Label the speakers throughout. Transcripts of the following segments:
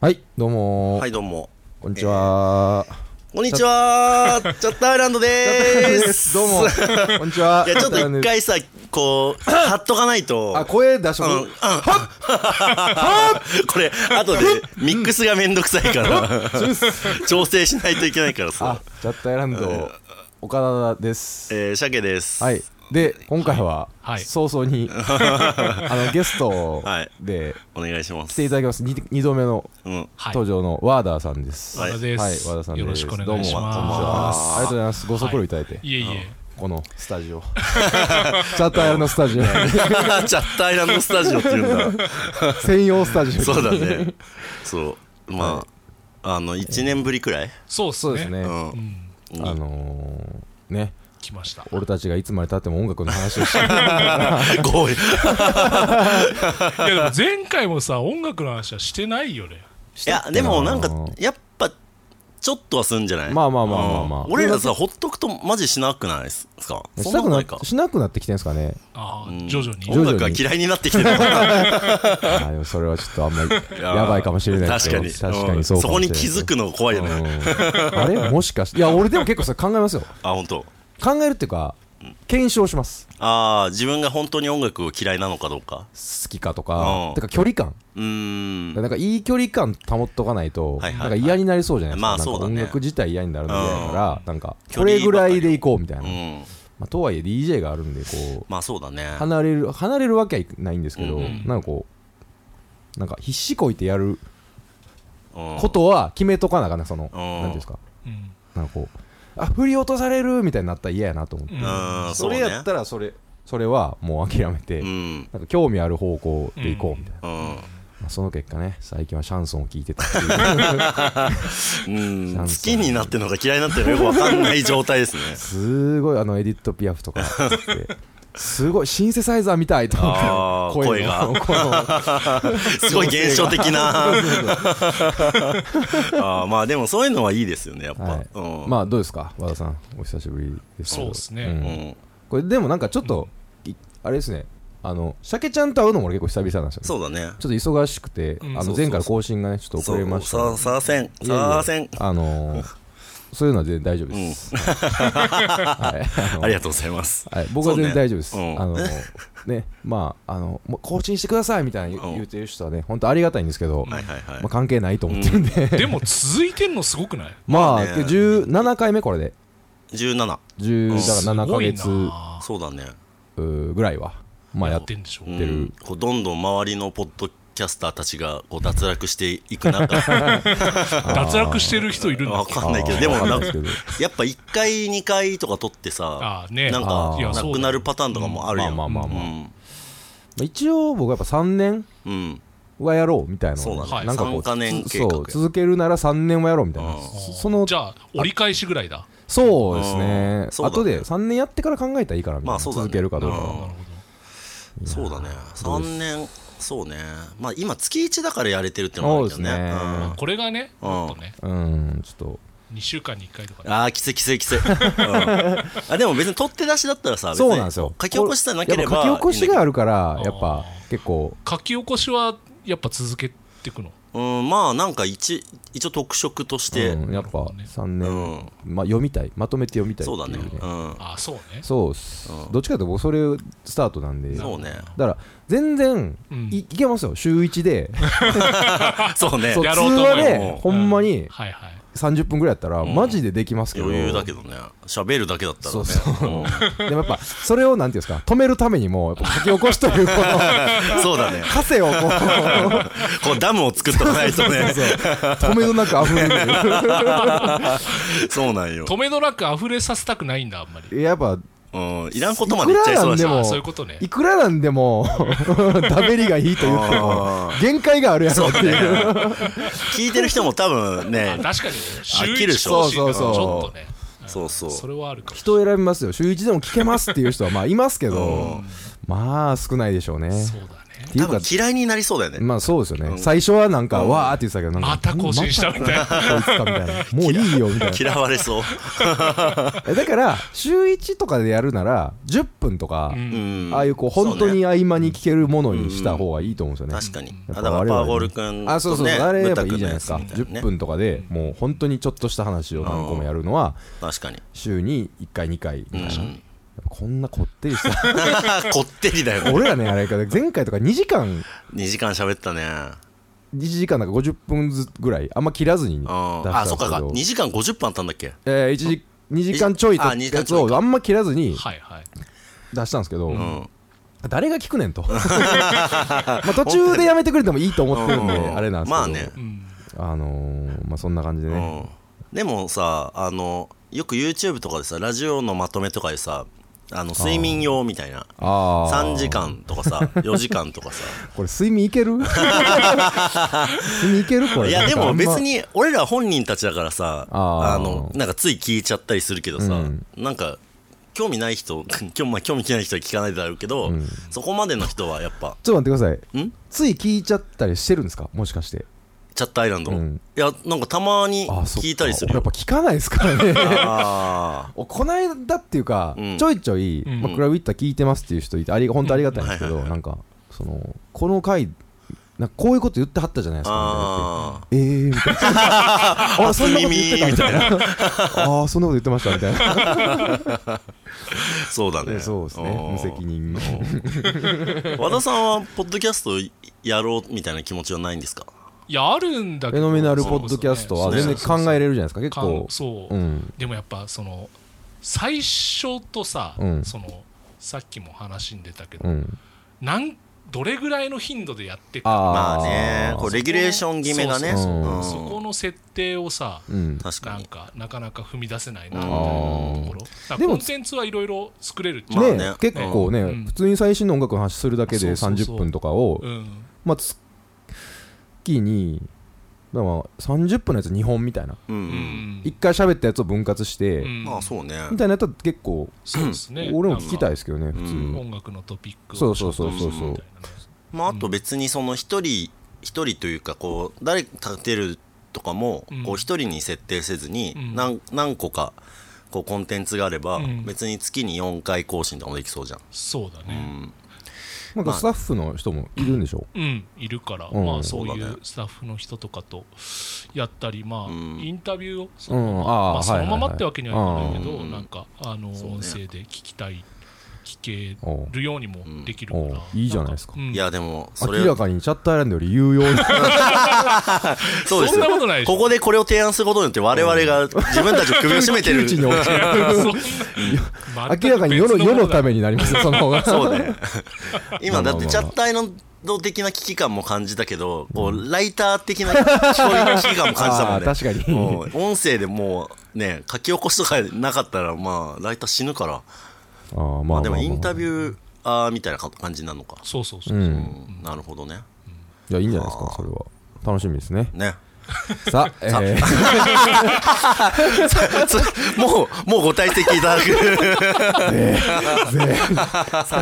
Speaker 1: はい、どうもー、
Speaker 2: はい、どうも。
Speaker 1: こんにちは、
Speaker 2: こんにちは。 チャットアイランドでーす。
Speaker 1: どうも、こんにちは。
Speaker 2: いや、ちょっと一回さ、こ う、はっとかない
Speaker 1: あ、
Speaker 2: と。
Speaker 1: 声出しと
Speaker 2: う
Speaker 1: く
Speaker 2: ん、うんこれ、後で、ミックスがめんどくさいから、
Speaker 1: ジュース。
Speaker 2: 調整しないといけないから
Speaker 1: あ
Speaker 2: さ。、
Speaker 1: ジャットアイランド、岡田です。
Speaker 2: えー、鮭です。
Speaker 1: はい。、で、今回は、
Speaker 3: はい
Speaker 1: 早々に、あの、ゲスト
Speaker 2: はい
Speaker 1: で
Speaker 2: お願いしま
Speaker 1: 来
Speaker 2: す。
Speaker 1: ていただきます。二二度目の
Speaker 2: うん。
Speaker 3: はい、
Speaker 1: 登場のワーダーさんです。
Speaker 2: は
Speaker 3: 和
Speaker 2: い
Speaker 3: 田です、
Speaker 1: はい和田さんです
Speaker 3: よろしくお願いし
Speaker 1: どうも
Speaker 3: ま
Speaker 1: あありがとうございます。ご足労いただいて、
Speaker 3: す。いえいえ、
Speaker 1: このスタジオ。チャットアイランドスタジオ。
Speaker 2: チャットアイランドスタジオっていうん だ。
Speaker 1: 専用スタジオ。
Speaker 2: そうだね。そう。まあ、あの、1年ぶりくらい
Speaker 3: そうです
Speaker 1: そう
Speaker 3: ね。
Speaker 1: ですね。
Speaker 2: うん
Speaker 3: う。ん、
Speaker 1: あのー、ね。
Speaker 3: 来ました。
Speaker 1: 俺たちがいつまでたっても音楽の話を して
Speaker 2: ごい。
Speaker 3: いやでも前回もさ、音楽の話はしてないよね。
Speaker 2: いや、でもなんか、やっぱ、ちょっとはすんじゃない
Speaker 1: まあまあまあまあまあ
Speaker 2: うん俺らさ、ほっとくとマジしなくないですかそ
Speaker 1: し
Speaker 2: ん
Speaker 1: た
Speaker 2: な
Speaker 1: く
Speaker 2: ことな
Speaker 1: ない
Speaker 2: か。
Speaker 1: しなくなってきてるんですかね
Speaker 3: ああ、
Speaker 2: うん
Speaker 3: 徐々に。
Speaker 1: 徐
Speaker 2: 音
Speaker 1: 々に
Speaker 2: 楽が 嫌いになってきてるのか
Speaker 1: あでもそれはちょっとあんまり
Speaker 2: な
Speaker 1: やばいかもしれないですけど
Speaker 2: 確かに。
Speaker 1: 確かにそううんか
Speaker 2: そ
Speaker 1: もし
Speaker 2: こ
Speaker 1: れ
Speaker 2: に
Speaker 1: ない
Speaker 2: 気づくの怖いよね。
Speaker 1: うんあれもしかしていや俺でも結構それ考えますよ
Speaker 2: あ、本当。
Speaker 1: 考えるっていうか検証します
Speaker 2: ああ、自分が本当に音楽を嫌いなのかどうか。
Speaker 1: 好きかと
Speaker 2: う
Speaker 1: か
Speaker 2: ん
Speaker 1: てか距離感
Speaker 2: うーん。
Speaker 1: なんかいい距離感保っとかないと
Speaker 2: はいはいはい
Speaker 1: なんか嫌になりそうじゃないですか
Speaker 2: ま
Speaker 1: な
Speaker 2: あ
Speaker 1: んか
Speaker 2: そうだ
Speaker 1: 音
Speaker 2: ね
Speaker 1: 楽自体嫌になるのでだからなんか
Speaker 2: 距
Speaker 1: こ
Speaker 2: 離ばか
Speaker 1: れ
Speaker 2: り
Speaker 1: ぐらいでいこうみたいな
Speaker 2: うん。
Speaker 1: まあとはいえ DJ があるんでこう
Speaker 2: まあそうだね。
Speaker 1: 離れる離れるわけはいないんですけど、
Speaker 2: うん
Speaker 1: なんかこうなんか必死こいてやる
Speaker 2: うん
Speaker 1: ことは決めとかなあかんなその、
Speaker 2: うん
Speaker 1: なんていうんですか
Speaker 3: うん、
Speaker 1: なんかこうあ振り落とされるみたいになったら嫌やなと思って、
Speaker 3: う
Speaker 2: うん、
Speaker 1: それやった
Speaker 2: ら。
Speaker 1: らそれそれはもう諦めて、
Speaker 2: うん。
Speaker 1: なんか興味ある方向で行こうみたいな、
Speaker 2: うん。
Speaker 1: まあ、その結果ね最近はシャンソンを聴いてたっていう
Speaker 2: うん
Speaker 1: ャ
Speaker 2: 好
Speaker 1: ンソン
Speaker 2: きになってるのか嫌いになってるのかよくわかんない状態 ですね。
Speaker 1: すごいあのエディット・ピアフとかってすごいシンセサイザーみたいと
Speaker 2: あー
Speaker 1: 声の声の
Speaker 2: すごい現象的な。あーまあでもそういうのはいいですよね、やっぱ。
Speaker 1: はい
Speaker 2: うん、
Speaker 1: まあどうですか和田さんお久しぶりですけど
Speaker 3: そうっすね
Speaker 2: うんん、
Speaker 1: これでもなんかちょっと、いあれですねあの鮭ちゃんと会うのも俺結構久々なんですよね
Speaker 2: そうだね。
Speaker 1: ちょっと忙しくて、
Speaker 3: ん
Speaker 1: あ
Speaker 2: そ
Speaker 1: の
Speaker 2: うそう
Speaker 1: 前回の更新がねちょっと遅れました
Speaker 2: そうさ、さあせん、
Speaker 1: いやいや
Speaker 2: さあせん。
Speaker 1: あのー、 そういう のは全然大丈夫です、はい
Speaker 2: あり
Speaker 1: が
Speaker 2: がとうございます。
Speaker 1: はい、僕は全然大丈夫です、
Speaker 2: そうねうん
Speaker 1: あのーねまああのもう更新してくださいみたいな言う言うてる人はね本当ありがたいんですけど、
Speaker 2: はいはいはい。
Speaker 1: まあ、関係ないと思ってるんで、
Speaker 3: でも続いてんのすごくない
Speaker 1: ま
Speaker 2: まあ
Speaker 1: あ、
Speaker 2: ね
Speaker 1: 17回目これで
Speaker 2: 17。
Speaker 1: 10だから7
Speaker 3: す
Speaker 1: ヶ
Speaker 3: ごい
Speaker 1: 月
Speaker 3: な
Speaker 2: そうだね。
Speaker 1: うーぐらいはまあや
Speaker 3: や
Speaker 1: っ
Speaker 3: ってんでしょ。
Speaker 2: うん
Speaker 1: 出る
Speaker 2: こうどんどん周りのポッドキャスターたちがこう脱落してい く中、
Speaker 3: 脱落してる人いるんだ
Speaker 2: わ
Speaker 3: っけ
Speaker 2: かんないけど、でも
Speaker 1: わかん
Speaker 2: な
Speaker 1: なんい
Speaker 2: か
Speaker 1: ですけど
Speaker 2: やっぱ1回、2回とか取ってさ、
Speaker 3: ああ、ね。
Speaker 2: なん
Speaker 1: あ
Speaker 2: か
Speaker 1: ーいや
Speaker 2: な
Speaker 3: そうだよ
Speaker 2: くなるパターンとかもあるやん。
Speaker 1: まあまあまあまあ
Speaker 2: うん
Speaker 1: まあ一応僕はやっぱ3年
Speaker 2: うん。
Speaker 1: はやろうみたいなのをね
Speaker 2: そうだ
Speaker 3: ね
Speaker 1: なんかこう
Speaker 2: 三カ年計画
Speaker 1: そう続けるなら3年はやろうみたいな
Speaker 2: うん
Speaker 1: そその
Speaker 3: じゃあ、折り返しぐらいだ。
Speaker 1: そうですね
Speaker 2: うんそうだね
Speaker 1: 後で3年やってから考えたらいいからみたい
Speaker 2: ま
Speaker 1: な
Speaker 2: あそうだね
Speaker 1: 続けるかどうか
Speaker 2: うん
Speaker 1: は
Speaker 3: なるほ
Speaker 2: そうだね。3年、そうね。まあ今、月1だからやれてるってのもあるけどね。
Speaker 1: そうですね
Speaker 3: ど。これがね、
Speaker 2: うん
Speaker 3: もっとね、
Speaker 1: うんちょっ
Speaker 3: 2週間に1回とか
Speaker 2: うん
Speaker 3: ね。
Speaker 2: ああ、きついきついきつい。うんあでも別に取って出しだったらさ、
Speaker 1: と
Speaker 2: 別に
Speaker 1: そうなんですよ
Speaker 2: 書き起こしさえなければ。
Speaker 1: やっぱ書き起こしがあるから
Speaker 3: いい
Speaker 1: や
Speaker 3: んだけど
Speaker 1: っぱ結構
Speaker 3: 書き起こしはやっぱ続けてくの。
Speaker 2: うん、まあなんか一一応特色として、
Speaker 1: うんやっぱ3年
Speaker 2: うん
Speaker 1: まあ読みたいまとめて読みたいってい
Speaker 2: そうだねうん
Speaker 3: ああ、そうね。
Speaker 1: そうっす
Speaker 2: うん
Speaker 1: どっちかというと僕それスタートなんで
Speaker 2: そうね
Speaker 1: だから全然
Speaker 3: うん
Speaker 1: いいけますよ週1で
Speaker 2: そうね
Speaker 1: そう通
Speaker 3: やろうと思え
Speaker 1: 話
Speaker 3: ば
Speaker 1: でほんまに
Speaker 3: はいはい。
Speaker 1: 30分ぐらいやったらマジでできますけど
Speaker 2: 余裕だけどね喋るだけだったら
Speaker 1: そ
Speaker 2: ね
Speaker 1: うそ
Speaker 2: うん
Speaker 1: でもやっぱそれをなんていうんですか止めるためにもやっぱ書き起こしというこの
Speaker 2: そうだね
Speaker 1: 枷をこう
Speaker 2: こうダムを作っとかないとね
Speaker 1: 止めどなく溢れる
Speaker 2: そうなんよ、
Speaker 3: 止めのなく溢れさせたくないんだ、あんまり。
Speaker 1: やっぱ
Speaker 2: うん、いらんことまで言っちゃいそうだし
Speaker 1: いくらなん
Speaker 3: あ
Speaker 1: でも
Speaker 3: あ、そういうこ
Speaker 1: い
Speaker 3: とね。
Speaker 1: くらなんでもダベリがいいと言っても限界があるやろっていう
Speaker 2: 聞いてる人も多分
Speaker 3: あ
Speaker 2: ね
Speaker 3: 確かにね、週
Speaker 2: 飽きるで
Speaker 3: 一
Speaker 2: しょ
Speaker 3: 更新だと
Speaker 1: そうそう
Speaker 3: ち
Speaker 1: そう
Speaker 3: ょっとね。
Speaker 2: そうそう
Speaker 3: それはあるかも。
Speaker 1: 人選びますよ週1でも聞けますっていう人はまあいますけどまあ少ないでしょうね
Speaker 3: そうだね。
Speaker 1: ってい
Speaker 2: 多
Speaker 1: うか
Speaker 2: 分嫌いになりそうだよね、
Speaker 1: まあそうですよね、
Speaker 2: うん
Speaker 1: 最初はなんか、わーって言ってたけどなんか
Speaker 3: また更新したみたいな
Speaker 1: またこいつかみたいなもういいよみ たいな
Speaker 2: 嫌わ れそう
Speaker 1: えだから週1とかでやるなら10分とか、
Speaker 2: うん
Speaker 1: ああいうこう本当
Speaker 2: そうね
Speaker 1: に合間に聞けるものにした方がいいと思うんですよね、
Speaker 2: 確かに
Speaker 1: やっぱ
Speaker 2: あだか
Speaker 1: 我々ね
Speaker 2: らパーゴール君
Speaker 1: あそうそ
Speaker 2: と
Speaker 1: う
Speaker 2: ね
Speaker 1: あれや
Speaker 2: ム
Speaker 1: っぱ
Speaker 2: タ
Speaker 1: いい
Speaker 2: 君
Speaker 1: じゃない
Speaker 2: のや
Speaker 1: です
Speaker 2: つ
Speaker 1: か、
Speaker 2: みたいなね
Speaker 1: 10分とかでもう本当にちょっとした話を何個もやるのは
Speaker 2: 確かに
Speaker 1: 週に1回2回みたいな、
Speaker 2: うん
Speaker 1: やっ ぱこんなこってりした
Speaker 2: こってりだよ
Speaker 1: 俺らねあれから前回とか2時間
Speaker 2: 2時間喋ったね
Speaker 1: 1時間なんか50分ずつぐらいあんま切らずに出し
Speaker 2: う
Speaker 1: たん
Speaker 2: ん
Speaker 1: ですけど
Speaker 2: あそっかか2時間50分あったんだっけ
Speaker 1: えー、1時2時間ちょい
Speaker 2: あ
Speaker 1: た
Speaker 2: 二時
Speaker 1: や
Speaker 2: 間
Speaker 1: つ
Speaker 2: ちょい
Speaker 1: をあんま切らずに
Speaker 3: はいはい
Speaker 1: 出したんですけど、
Speaker 2: うん
Speaker 1: 誰が聞くねん とまあ途中でやめてくれてもいいと思ってるんで
Speaker 2: うん
Speaker 1: あれなんですけど
Speaker 2: まあね
Speaker 3: うん
Speaker 1: あのー、まあそんな感じでね、
Speaker 2: うん、でもさあのよく YouTube とかでさラジオのまとめとかでさあの睡眠用みたいな
Speaker 1: ああ
Speaker 2: 3時間と かさ4時間とかさ
Speaker 1: これ睡眠いけ る睡眠いけるこれ
Speaker 2: いや
Speaker 1: な
Speaker 2: で
Speaker 1: んかあ
Speaker 2: も
Speaker 1: んま
Speaker 2: 別に俺ら本人たちだからさ
Speaker 1: あー
Speaker 2: あのなんかつい聞いちゃったりするけどさ、
Speaker 1: うん
Speaker 2: なんか興味ない人 興味まあ興味ない人は聞かないだろうけど、
Speaker 1: うん
Speaker 2: そこまでの人はやっぱ
Speaker 1: ちょっと待ってください
Speaker 2: ん
Speaker 1: つい聞いちゃったりしてるんですかもしかして
Speaker 2: チャットアイランド、
Speaker 1: うん
Speaker 2: いやなんかたまに
Speaker 1: あーそっか
Speaker 2: 聞いたりする
Speaker 1: や
Speaker 2: よ
Speaker 1: っぱ聞かないですからね
Speaker 2: あ
Speaker 1: おこないだっていうか、
Speaker 2: うん
Speaker 1: ちょいちょい、
Speaker 3: うん
Speaker 1: まあ、クラブイッター聞いてますっていう人いてあり本当ありがたいんですけど、
Speaker 2: うんはい
Speaker 1: なんかそのこの回なんかこういうこと言ってはったじゃないですか
Speaker 2: あ
Speaker 1: みたいな言ってええー、みたい なあそんなこと言ってたみたいなああそんなこと言ってましたみたいな
Speaker 2: あーそうだね
Speaker 1: でそうですね無責任
Speaker 2: 和田さんはポッドキャストやろうみたいな気持ちはないんですか
Speaker 3: いやあるんだけ
Speaker 1: フェ
Speaker 3: ど
Speaker 1: ノメナルポッドキャストは全然考え
Speaker 3: れ
Speaker 1: れるじゃないですか結構
Speaker 3: そう
Speaker 1: うん
Speaker 3: でもやっぱその最初とさ、
Speaker 1: うん
Speaker 3: そのさっきも話に出たけど、
Speaker 1: うん
Speaker 3: なんどれぐらいの頻度でやってく
Speaker 1: あ
Speaker 2: まあねこうレギュレーション気味がね
Speaker 1: そうそうそう
Speaker 2: うん
Speaker 3: そこの設定をさ、
Speaker 1: うん
Speaker 2: 確か
Speaker 3: なん
Speaker 2: に
Speaker 3: かなかなか踏み出せないなみ
Speaker 2: う
Speaker 3: た
Speaker 2: ん
Speaker 3: いなところだから
Speaker 1: でも
Speaker 3: コンテンツはいろいろ作れるっちゅう
Speaker 2: まあ
Speaker 1: ね
Speaker 2: ね
Speaker 1: 結構ね、
Speaker 3: うん
Speaker 1: 普通に最新の音楽の話するだけで
Speaker 3: そうそうそう
Speaker 1: 30分とかを
Speaker 3: うん、
Speaker 1: まあ、月にだから30分のやつ2本みたいな、
Speaker 2: うんう
Speaker 3: うん
Speaker 1: 一1回喋ったやつを分割して、
Speaker 3: うん
Speaker 2: まあそうね
Speaker 1: みたいなやったら結構、
Speaker 3: そうですね
Speaker 1: 俺も聞きたいですけどね
Speaker 2: か
Speaker 1: 普通
Speaker 2: う
Speaker 1: に、
Speaker 2: ん
Speaker 3: 音楽のトピックを
Speaker 1: そうそうそうそうそう
Speaker 3: 紹介するみたいなね
Speaker 2: まああと別にその一人一人というかこう誰立てるとかも
Speaker 3: うん
Speaker 2: こう一人に設定せずに
Speaker 3: うん
Speaker 2: 何何個かこうコンテンツがあれば
Speaker 3: うん
Speaker 2: 別に月に4回更新とかもできそうじゃん
Speaker 3: そうだ
Speaker 2: う
Speaker 3: ね
Speaker 2: ん
Speaker 1: なんかスタッフの人もいるんでしょ
Speaker 3: うん、いるから、
Speaker 1: うん
Speaker 3: まあそうい
Speaker 2: そうだ
Speaker 3: う
Speaker 2: ね
Speaker 3: スタッフの人とかとやったりまあ、
Speaker 2: うん
Speaker 3: インタビューをそ
Speaker 1: うん
Speaker 3: のまま,、
Speaker 1: ああ
Speaker 3: まあ、そのま
Speaker 1: はいはい
Speaker 3: ま
Speaker 1: はい
Speaker 3: ってわけにはいかないけど、
Speaker 2: うん
Speaker 3: なんかあの、
Speaker 2: そうね
Speaker 3: 音声で聞きたい聞けるようにもできるか
Speaker 1: おう
Speaker 3: ら
Speaker 1: いいじゃないですか
Speaker 3: ん
Speaker 2: いやでもそれ
Speaker 1: 明らかにチャットアイランドより有用に
Speaker 2: そうです
Speaker 3: そんなことないでしょ
Speaker 2: ここでこれを提案することによって我々が自分たちの首を絞め てる
Speaker 1: 窮地に陥る
Speaker 3: そんな
Speaker 1: 明らかに世の世のた
Speaker 3: め
Speaker 1: めになります よその方が
Speaker 2: そうね。
Speaker 1: まあ
Speaker 2: 今
Speaker 1: まあ
Speaker 2: だ
Speaker 1: まあ
Speaker 2: ってチャットアイの動的な危機感も感じたけど、こうライター的なそういう危機感も感じたもん
Speaker 1: あー
Speaker 2: ね。
Speaker 1: 確かに
Speaker 2: もう音声でもうね、書き起こしとかなかったら、まあ、ライター死ぬから。
Speaker 1: あーまあ
Speaker 2: まあ、でもインタ
Speaker 1: ュー
Speaker 2: ビュー、あーみたいな感じになるのか。
Speaker 3: そうそうそうう、
Speaker 1: ん
Speaker 2: うんなるほどね。
Speaker 1: いやいいんじゃないですかそれは楽しみです ね
Speaker 2: ね。
Speaker 1: さあ、えー、
Speaker 2: つもう、もうご退席いただく。
Speaker 1: 疲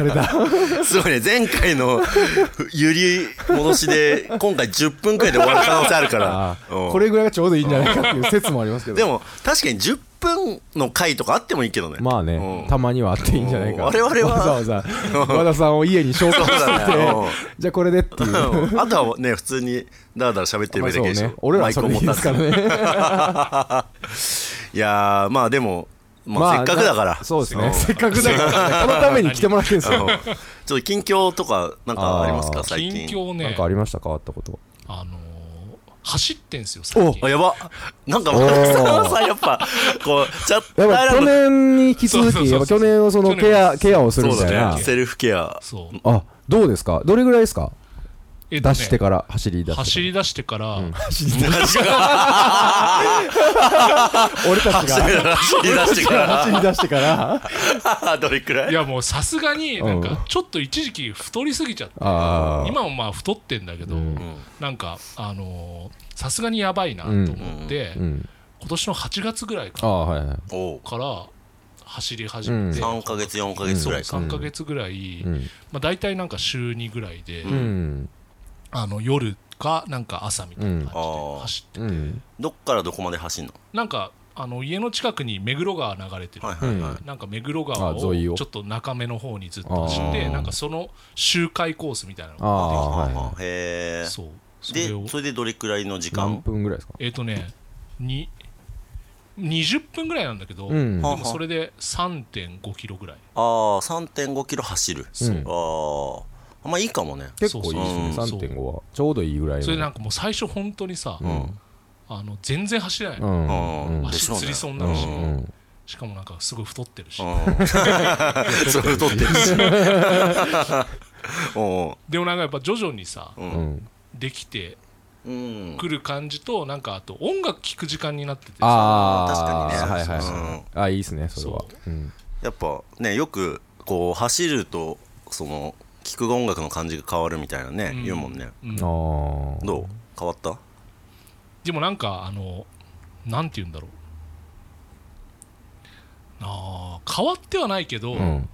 Speaker 1: れた
Speaker 2: すごいね。前回の揺り戻しで、今回10分くらいで終わる可能性あるから
Speaker 1: あ。
Speaker 2: うん
Speaker 1: ーこれぐらいがちょうどいいんじゃないかっていう説もありますけど
Speaker 2: でも確かに10分の回とかあってもいいけどね
Speaker 1: まあ
Speaker 2: う
Speaker 1: ね
Speaker 2: ん、
Speaker 1: たまにはあっていいんじゃないか。
Speaker 2: うん我々は
Speaker 1: わざわざ、和田さんを家に紹介
Speaker 2: そう
Speaker 1: してき
Speaker 2: だ
Speaker 1: て
Speaker 2: ねうん、
Speaker 1: じゃあこれでっていう。
Speaker 2: うんあとはね普通にダラダラ喋ってる
Speaker 1: まあ
Speaker 2: だけ
Speaker 1: そう
Speaker 2: でしょ、
Speaker 1: ね、俺らはそれでいいですからね。
Speaker 2: いやーまあでも、 まあ、せっかくだから、
Speaker 1: そうですね。
Speaker 2: ん
Speaker 1: せっかくだから、このために来てもらってるんです
Speaker 2: あの
Speaker 1: よ。
Speaker 2: ちょっと近況とかなんかあります
Speaker 1: あ
Speaker 2: か
Speaker 1: ー
Speaker 2: 最
Speaker 3: 近
Speaker 2: 近
Speaker 3: 況
Speaker 1: なん
Speaker 3: ね
Speaker 1: かありました変わったこと。
Speaker 3: あのー走ってんすよ最
Speaker 2: あ
Speaker 3: 近
Speaker 2: やばなんか和田さんはさやっぱこうチ
Speaker 1: や
Speaker 2: ャット
Speaker 1: っぱ
Speaker 2: アイラ
Speaker 1: 去
Speaker 2: ンド
Speaker 1: 年に引き続
Speaker 3: そう
Speaker 1: き、
Speaker 3: そ
Speaker 1: やっぱ
Speaker 3: うそう
Speaker 1: 去年をその
Speaker 3: 去年
Speaker 1: ケア、ケアをするみ
Speaker 2: そう
Speaker 1: たい
Speaker 2: だ
Speaker 1: な
Speaker 2: ね。セルフケア
Speaker 3: そう、
Speaker 1: あ、どうですかどれぐらいですか
Speaker 3: えっとね
Speaker 1: 出してから、走り出して。
Speaker 3: 走り出してから、
Speaker 1: 俺たちが
Speaker 2: 走り出してか
Speaker 1: 走 り出してから、
Speaker 2: らどれくらい
Speaker 3: いやもうさすがになん
Speaker 1: うん
Speaker 3: かちょっと一時期太りすぎちゃって
Speaker 1: あー
Speaker 3: 今もまあ太ってんだけど、
Speaker 2: ん
Speaker 3: なんかあのーさすがにやばいなと思って、
Speaker 1: うん。
Speaker 3: 今年の8月ぐらい
Speaker 1: あ
Speaker 3: か
Speaker 1: あ、はいはい。
Speaker 2: おう
Speaker 3: から走り始めて、
Speaker 2: 3か月4か月
Speaker 3: そ
Speaker 2: ぐ
Speaker 3: う
Speaker 2: らいか、
Speaker 3: 3ヶ月ぐらい、
Speaker 1: うん
Speaker 3: まあ、大体なんか週2ぐらいで、
Speaker 1: うん
Speaker 3: あの夜かなんか朝みたいな感じで走ってて、
Speaker 1: うん
Speaker 2: どっからどこまで走んの
Speaker 3: なんかあの家の近くに目黒川流れてる、
Speaker 2: はいはいはい、
Speaker 3: なんか目黒川
Speaker 1: あ
Speaker 3: を
Speaker 1: 沿い
Speaker 3: ちょ
Speaker 1: を
Speaker 3: っと中目の方にずっと走って
Speaker 1: あー
Speaker 3: なんかその周回コースみたいなの
Speaker 1: あ
Speaker 3: が
Speaker 1: あはい
Speaker 2: あ
Speaker 1: は
Speaker 2: へえ
Speaker 3: そうそれを
Speaker 2: でそれでどれくらいの時
Speaker 1: い何
Speaker 2: 間
Speaker 1: 分ぐらいですか
Speaker 3: えっ、とねに20分ぐらいなんだけど、
Speaker 1: うん
Speaker 3: でもそれで3 5キロぐらい
Speaker 2: ああ3 5キロ走る、
Speaker 3: そう
Speaker 2: ああまあいいかもね
Speaker 1: 結構いいです
Speaker 3: そ
Speaker 1: ね
Speaker 3: うそう
Speaker 1: 3.5はちょうどいいぐらいの
Speaker 3: それでなんかもう最初本当にさ、
Speaker 2: うん
Speaker 3: あの全然走れない、
Speaker 1: うん
Speaker 2: うん
Speaker 1: うん
Speaker 2: でし
Speaker 3: 足
Speaker 2: ょうね
Speaker 3: つりそうになるし、
Speaker 2: うん
Speaker 1: うん
Speaker 3: しかもなんかすごい太ってるし、
Speaker 2: うんそれ太ってるしうん
Speaker 3: でもなんかやっぱ徐々にさ、
Speaker 2: う
Speaker 1: うんん
Speaker 3: できて
Speaker 2: うん
Speaker 3: くる感じとなんかあと音楽聴く時間になっててさ
Speaker 1: ああ
Speaker 2: 確かにね
Speaker 1: はいはいはいあいいですねそれはうん
Speaker 2: やっぱねよくこう走るとその聴く音楽の感じが変わるみたいなね、
Speaker 3: うん
Speaker 2: 言うもんね
Speaker 3: うん
Speaker 1: ああ
Speaker 2: どう変わった
Speaker 3: でもなんかあのなんて言うんだろうあー変わってはないけど、
Speaker 1: うん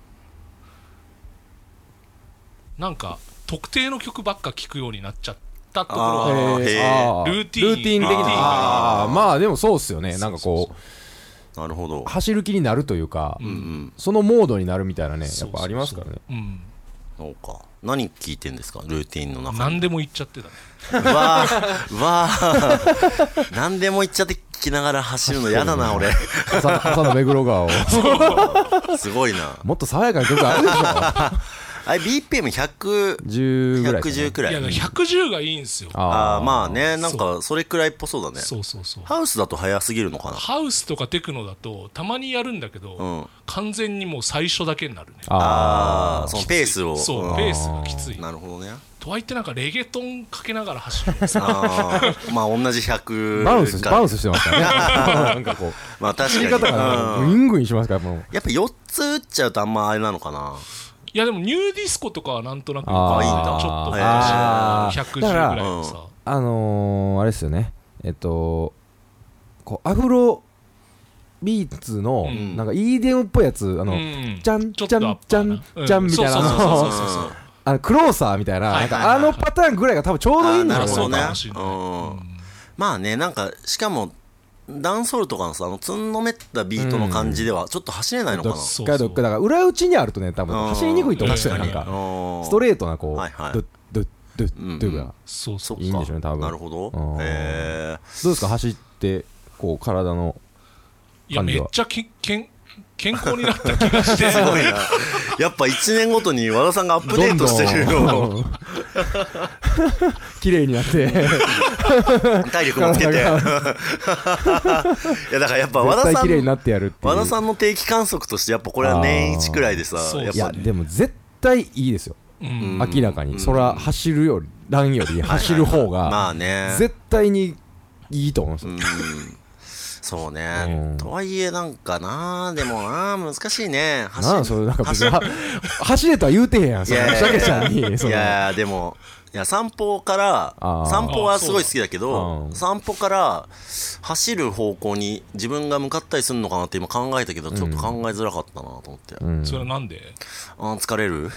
Speaker 3: なんか特定の曲ばっか聴くようになっちゃったところ
Speaker 1: へ
Speaker 2: あ
Speaker 3: は
Speaker 2: ーへー
Speaker 1: あ
Speaker 3: ルーティン
Speaker 1: ルーティン的
Speaker 3: あー
Speaker 1: なああまあでもそうっすよねなんかこう
Speaker 2: なるほど
Speaker 1: 走る気になるというか、
Speaker 2: うんうん
Speaker 1: そのモードになるみたいなねや
Speaker 3: そうそうそう
Speaker 1: っぱありますからね
Speaker 3: うん
Speaker 2: そうか何聴いてんですかルーティンの中に
Speaker 3: 何でも言っちゃってたね
Speaker 2: うわあわあ何でも言っちゃって聞きながら走るの嫌だな 俺
Speaker 1: 朝朝の目黒 川を
Speaker 2: すごいな
Speaker 1: もっと爽やかな曲あるでしょ
Speaker 2: あれ BPM100
Speaker 1: 10ぐらいかな
Speaker 2: 110くら
Speaker 3: い
Speaker 2: い
Speaker 3: や110がいいんすよ
Speaker 2: ああ
Speaker 1: ー
Speaker 2: まあねなんかそれくらいっぽそうだね
Speaker 3: そうそうそう
Speaker 2: ハウスだと早すぎるのかな
Speaker 3: ハウスとかテクノだとたまにやるんだけど、
Speaker 2: うん
Speaker 3: 完全にもう最初だけになるね
Speaker 1: あ
Speaker 2: ああそのペースを
Speaker 3: そうペースがきつい
Speaker 2: なるほどね
Speaker 3: とはいってなんかレゲトンかけながら走るの
Speaker 2: あ ーまあ同じ100
Speaker 1: ーバウンス
Speaker 2: か
Speaker 1: バウンスしてます からねなんかこう
Speaker 2: まあ確
Speaker 1: 言
Speaker 2: かに
Speaker 1: い方がね
Speaker 2: うん
Speaker 1: グイングインしますからもう
Speaker 2: やっぱ4つ打っちゃうとあんまあれなのかない
Speaker 3: やでもニューディスコとかはなんとなく
Speaker 1: あ
Speaker 2: ー
Speaker 3: いいんだちょっと
Speaker 1: あー
Speaker 3: 110ぐらいのさ
Speaker 1: あのー、あれですよねえっとこうアフロビーツの
Speaker 3: うん
Speaker 1: なんか EDM っぽいやつあの、
Speaker 3: うん
Speaker 1: ちゃん
Speaker 3: ちょっ
Speaker 1: ちゃ
Speaker 3: とアッ
Speaker 1: ん
Speaker 3: パ
Speaker 1: ちゃ
Speaker 3: ーなん
Speaker 1: ちゃんみたいな
Speaker 3: うん
Speaker 1: あの
Speaker 3: そうそうそうそう
Speaker 1: あのクローサーみたいな
Speaker 3: は
Speaker 1: ないん
Speaker 3: はいは
Speaker 1: か
Speaker 3: い
Speaker 1: あのパターンぐらいが多分ちょうどいいんだ
Speaker 2: あ
Speaker 1: ろう
Speaker 2: ーなるほ
Speaker 3: そう
Speaker 2: ど
Speaker 1: な
Speaker 2: ね
Speaker 3: かもしれない
Speaker 2: うんまあねなんかしかもダンソールとかのさあのつんのめったビートの感じではちょっと走れないのか
Speaker 1: ど
Speaker 2: な
Speaker 1: っ
Speaker 2: う
Speaker 1: ちかどっかだから裏打ちにあるとね多分
Speaker 2: うん
Speaker 1: 走りにくいと思うんですよ
Speaker 3: うん
Speaker 1: なんか
Speaker 2: ん
Speaker 1: ストレートなこう、
Speaker 2: はいはい
Speaker 1: ドゥッドゥッドゥッドゥが、
Speaker 3: そうそ
Speaker 2: そうっ
Speaker 1: いいんでしょうね多分
Speaker 2: なるほど
Speaker 1: うん
Speaker 2: へ
Speaker 1: どうですか走ってこう体の
Speaker 3: いやめっちゃけけん健康になった気がし
Speaker 2: え
Speaker 3: て
Speaker 2: すごいなやっぱ1年ごとに和田さんがアップデートしてる
Speaker 1: どんどん 綺麗になって
Speaker 2: 体力もつ けていやだからやっぱ和
Speaker 1: 絶
Speaker 2: 田
Speaker 1: 対
Speaker 2: さ
Speaker 1: 綺麗に
Speaker 2: ん
Speaker 1: なってやるっていう
Speaker 2: 和田さんの定期観測としてやっぱこれは年一くらいでさ
Speaker 3: あー
Speaker 2: やっ
Speaker 1: い
Speaker 2: ぱ
Speaker 1: やでも絶対いいですよ、
Speaker 3: うん
Speaker 1: 明らかに、そら走るよりランより走る方が、
Speaker 2: まあね
Speaker 1: 絶対にいいと思うんですよ、
Speaker 2: そう
Speaker 1: う
Speaker 2: ね
Speaker 1: ん
Speaker 2: とはいえなんかなでもな難しい
Speaker 1: な
Speaker 2: ね
Speaker 1: んだ
Speaker 2: 走
Speaker 1: それなんか別には 走れとは言うてへんやんその
Speaker 2: いやいや
Speaker 1: シャケちゃんにそ
Speaker 2: い
Speaker 1: の
Speaker 2: やーでもいや散歩から
Speaker 1: あー
Speaker 2: 散歩はすごい好きだけど
Speaker 1: うん
Speaker 2: 散歩から走る方向に自分が向かったりするのかなって今考えたけどちょっと考えづらかったなと思って、
Speaker 1: うん
Speaker 3: それはなんで
Speaker 2: あー疲 れる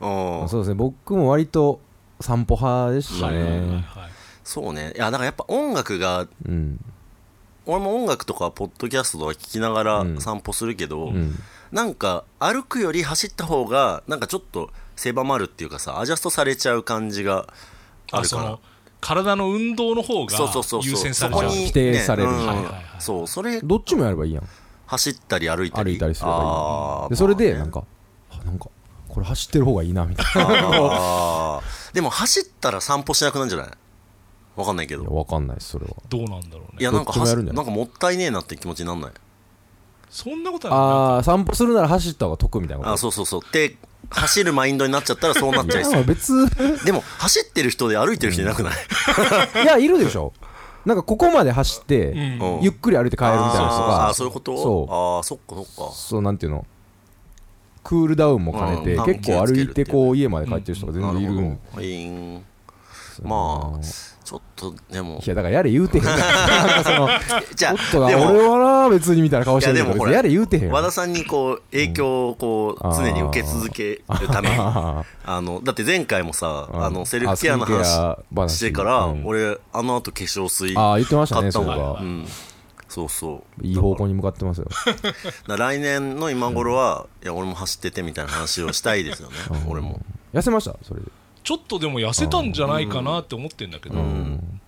Speaker 2: うん
Speaker 1: そうですね僕も割と散歩派でしたね、
Speaker 3: はい
Speaker 2: そうねいやだからやっぱ音楽が
Speaker 1: うん
Speaker 2: 俺も音楽とかポッドキャストとか聞きなが
Speaker 1: う
Speaker 2: ら
Speaker 1: ん
Speaker 2: 散歩するけど、
Speaker 1: うん
Speaker 2: なんか歩くより走った方がなんかちょっと狭まるっていうかさアジャストされちゃう感じがあ
Speaker 3: あ
Speaker 2: るか
Speaker 3: そ
Speaker 2: ら
Speaker 3: の体の運動の方が
Speaker 2: そうそうそうそう
Speaker 3: 優先され
Speaker 2: そ
Speaker 3: ち
Speaker 2: こ
Speaker 3: ゃう
Speaker 2: に
Speaker 1: 否定される
Speaker 2: ねうん
Speaker 3: はいはいはい
Speaker 2: そうそれ
Speaker 1: どっちもやればいいやん
Speaker 2: 走ったり歩いたり
Speaker 1: 歩いたりすればいい
Speaker 2: あー
Speaker 1: でそれで
Speaker 2: まあ
Speaker 1: な
Speaker 2: ね
Speaker 1: んか、あなんかこれ走ってる方がいいなみたいな
Speaker 2: あーでも走ったら散歩しなくなるんじゃないわかんないけど
Speaker 1: いやわかんないですそれは
Speaker 3: どうなんだろう
Speaker 2: い
Speaker 3: ね
Speaker 2: やなんか走
Speaker 1: どっちもや
Speaker 2: な
Speaker 1: るん
Speaker 2: ん
Speaker 1: じゃ
Speaker 2: か
Speaker 1: ない
Speaker 2: もったいねえなって気持ちになんない
Speaker 3: そんなことは
Speaker 1: ああ散歩するなら走った方が得みたいなこと
Speaker 2: あそうそうそうって走るマインドになっちゃったらそうなっちゃい
Speaker 1: い
Speaker 2: そ
Speaker 1: や
Speaker 2: う
Speaker 1: 別
Speaker 2: でも走ってる人で歩いてる人いなくない
Speaker 1: いやいるでしょなんかここまで走って、
Speaker 2: うん
Speaker 1: ゆっくり歩いて帰るみたいな人
Speaker 2: あ
Speaker 1: が
Speaker 2: ーそういうこと
Speaker 1: そう
Speaker 2: ああそっかそっか
Speaker 1: そうなんていうのクールダウンも兼ねて、
Speaker 2: うん
Speaker 1: 結構歩いてこう家まで帰ってる人が全
Speaker 2: な
Speaker 1: 然いるん
Speaker 2: る
Speaker 1: で
Speaker 2: ほどいいんまあちょっとでも
Speaker 1: いやだからやれ言 うてへんからなんかその
Speaker 2: じゃ
Speaker 1: おっとな
Speaker 2: でも
Speaker 1: 俺はな別にみたいな顔してるけ
Speaker 2: いやで
Speaker 1: ど
Speaker 2: も
Speaker 1: 別
Speaker 2: ほら
Speaker 1: にやれ言うてへんよ
Speaker 2: 和田さんにこう影響をこう
Speaker 1: うん
Speaker 2: 常に受け続けるために
Speaker 1: あ
Speaker 2: あのだって前回もさ
Speaker 1: うん
Speaker 2: あのセルフケアの
Speaker 1: あスキン
Speaker 2: 話
Speaker 1: ケア話
Speaker 2: してから、
Speaker 1: うん
Speaker 2: 俺あの後化粧水
Speaker 1: ああ言ってました
Speaker 2: 買
Speaker 1: ね
Speaker 2: った
Speaker 1: そう
Speaker 2: も
Speaker 1: いえ
Speaker 2: ん、
Speaker 1: ば
Speaker 2: うん、そうそう
Speaker 1: いい方向に向かってますよ
Speaker 2: だから来年の今頃は、いや俺も走っててみたいな話をしたいですよね、 俺も
Speaker 1: 痩せましたそれで
Speaker 3: ちょっとでも痩せたんじゃないかなって思ってんだけど、
Speaker 2: ん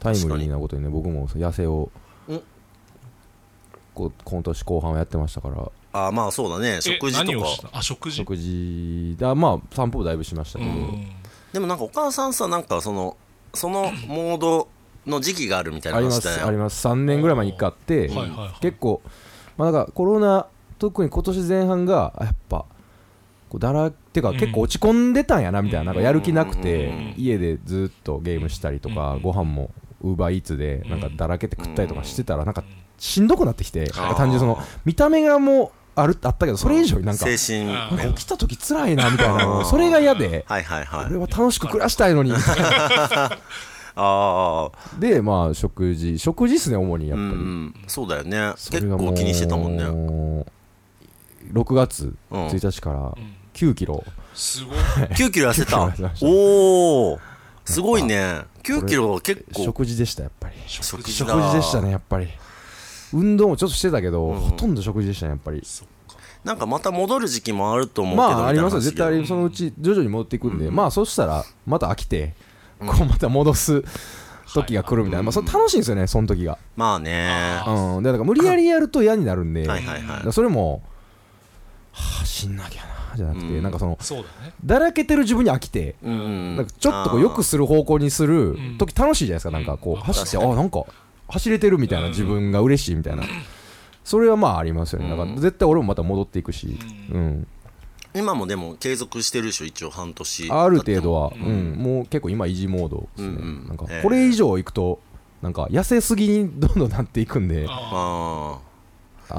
Speaker 1: タイムリーなことにね僕も痩せを
Speaker 2: うん
Speaker 1: こう今年後半はやってましたから
Speaker 2: ああまあそうだね
Speaker 3: え
Speaker 2: 食事
Speaker 3: 何
Speaker 2: と
Speaker 3: を
Speaker 2: か
Speaker 3: したあ食事
Speaker 1: 食事だまあ散歩だいぶしました
Speaker 3: う
Speaker 1: けど
Speaker 3: ん
Speaker 2: でもなんかお母さんさなんかそのそのモードの時期があるみたいな
Speaker 1: ありま
Speaker 2: 話だ
Speaker 1: す
Speaker 2: よ
Speaker 1: あります3年ぐらい前に1回あって
Speaker 3: はいはいはい
Speaker 1: 結構まあなんかコロナ特に今年前半があやっぱこうだらってか
Speaker 3: うん
Speaker 1: 結構落ち込んでたんやなみたいななんかやる気なく
Speaker 2: うん
Speaker 1: て家でずっとゲームしたりとかご飯もウーバーイーツでなんかだらけて食ったりとかしてたらなんかしんどくなってきてなんか単純にその見た目がもうあるあったけどそれ以上になんか
Speaker 2: 精神面
Speaker 3: あ
Speaker 1: 起きた時辛いなみたいなのそれが嫌で
Speaker 2: はいはいはい
Speaker 1: 俺は楽しく暮らしたいのに
Speaker 2: ああ
Speaker 1: でまあ食事食事っすね主にや
Speaker 2: う
Speaker 1: っ
Speaker 2: んう
Speaker 1: ぱり
Speaker 2: んそうだよね
Speaker 1: それ
Speaker 2: 結
Speaker 1: がもう
Speaker 2: 構気にしてたもんねうん
Speaker 1: 6月
Speaker 2: うん
Speaker 1: 1日から
Speaker 3: うん
Speaker 1: 9キロ、
Speaker 3: すごい
Speaker 2: 9キロ痩せた
Speaker 1: 9キロ痩せました
Speaker 2: おおすごいね9キロ結構
Speaker 1: 食事でしたやっぱり
Speaker 2: 食事
Speaker 1: 食
Speaker 2: だ
Speaker 1: 事でしたねやっぱり運動もちょっとしてたけど、
Speaker 2: うん
Speaker 1: ほとんど食事でしたねやっぱり
Speaker 2: なんかまた戻る時期もあると思うけ
Speaker 1: ま
Speaker 2: ど
Speaker 1: あありますよ
Speaker 2: み
Speaker 1: 絶
Speaker 2: たい
Speaker 1: 対あ
Speaker 2: な話
Speaker 1: りそのうち徐々に戻っていくんで、まあそしたらまた飽きて、こうまた戻す時が来るみたいな、まあそれ楽しいんですよねその時が、
Speaker 2: まあね
Speaker 3: あ
Speaker 1: うん、でだから無理やりやると嫌になるんで、
Speaker 2: はいはいは
Speaker 1: だ
Speaker 2: い
Speaker 1: からそれもはあ死んなきゃなじゃなくて、
Speaker 2: うん
Speaker 1: なんかその
Speaker 3: そうだね
Speaker 1: だらけてる自分に飽きて、
Speaker 2: うん
Speaker 1: なんかちょっとこう良くする方向にする時楽しいじゃないですか、なんかこう
Speaker 3: うん
Speaker 1: 走って、あなんか走れてるみたいな、自分が嬉しいみたいな、それはまあありますよね、だから絶対俺もまた戻っていくし、うん、
Speaker 2: 今もでも継続してるでしょ一応半年
Speaker 1: ある程度は、うん、もう結構今、維持モードですね
Speaker 2: うんうん、
Speaker 1: なんか
Speaker 2: ええ
Speaker 1: これ以上いくと、なんか痩せすぎにどんどんなっていくんで、
Speaker 3: あ
Speaker 2: あ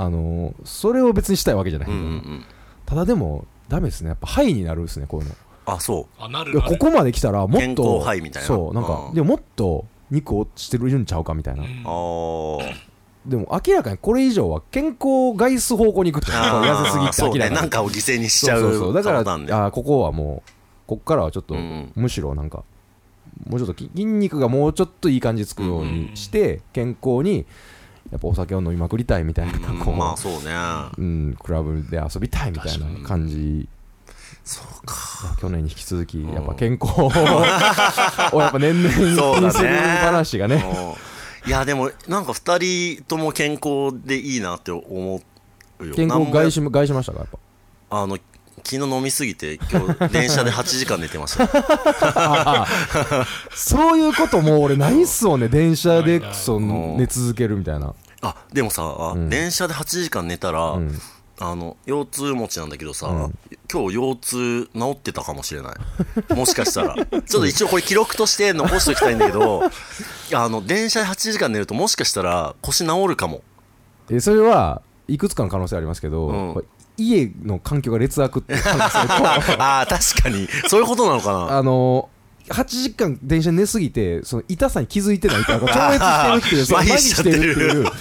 Speaker 1: あのーそれを別にしたいわけじゃな
Speaker 2: あ
Speaker 1: い
Speaker 2: うんうんうん
Speaker 1: ただでも、ダメですね、やっぱ、ハイになるですね、こういうの。
Speaker 2: あそ
Speaker 3: あなる
Speaker 1: いや
Speaker 3: なる
Speaker 1: ここまで来たら、もっ
Speaker 2: 健
Speaker 1: と
Speaker 2: 康ハイみたい、な
Speaker 1: そう、なんか
Speaker 2: う、ん
Speaker 1: でももっと肉落ちてるんちゃうかみたいな
Speaker 3: う。ん
Speaker 2: うああ
Speaker 1: でも明らかにこれ以上は健康を害す方向に行くっていうか 痩せすぎ
Speaker 2: あーそう
Speaker 1: って明らか
Speaker 2: ね
Speaker 1: に
Speaker 2: なんかを犠牲にしちゃう
Speaker 1: そうそうそうだから
Speaker 2: パターンで
Speaker 1: あーここはもうこっからはちょっと、
Speaker 2: うんうん
Speaker 1: むしろなんかもうちょっとき筋肉がもうちょっといい感じつくようにして、健康にやっぱお酒を飲みまくりたいみたいな、
Speaker 2: う ん
Speaker 1: こう、
Speaker 2: まあそうね
Speaker 1: うん、クラブで遊びたいみたいな感じ
Speaker 2: そうか
Speaker 1: 去年に引き続きやっぱ健康を をやっぱ年々気
Speaker 2: そう
Speaker 1: に
Speaker 2: だ
Speaker 1: する
Speaker 2: ね
Speaker 1: 話がね
Speaker 2: うんいやでもなんか2人とも健康でいいなって思うよ
Speaker 1: 健康を害
Speaker 2: なんも
Speaker 1: し害しましたかやっぱ
Speaker 2: あの昨日飲みすぎて今日電車で8時間寝て ました
Speaker 1: そういうこともう俺ないっすよ ね電車で
Speaker 3: ないない
Speaker 1: そう寝続けるみたいな
Speaker 2: あでもさ、あ
Speaker 1: うん
Speaker 2: 電車で8時間寝たら、
Speaker 1: うん
Speaker 2: あの腰痛持ちなんだけどさ、
Speaker 1: うん
Speaker 2: 今日腰痛治ってたかもしれないもしかしたらちょっと一応これ記録として残しておきたいんだけ どあの電車で8時間寝るともしかしたら腰治る かも
Speaker 1: えそれはいくつかの可能性ありますけど、
Speaker 2: うん
Speaker 1: これ家の環境が劣悪っていう 可能性こう
Speaker 2: ああ確かにそういうことなのかな
Speaker 1: あの8時間電車に寝すぎてその痛さに気づいてないからこう超越してるっていうその
Speaker 2: 麻痺しちゃってる
Speaker 1: 麻痺してるっていう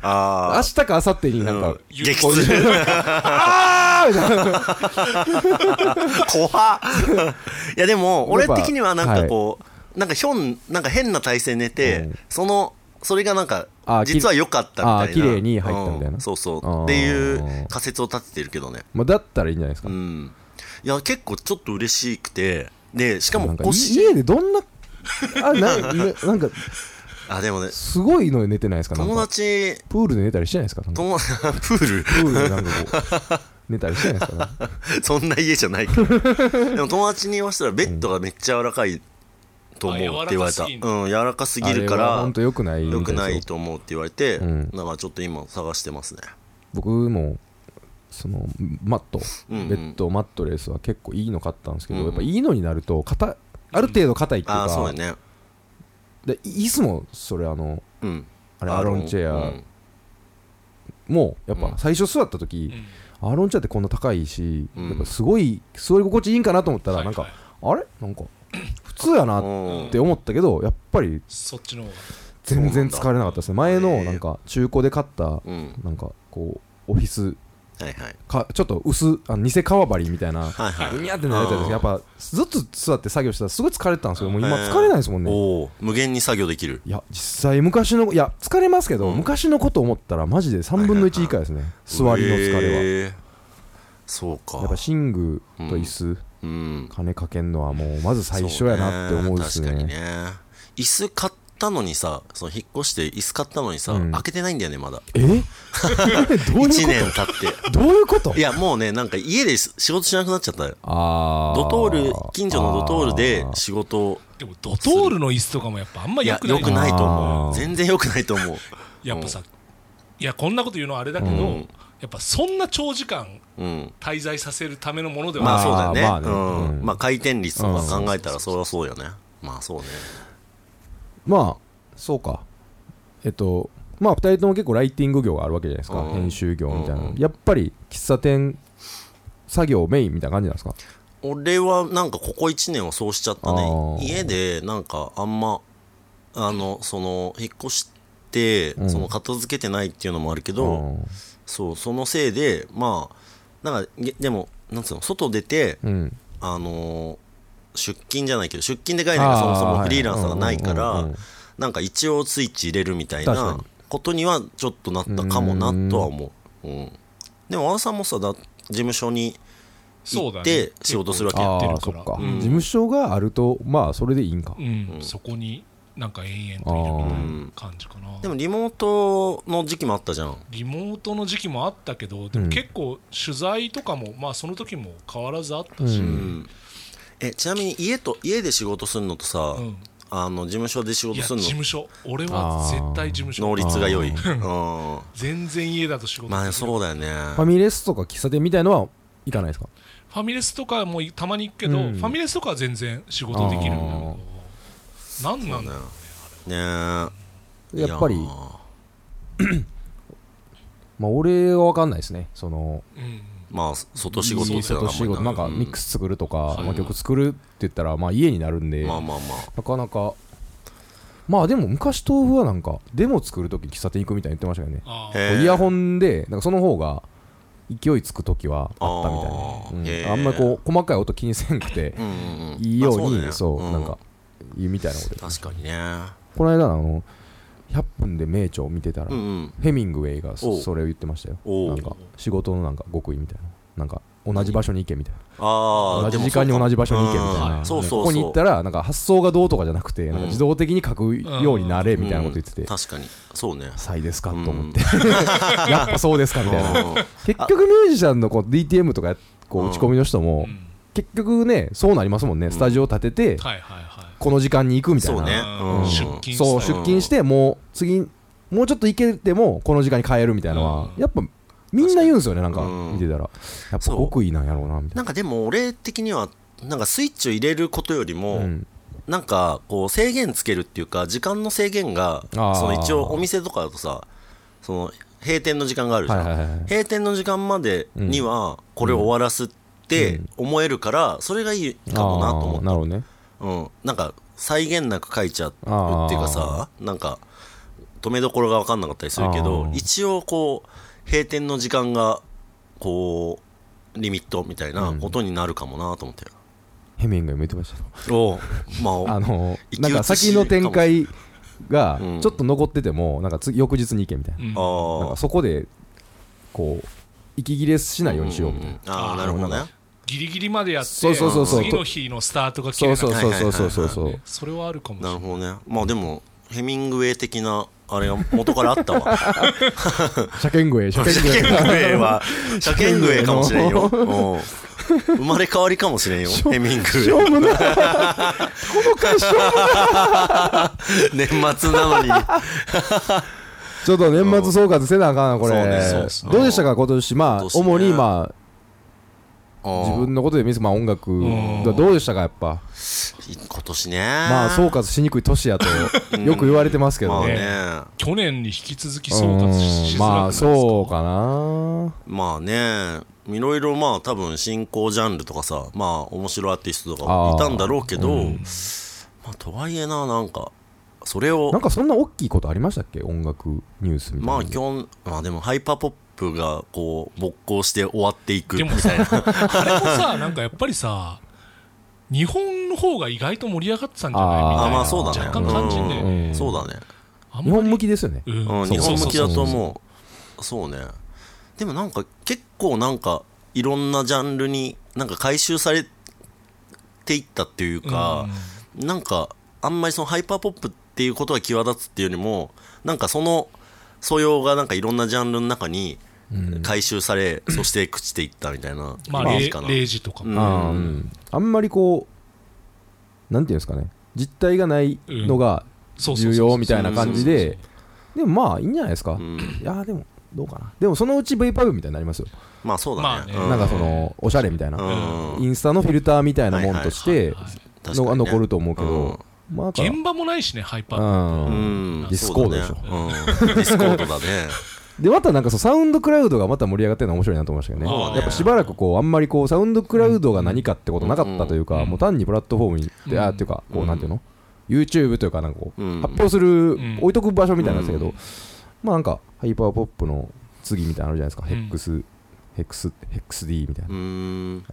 Speaker 2: あ
Speaker 1: 明日か明後日になんか、
Speaker 2: ー激痛
Speaker 1: あーみたいな
Speaker 2: 怖っいやでも
Speaker 1: やっ
Speaker 2: 俺
Speaker 1: ぱ
Speaker 2: 的にはなんかこうなんかひょんなんか変な体勢寝
Speaker 1: う
Speaker 2: て
Speaker 1: ん
Speaker 2: そのそれがなんか
Speaker 1: あーき
Speaker 2: 実は良かったみたいな
Speaker 1: あー綺麗に入ったみたいな
Speaker 2: うんそうそ
Speaker 1: あー
Speaker 2: うっていう仮説を立ててるけどね
Speaker 1: まあだったらいいんじゃないですか、
Speaker 2: うんいや結構ちょっと嬉しくてでしか
Speaker 1: なん
Speaker 2: も
Speaker 1: か
Speaker 2: 腰
Speaker 1: 家でどんなあなななんか
Speaker 2: あでもね
Speaker 1: すごいの寝てないですかなん
Speaker 2: 友
Speaker 1: か
Speaker 2: 達
Speaker 1: プールで寝たりしてないですかなんか
Speaker 2: 友 プール
Speaker 1: プールでなんかこう寝たりしてないですか なんか
Speaker 2: そんな家じゃな いからでも友達に言わせたらベッドがめっちゃ柔らかいと思うって言われた
Speaker 3: あ柔らかす
Speaker 2: う
Speaker 3: ぎん
Speaker 2: ん柔らかすぎ
Speaker 1: あれ
Speaker 2: るか
Speaker 1: は
Speaker 2: ら
Speaker 1: 本当良くないみた
Speaker 2: 良く
Speaker 1: です
Speaker 2: ないと思うって言われて、
Speaker 1: うん
Speaker 2: だからちょっと今探してますね
Speaker 1: 僕もそのマットベ
Speaker 2: うんうん
Speaker 1: ッドマットレスは結構いいの買ったんですけど、
Speaker 2: うんうん
Speaker 1: やっぱいいのになると硬いある程度硬いっていう
Speaker 2: あ
Speaker 1: か、
Speaker 2: あそうだね
Speaker 1: で椅子もそれあの
Speaker 2: うん
Speaker 1: あれアロンチェア
Speaker 2: うん
Speaker 1: もうやっぱ最初座った時、
Speaker 3: うん
Speaker 1: アーロンチャーってこんな高いし、
Speaker 2: うん
Speaker 1: やっぱすごい座り心地いいんかなと思ったら、
Speaker 3: はい
Speaker 1: なんか、
Speaker 3: はい
Speaker 1: あれなんか普通やな
Speaker 2: う
Speaker 1: っ
Speaker 2: ん
Speaker 1: て思ったけどやっぱり
Speaker 3: そっちの方が
Speaker 1: 全然使われなかったですね前
Speaker 2: へ
Speaker 1: の
Speaker 2: え
Speaker 1: なんか中古で買った
Speaker 2: うん
Speaker 1: なんかこうオフィス
Speaker 2: はいはい
Speaker 1: かちょっと薄あの偽革張りみたいな
Speaker 2: はいはいう
Speaker 1: にゃってなれたやつやっぱずっと座って作業してたらすごい疲れてたんですよもう今
Speaker 2: へえ
Speaker 1: 疲れないですもんね
Speaker 2: おお無限に作業できる
Speaker 1: いや実際昔のいや疲れますけど、
Speaker 2: うん
Speaker 1: 昔のこと思ったらマジで3分の1以下ですね、座りの疲れは、
Speaker 2: へーそうか
Speaker 1: やっぱ寝具と椅子、
Speaker 2: うん
Speaker 1: 金かけんのはもうまず最初やなって思うですね
Speaker 2: そう確かにね椅子買ったのにさその引っ越して椅子買ったのにさ、
Speaker 1: うん
Speaker 2: 開けてないんだよねまだ
Speaker 1: え どう
Speaker 2: 1
Speaker 1: いう
Speaker 2: 年
Speaker 1: こ
Speaker 2: 経って
Speaker 1: とどういうこと
Speaker 2: いやもうねなんか家で仕事しなくなっちゃったよ
Speaker 1: あ
Speaker 2: ドトール近所のドトールで
Speaker 1: あー
Speaker 2: 仕事を
Speaker 3: でもドトールの椅子とかもやっぱあんま
Speaker 2: い
Speaker 3: 良
Speaker 2: や
Speaker 3: くない
Speaker 2: 良くないと思
Speaker 1: あ
Speaker 2: う
Speaker 1: ー
Speaker 2: 全然良くないと思う
Speaker 3: やっぱさいやこんなこと言うのはあれだけど、
Speaker 2: うん
Speaker 3: やっぱそんな長時間
Speaker 2: うん
Speaker 3: 滞在させるためのものでは
Speaker 2: まあ
Speaker 3: ない、
Speaker 2: そうだよね,、
Speaker 1: まあね
Speaker 2: うん
Speaker 1: うん
Speaker 2: まあ回転率とか考えたらそれはそうよね、まあそうね
Speaker 1: まあそうかえっとまあ2人とも結構ライティング業があるわけじゃないですか、
Speaker 2: うん
Speaker 1: 編集業みたいな、
Speaker 2: うん
Speaker 1: やっぱり喫茶店作業メインみたいな感じなんですか
Speaker 2: 俺はなんかここ1年はそうしちゃった
Speaker 1: あ
Speaker 2: ね
Speaker 1: ー
Speaker 2: 家でなんかあんまあのその引っ越して、
Speaker 1: うん
Speaker 2: その片付けてないっていうのもあるけど、
Speaker 1: うん
Speaker 2: そうそのせいでまあなんかげでもなんつうの外出て
Speaker 1: うん
Speaker 2: あのー出勤じゃないけど出勤で概念がそもそもフリーランスがないから、なんか一応スイッチ入れるみたい
Speaker 1: 確
Speaker 2: な
Speaker 1: か
Speaker 2: ことにはちょっとなったかもなとは思う、うん、でも和田さんもさだ事務所に
Speaker 3: そうだね
Speaker 2: 行って仕事するわけ
Speaker 3: 結構
Speaker 1: あ
Speaker 3: や
Speaker 1: あ
Speaker 3: って
Speaker 1: そ
Speaker 3: る
Speaker 1: っ
Speaker 3: から
Speaker 1: か、
Speaker 2: うん
Speaker 1: 事務所があるとまあそれでいいんか、
Speaker 3: うん、そこになんか延々といるみたいな感じかな
Speaker 2: でもリモートの時期もあったじゃん
Speaker 3: リモートの時期もあったけどでも結構取材とかも、まあその時も変わらずあったし、
Speaker 1: う
Speaker 2: うんんえちなみに家と家で仕事するのとさ、
Speaker 3: うん
Speaker 2: あの事務所で仕
Speaker 3: い
Speaker 2: 事
Speaker 3: や
Speaker 2: す
Speaker 3: 事
Speaker 2: るの
Speaker 3: 務所俺は絶対事務
Speaker 2: 能
Speaker 3: 所
Speaker 2: 率が良い、
Speaker 1: あ
Speaker 2: うん、
Speaker 3: 全然家だと仕事
Speaker 2: まあ
Speaker 3: する
Speaker 2: そうだよね
Speaker 1: ファミレスとか喫茶店みたいのは行かないですか
Speaker 3: ファミレスとかもたまに行くけど、
Speaker 1: うん
Speaker 3: ファミレスとかは全然仕事できるんだけど何なんだろうね
Speaker 2: ねえ
Speaker 1: やっぱり
Speaker 2: いやー
Speaker 1: まあ俺は分かんないですねその
Speaker 3: うん
Speaker 2: まあ外仕事っての
Speaker 1: 外
Speaker 2: はあ
Speaker 1: 仕
Speaker 2: んまり
Speaker 1: 事なんか
Speaker 2: う
Speaker 1: ミックス作るとか、まあ、曲作るって言ったらまあ家になるんで、
Speaker 2: まあまあまあ
Speaker 1: なかなかまあでも昔豆腐はなんかデモ作るとき喫茶店行くみたいに言ってましたよね
Speaker 3: あ
Speaker 2: へ
Speaker 3: ー
Speaker 2: えー
Speaker 1: イヤホンでなんかその方が勢いつくときはあったみ
Speaker 2: あー
Speaker 1: たいで、
Speaker 2: へ
Speaker 1: う
Speaker 2: ー
Speaker 1: ん、あんまりこう細かい音気にせんくて
Speaker 2: うんうんうん
Speaker 1: いいよう
Speaker 2: まあ
Speaker 1: に、
Speaker 2: だね
Speaker 1: そう、
Speaker 2: うん
Speaker 1: なんか言うみたいなこと
Speaker 2: 確かにね
Speaker 1: この間あの100分で名著を見てたら、
Speaker 2: うんうん
Speaker 1: ヘミングウェイが
Speaker 2: お
Speaker 1: そうそれを言ってましたよ
Speaker 2: おう
Speaker 1: なんか仕事のなんか極意みたいななんか同じ場所に行けみたい
Speaker 2: あ
Speaker 1: な同
Speaker 2: あ
Speaker 1: じ時間に同じ場所に行けみたい
Speaker 3: うん
Speaker 1: な
Speaker 2: そうそうそう
Speaker 1: ここに行ったらなんか発想がどうとかじゃなくてなん
Speaker 2: うん
Speaker 1: か自動的に書くようになれみたいなこと言ってて
Speaker 2: 確かにそうね
Speaker 1: 「才ですか?」
Speaker 2: うん
Speaker 1: と思ってやっぱ そうですかみたいな
Speaker 2: うん
Speaker 1: 結局ミュージシャンのこう DTM とかこ
Speaker 2: うん
Speaker 1: う打ち込みの人
Speaker 3: う
Speaker 1: も
Speaker 3: ん
Speaker 1: 結局ねそうなりますもんねスタジオ立てて
Speaker 3: はいはいはい
Speaker 1: この時間に行くみたい
Speaker 2: そう
Speaker 1: な
Speaker 2: ね
Speaker 3: うん
Speaker 2: うん
Speaker 3: 出勤
Speaker 1: そう
Speaker 3: ス
Speaker 1: 出
Speaker 3: タイル
Speaker 1: 勤してもう次もうちょっと行けてもこの時間に帰るみたいなのは、
Speaker 3: うん
Speaker 1: やっぱみんな言うんですよねなんか
Speaker 2: うん
Speaker 1: 見てたら、やっぱ
Speaker 2: そう
Speaker 1: 極意なんやろうなみたい
Speaker 2: なんかでも俺的にはなんかスイッチを入れることよりも、
Speaker 1: な、うん
Speaker 2: なんかこう制限つけるっていうか時間の制限がそ
Speaker 1: あー
Speaker 2: の一応お店とかだとさその閉店の時間があるじ
Speaker 1: は
Speaker 2: ゃ
Speaker 1: い
Speaker 2: ん、
Speaker 1: はいはいはい
Speaker 2: 閉店の時間までにはこれを終わらすって思えるからそれがいいかもなと思
Speaker 1: あ
Speaker 2: っ
Speaker 1: ー
Speaker 2: て
Speaker 1: なるほどね
Speaker 2: うん、なんか際限なく書いちゃうっていうかさなんか止めどころが分かんなかったりするけ
Speaker 1: あ
Speaker 2: ど
Speaker 1: ー
Speaker 2: 一応こう閉店の時間がこうリミットみたいなことになるかもなと思って、
Speaker 1: ヘミングウェイも言ってました
Speaker 2: おまあ
Speaker 1: あの
Speaker 2: 生き写し
Speaker 1: なんか先の展開が
Speaker 2: うん
Speaker 1: ちょっと残っててもなんか次翌日に行けみたいな,、
Speaker 3: うん
Speaker 2: あー
Speaker 1: なんかそこでこう息切れしないようにしようみたいな、
Speaker 2: んんああなるほどね
Speaker 3: ギリギリまでやって
Speaker 1: そうそうそうそう
Speaker 3: 次の日のスタートが切れな
Speaker 1: そう
Speaker 3: い
Speaker 1: そうそうそうそうそう、
Speaker 3: それはあるかもしれ
Speaker 2: な
Speaker 3: な
Speaker 2: る
Speaker 3: い
Speaker 2: ほどねまあでもヘミングウェイ的なあれが元からあったわ
Speaker 1: 車検具へ車
Speaker 2: シャ
Speaker 1: 検
Speaker 2: ケングウェイ はシャケングウェイかもしれんよ
Speaker 1: シ
Speaker 2: うん生まれ変わりかもしれんよヘミングウェイ
Speaker 1: しょうも ない
Speaker 2: 年末なのに
Speaker 1: ちょっと年末総括せなあかんなこ
Speaker 2: そうね
Speaker 1: れ
Speaker 2: そうっすね
Speaker 1: どうでしたか今年ま
Speaker 2: 今
Speaker 1: あ
Speaker 2: 年
Speaker 1: 主
Speaker 2: ね
Speaker 1: にまあ
Speaker 2: 自
Speaker 1: 自分のことで見せまあ音楽
Speaker 3: ん
Speaker 1: どうでしたかやっぱ
Speaker 2: 今年ね
Speaker 1: まあ総括しにくい年やとよく言われてますけ
Speaker 2: ま
Speaker 1: ど
Speaker 2: あ
Speaker 1: ね
Speaker 2: ね
Speaker 3: 去年に引き続き
Speaker 1: う
Speaker 3: 総括し
Speaker 1: ん
Speaker 3: づらく
Speaker 1: ま
Speaker 3: ない
Speaker 1: あ
Speaker 3: ですか
Speaker 1: そうかな
Speaker 2: まあねいろいろまあ多分新興ジャンルとかさまあ面白いアーティストとか
Speaker 1: あー
Speaker 2: いたんだろうけど、まあ、とはいえな、なんか、それを
Speaker 1: なん、かそんな大きいことありましたっけ音楽ニュースみたいな
Speaker 2: まあ基本、まあでもハイパーポップがこう、勃興して終わっていく
Speaker 3: で
Speaker 2: み
Speaker 3: も
Speaker 2: たいな。
Speaker 3: あれもさ なんかやっぱりさ日本の方が意外と盛り上がってたんじゃないみ
Speaker 1: あ
Speaker 3: たい
Speaker 1: ー
Speaker 3: な
Speaker 2: あ、まあそうだね。
Speaker 3: 若干感じんだよ
Speaker 1: う
Speaker 3: ね、
Speaker 1: ん
Speaker 2: そうだね。
Speaker 3: あんま
Speaker 1: 日
Speaker 3: り
Speaker 1: 本向きですよね
Speaker 3: うん
Speaker 2: うん、
Speaker 1: そう
Speaker 2: 日本向き
Speaker 1: そ
Speaker 2: だと
Speaker 1: うそう
Speaker 2: 思う。そうね。でもなんか、結構なんか、いろんなジャンルに、なんか回収されていったっていうか、なんかあんまりそのハイパーポップっていうことが際立つっていうよりもなんかその素養がなんかいろんなジャンルの中に回収され、そして朽ちていったみたいな
Speaker 3: まあ、
Speaker 2: イメー
Speaker 3: レ
Speaker 2: ジかな、
Speaker 3: レイジとかも、
Speaker 2: うん
Speaker 1: あーうんあんまりこうなんていうんですかね実体がないのが
Speaker 3: そうそうそ
Speaker 1: 重
Speaker 3: うそう
Speaker 1: 要みたいな感じ
Speaker 3: そうそう
Speaker 1: で
Speaker 3: そう
Speaker 1: でもまあいいんじゃないですか、
Speaker 2: ん
Speaker 1: いやーでもどうかなでもそのうち V パブみたいになりますよ、
Speaker 2: まあそうだね,、
Speaker 3: まあね
Speaker 2: うん、
Speaker 1: なんかそのおしゃれみたいな、
Speaker 2: うん
Speaker 1: インスタのフィルターみたいなもんとして
Speaker 3: はいはい
Speaker 2: 確かに
Speaker 1: の
Speaker 2: ね
Speaker 1: が残ると思うけど、まあなんか
Speaker 3: 現場もないしねハイパー
Speaker 1: う
Speaker 2: うんん
Speaker 1: ディスコードでしょ
Speaker 2: そうだねうん、ディスコードだね
Speaker 1: でまたなんかそうサウンドクラウドがまた盛り上がってるのは面白いなと思いましたけど
Speaker 3: ああ
Speaker 1: ね
Speaker 3: ね
Speaker 1: やっぱしばらくこうあんまりこうサウンドクラウドが何かってことなかったというか、
Speaker 3: うん
Speaker 1: もう単にプラットフォームに
Speaker 3: うん
Speaker 1: であーっていうかこ
Speaker 2: う
Speaker 1: うんなんていうの YouTube というかなんかこう
Speaker 2: うん
Speaker 1: 発表する、
Speaker 3: ん
Speaker 1: 置いとく場所みたいなんですけど、
Speaker 2: う
Speaker 1: まあなんかハイパーポップの次みたいなのあるじゃないですか、
Speaker 3: ん
Speaker 1: ヘックスヘックスヘックス D みたいな、
Speaker 2: うーん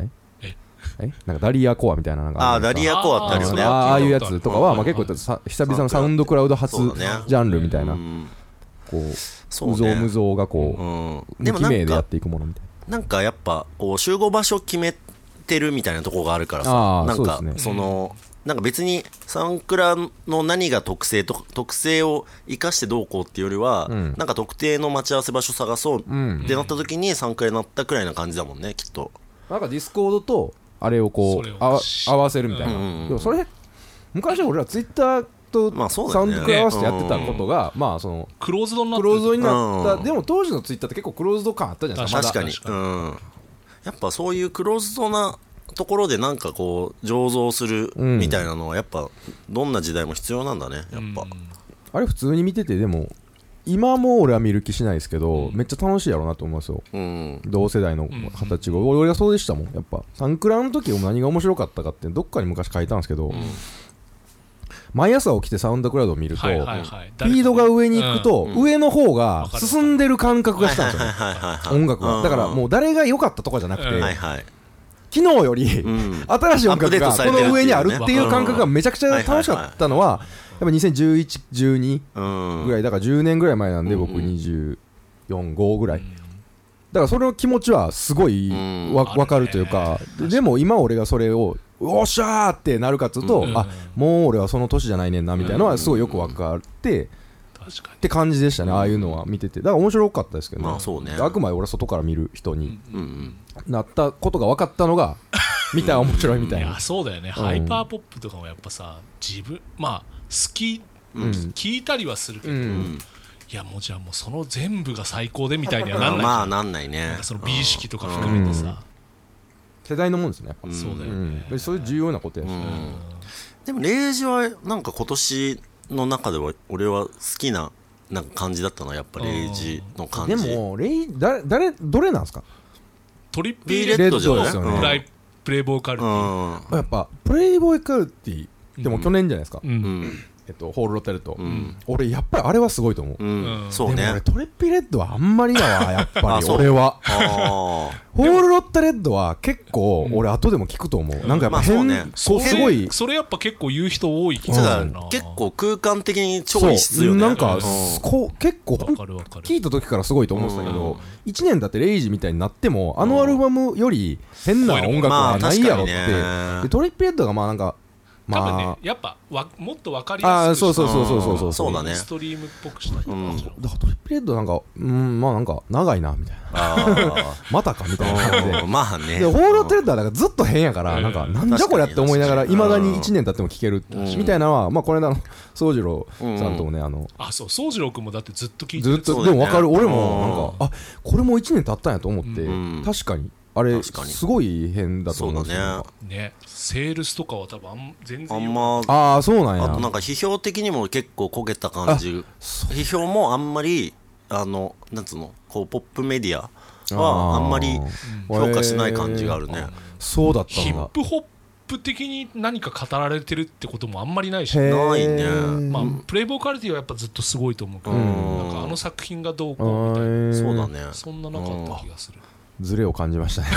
Speaker 1: えなんかダリアコアみたいななんか
Speaker 2: ああ
Speaker 1: るじゃ
Speaker 2: ダ
Speaker 1: ないです
Speaker 2: リアコアってあるよね
Speaker 1: かあーああいうやつとかは、
Speaker 2: うん
Speaker 1: まあ、結構さ久々のサウンドクラウド初
Speaker 2: そう
Speaker 1: ジ
Speaker 2: だね
Speaker 1: ャンルみたいな、
Speaker 2: うん
Speaker 1: こう
Speaker 2: そうね
Speaker 1: 無造無造がこう、
Speaker 2: うん、で
Speaker 1: 無
Speaker 2: も
Speaker 1: 記名
Speaker 2: なん
Speaker 1: でや
Speaker 2: か
Speaker 1: っていくものみたいな
Speaker 2: なんかやっぱこう集合場所決めてるみたいなとこがあるから
Speaker 1: あ
Speaker 2: さ
Speaker 1: ー
Speaker 2: なんか
Speaker 1: そ
Speaker 2: そ,、
Speaker 1: うですね
Speaker 2: のなんか別にサンクラの何が特性とか特性を生かしてどうこうっていうよりは、
Speaker 1: うん
Speaker 2: なんか特定の待ち合わせ場所探そうって
Speaker 1: うん
Speaker 2: なった時にサンクラになったくらいな感じだもんねきっと
Speaker 1: なんかディスコードとあれをこ
Speaker 3: それ
Speaker 1: う
Speaker 3: を
Speaker 1: あわ
Speaker 3: し
Speaker 1: 合わせるみたいな、
Speaker 2: うんうんうん
Speaker 1: でもそれ昔は俺らツイッターと
Speaker 2: まあそうだ
Speaker 1: サウン
Speaker 2: よね
Speaker 1: ドクラ合わせてやってたことが、まあその
Speaker 3: クローズドになっ
Speaker 1: ク
Speaker 3: てる
Speaker 1: ローズドになった、
Speaker 2: うん
Speaker 1: でも当時のツイッターって結構クローズド感あったじゃないですか
Speaker 2: 確かに
Speaker 3: 確かに
Speaker 2: うん、やっぱそういうクローズドなところでなんかこう醸造する
Speaker 1: うん
Speaker 2: みたいなのはやっぱどんな時代も必要なんだねやっぱ、
Speaker 1: あれ普通に見ててでも今も俺は見る気しないですけど、めっちゃ楽しいやろうなと思いますよ
Speaker 2: うん、
Speaker 1: 同世代の二十歳が、俺がそうでしたもんやっぱサンクラの時何が面白かったかってどっかに昔書いたんですけど、毎朝起きてサウンドクラウドを見ると、
Speaker 3: はいはいはい
Speaker 1: フィードが上に行くと、上の方が進んでる感覚がしたんですよね、音楽
Speaker 2: う
Speaker 1: が
Speaker 2: ん
Speaker 1: だからもう誰が良かったとかじゃなくて、
Speaker 3: うん
Speaker 2: はいはい
Speaker 1: 昨日より、
Speaker 2: ん
Speaker 1: 新しい音楽
Speaker 2: アップデー
Speaker 1: が
Speaker 2: トさ
Speaker 1: こ
Speaker 2: れてるっていうね
Speaker 1: の上にあるっていう感覚がめちゃくちゃ楽しかったのはやっぱ201112
Speaker 2: うん
Speaker 1: ぐらいだから10年ぐらい前なんで僕245ぐらいだからそれの気持ちはすごい
Speaker 2: うん
Speaker 1: わ
Speaker 3: あるね
Speaker 1: 分かるというかでも今俺がそれをおっしゃーってなるかっつうと
Speaker 3: うん
Speaker 1: あもう俺はその年じゃないねんなみたいなのはすごいよく分かって
Speaker 3: 確か
Speaker 1: って感じでしたねああいうのは見ててだから面白かったですけど
Speaker 2: まあそうね
Speaker 1: あくまで俺は外から見る人に
Speaker 2: うんうん
Speaker 1: なったことが分かったの が見たら面白いみた
Speaker 3: にい
Speaker 1: い
Speaker 3: や
Speaker 1: な
Speaker 3: そうだよね、ハイパーポップとかもやっぱさ自分まあ好き、聞いたりはするけど、
Speaker 1: うん
Speaker 3: いやもうじゃあもうその全部が最高でみたいにはならない、
Speaker 2: まあなんないね
Speaker 3: その美意識とか含めてさ、
Speaker 1: 世代のもんですねやっぱ
Speaker 3: そうだよね、
Speaker 1: うんそれ重要なことやし
Speaker 2: でもレイジはなんか今年の中では俺は好きななんか感じだったなやっぱレイジの感
Speaker 1: で
Speaker 2: じ
Speaker 1: もレイ誰誰どれなんですか
Speaker 3: トリピ
Speaker 2: ビ
Speaker 3: ー
Speaker 2: ーレ
Speaker 3: レ
Speaker 2: ッドじゃない
Speaker 1: レッドですよね
Speaker 2: うん
Speaker 3: プライプレイボーカルテ
Speaker 2: う
Speaker 3: ィ
Speaker 2: んうん
Speaker 1: やっぱプレイボーイカルティでも去年じゃないですか、
Speaker 3: うん
Speaker 1: えっと、ホールロテルと、
Speaker 2: ん
Speaker 1: 俺やっぱりあれはすごいと思う、
Speaker 2: うん
Speaker 3: うん
Speaker 2: そ
Speaker 1: で
Speaker 2: う
Speaker 1: も
Speaker 2: ね
Speaker 1: 俺トレッピレッドはあんまりだ わやっぱ
Speaker 2: あ
Speaker 1: り
Speaker 2: そう
Speaker 1: 俺は
Speaker 2: あ
Speaker 1: ホールロッタレッドは結構俺後でも聞くと思う、なんかやっぱ
Speaker 2: まあそう
Speaker 1: 変、
Speaker 2: ね
Speaker 1: そうすごい
Speaker 3: それやっぱ結構言う人多い気
Speaker 2: あ
Speaker 3: が
Speaker 2: だ
Speaker 3: す
Speaker 2: か
Speaker 3: る
Speaker 2: ら
Speaker 3: な
Speaker 2: 結構空間的に超異質
Speaker 1: そ
Speaker 2: よ
Speaker 1: う
Speaker 2: ね
Speaker 1: なんか、
Speaker 2: うん
Speaker 1: こう結構
Speaker 3: わかるわかる
Speaker 1: 聞いた時からすごいと思ってたけ
Speaker 2: うん
Speaker 1: ど、一1年だってレイジみたいになってもあのアルバムより変な音楽
Speaker 2: ま
Speaker 1: は
Speaker 2: あ
Speaker 1: ないやろって、
Speaker 2: 確かにね
Speaker 1: でトレッピレッドがまあなんかま
Speaker 3: 多
Speaker 1: あ
Speaker 3: 分ねやっぱわもっとわかり
Speaker 1: あ
Speaker 3: や
Speaker 1: あ
Speaker 3: すく
Speaker 1: そうそう
Speaker 3: し
Speaker 1: そうそうそうそう
Speaker 2: そうだ
Speaker 3: た
Speaker 2: ね
Speaker 3: ストリームっぽくしたりとか、
Speaker 2: うん
Speaker 1: だからトリプルエッドなんかうんまあなんか長いなみたいな
Speaker 2: あ
Speaker 1: またかみたいな感じ
Speaker 2: ーう
Speaker 1: で
Speaker 2: んまあね
Speaker 1: でホールドテレッドはなんかずっと変やから
Speaker 3: うん
Speaker 1: なんかなんじゃこれやって思いながらい
Speaker 2: 確か
Speaker 1: ま
Speaker 2: に
Speaker 1: だに1年経っても聴けるみたいなのはまあこの間の宗次郎さんともねあの
Speaker 3: あそう宗次郎君もだってずっと聞い
Speaker 1: ず
Speaker 3: て
Speaker 1: っ
Speaker 3: る
Speaker 1: と
Speaker 2: そう
Speaker 1: で
Speaker 2: だよ
Speaker 1: も
Speaker 2: ね
Speaker 1: 分かる俺もなんかあこれも1年経ったんやと思って
Speaker 2: ん
Speaker 1: 確かにあれ
Speaker 2: 確かに
Speaker 1: すごい変だと
Speaker 2: そう
Speaker 1: 思う
Speaker 2: だ
Speaker 1: んですよ
Speaker 2: ね
Speaker 3: ねセールスとかは多分あん全
Speaker 2: あ
Speaker 3: 然
Speaker 2: ん
Speaker 3: よ
Speaker 2: ま
Speaker 1: ああそうなん
Speaker 2: あとな
Speaker 1: や
Speaker 2: んか批評的にも結構焦げた感じ批評もあんまりあのなんつうのこうポップメディアはあんまり
Speaker 1: あー
Speaker 2: 評価しない感じがあるね、
Speaker 1: そうだった
Speaker 3: ヒ
Speaker 1: ん
Speaker 3: ッ
Speaker 1: だ
Speaker 3: プホップ的に何か語られてるってこともあんまりないし、
Speaker 1: へー
Speaker 2: ないね
Speaker 3: まあ
Speaker 1: う、
Speaker 3: プレイボーカリティはやっぱずっとすごいと思うけど、
Speaker 2: うん
Speaker 3: なんかあの作品がどうこうみたい
Speaker 1: ん
Speaker 2: そうだね
Speaker 3: なそんななかった気がする
Speaker 1: ズレを感じましたね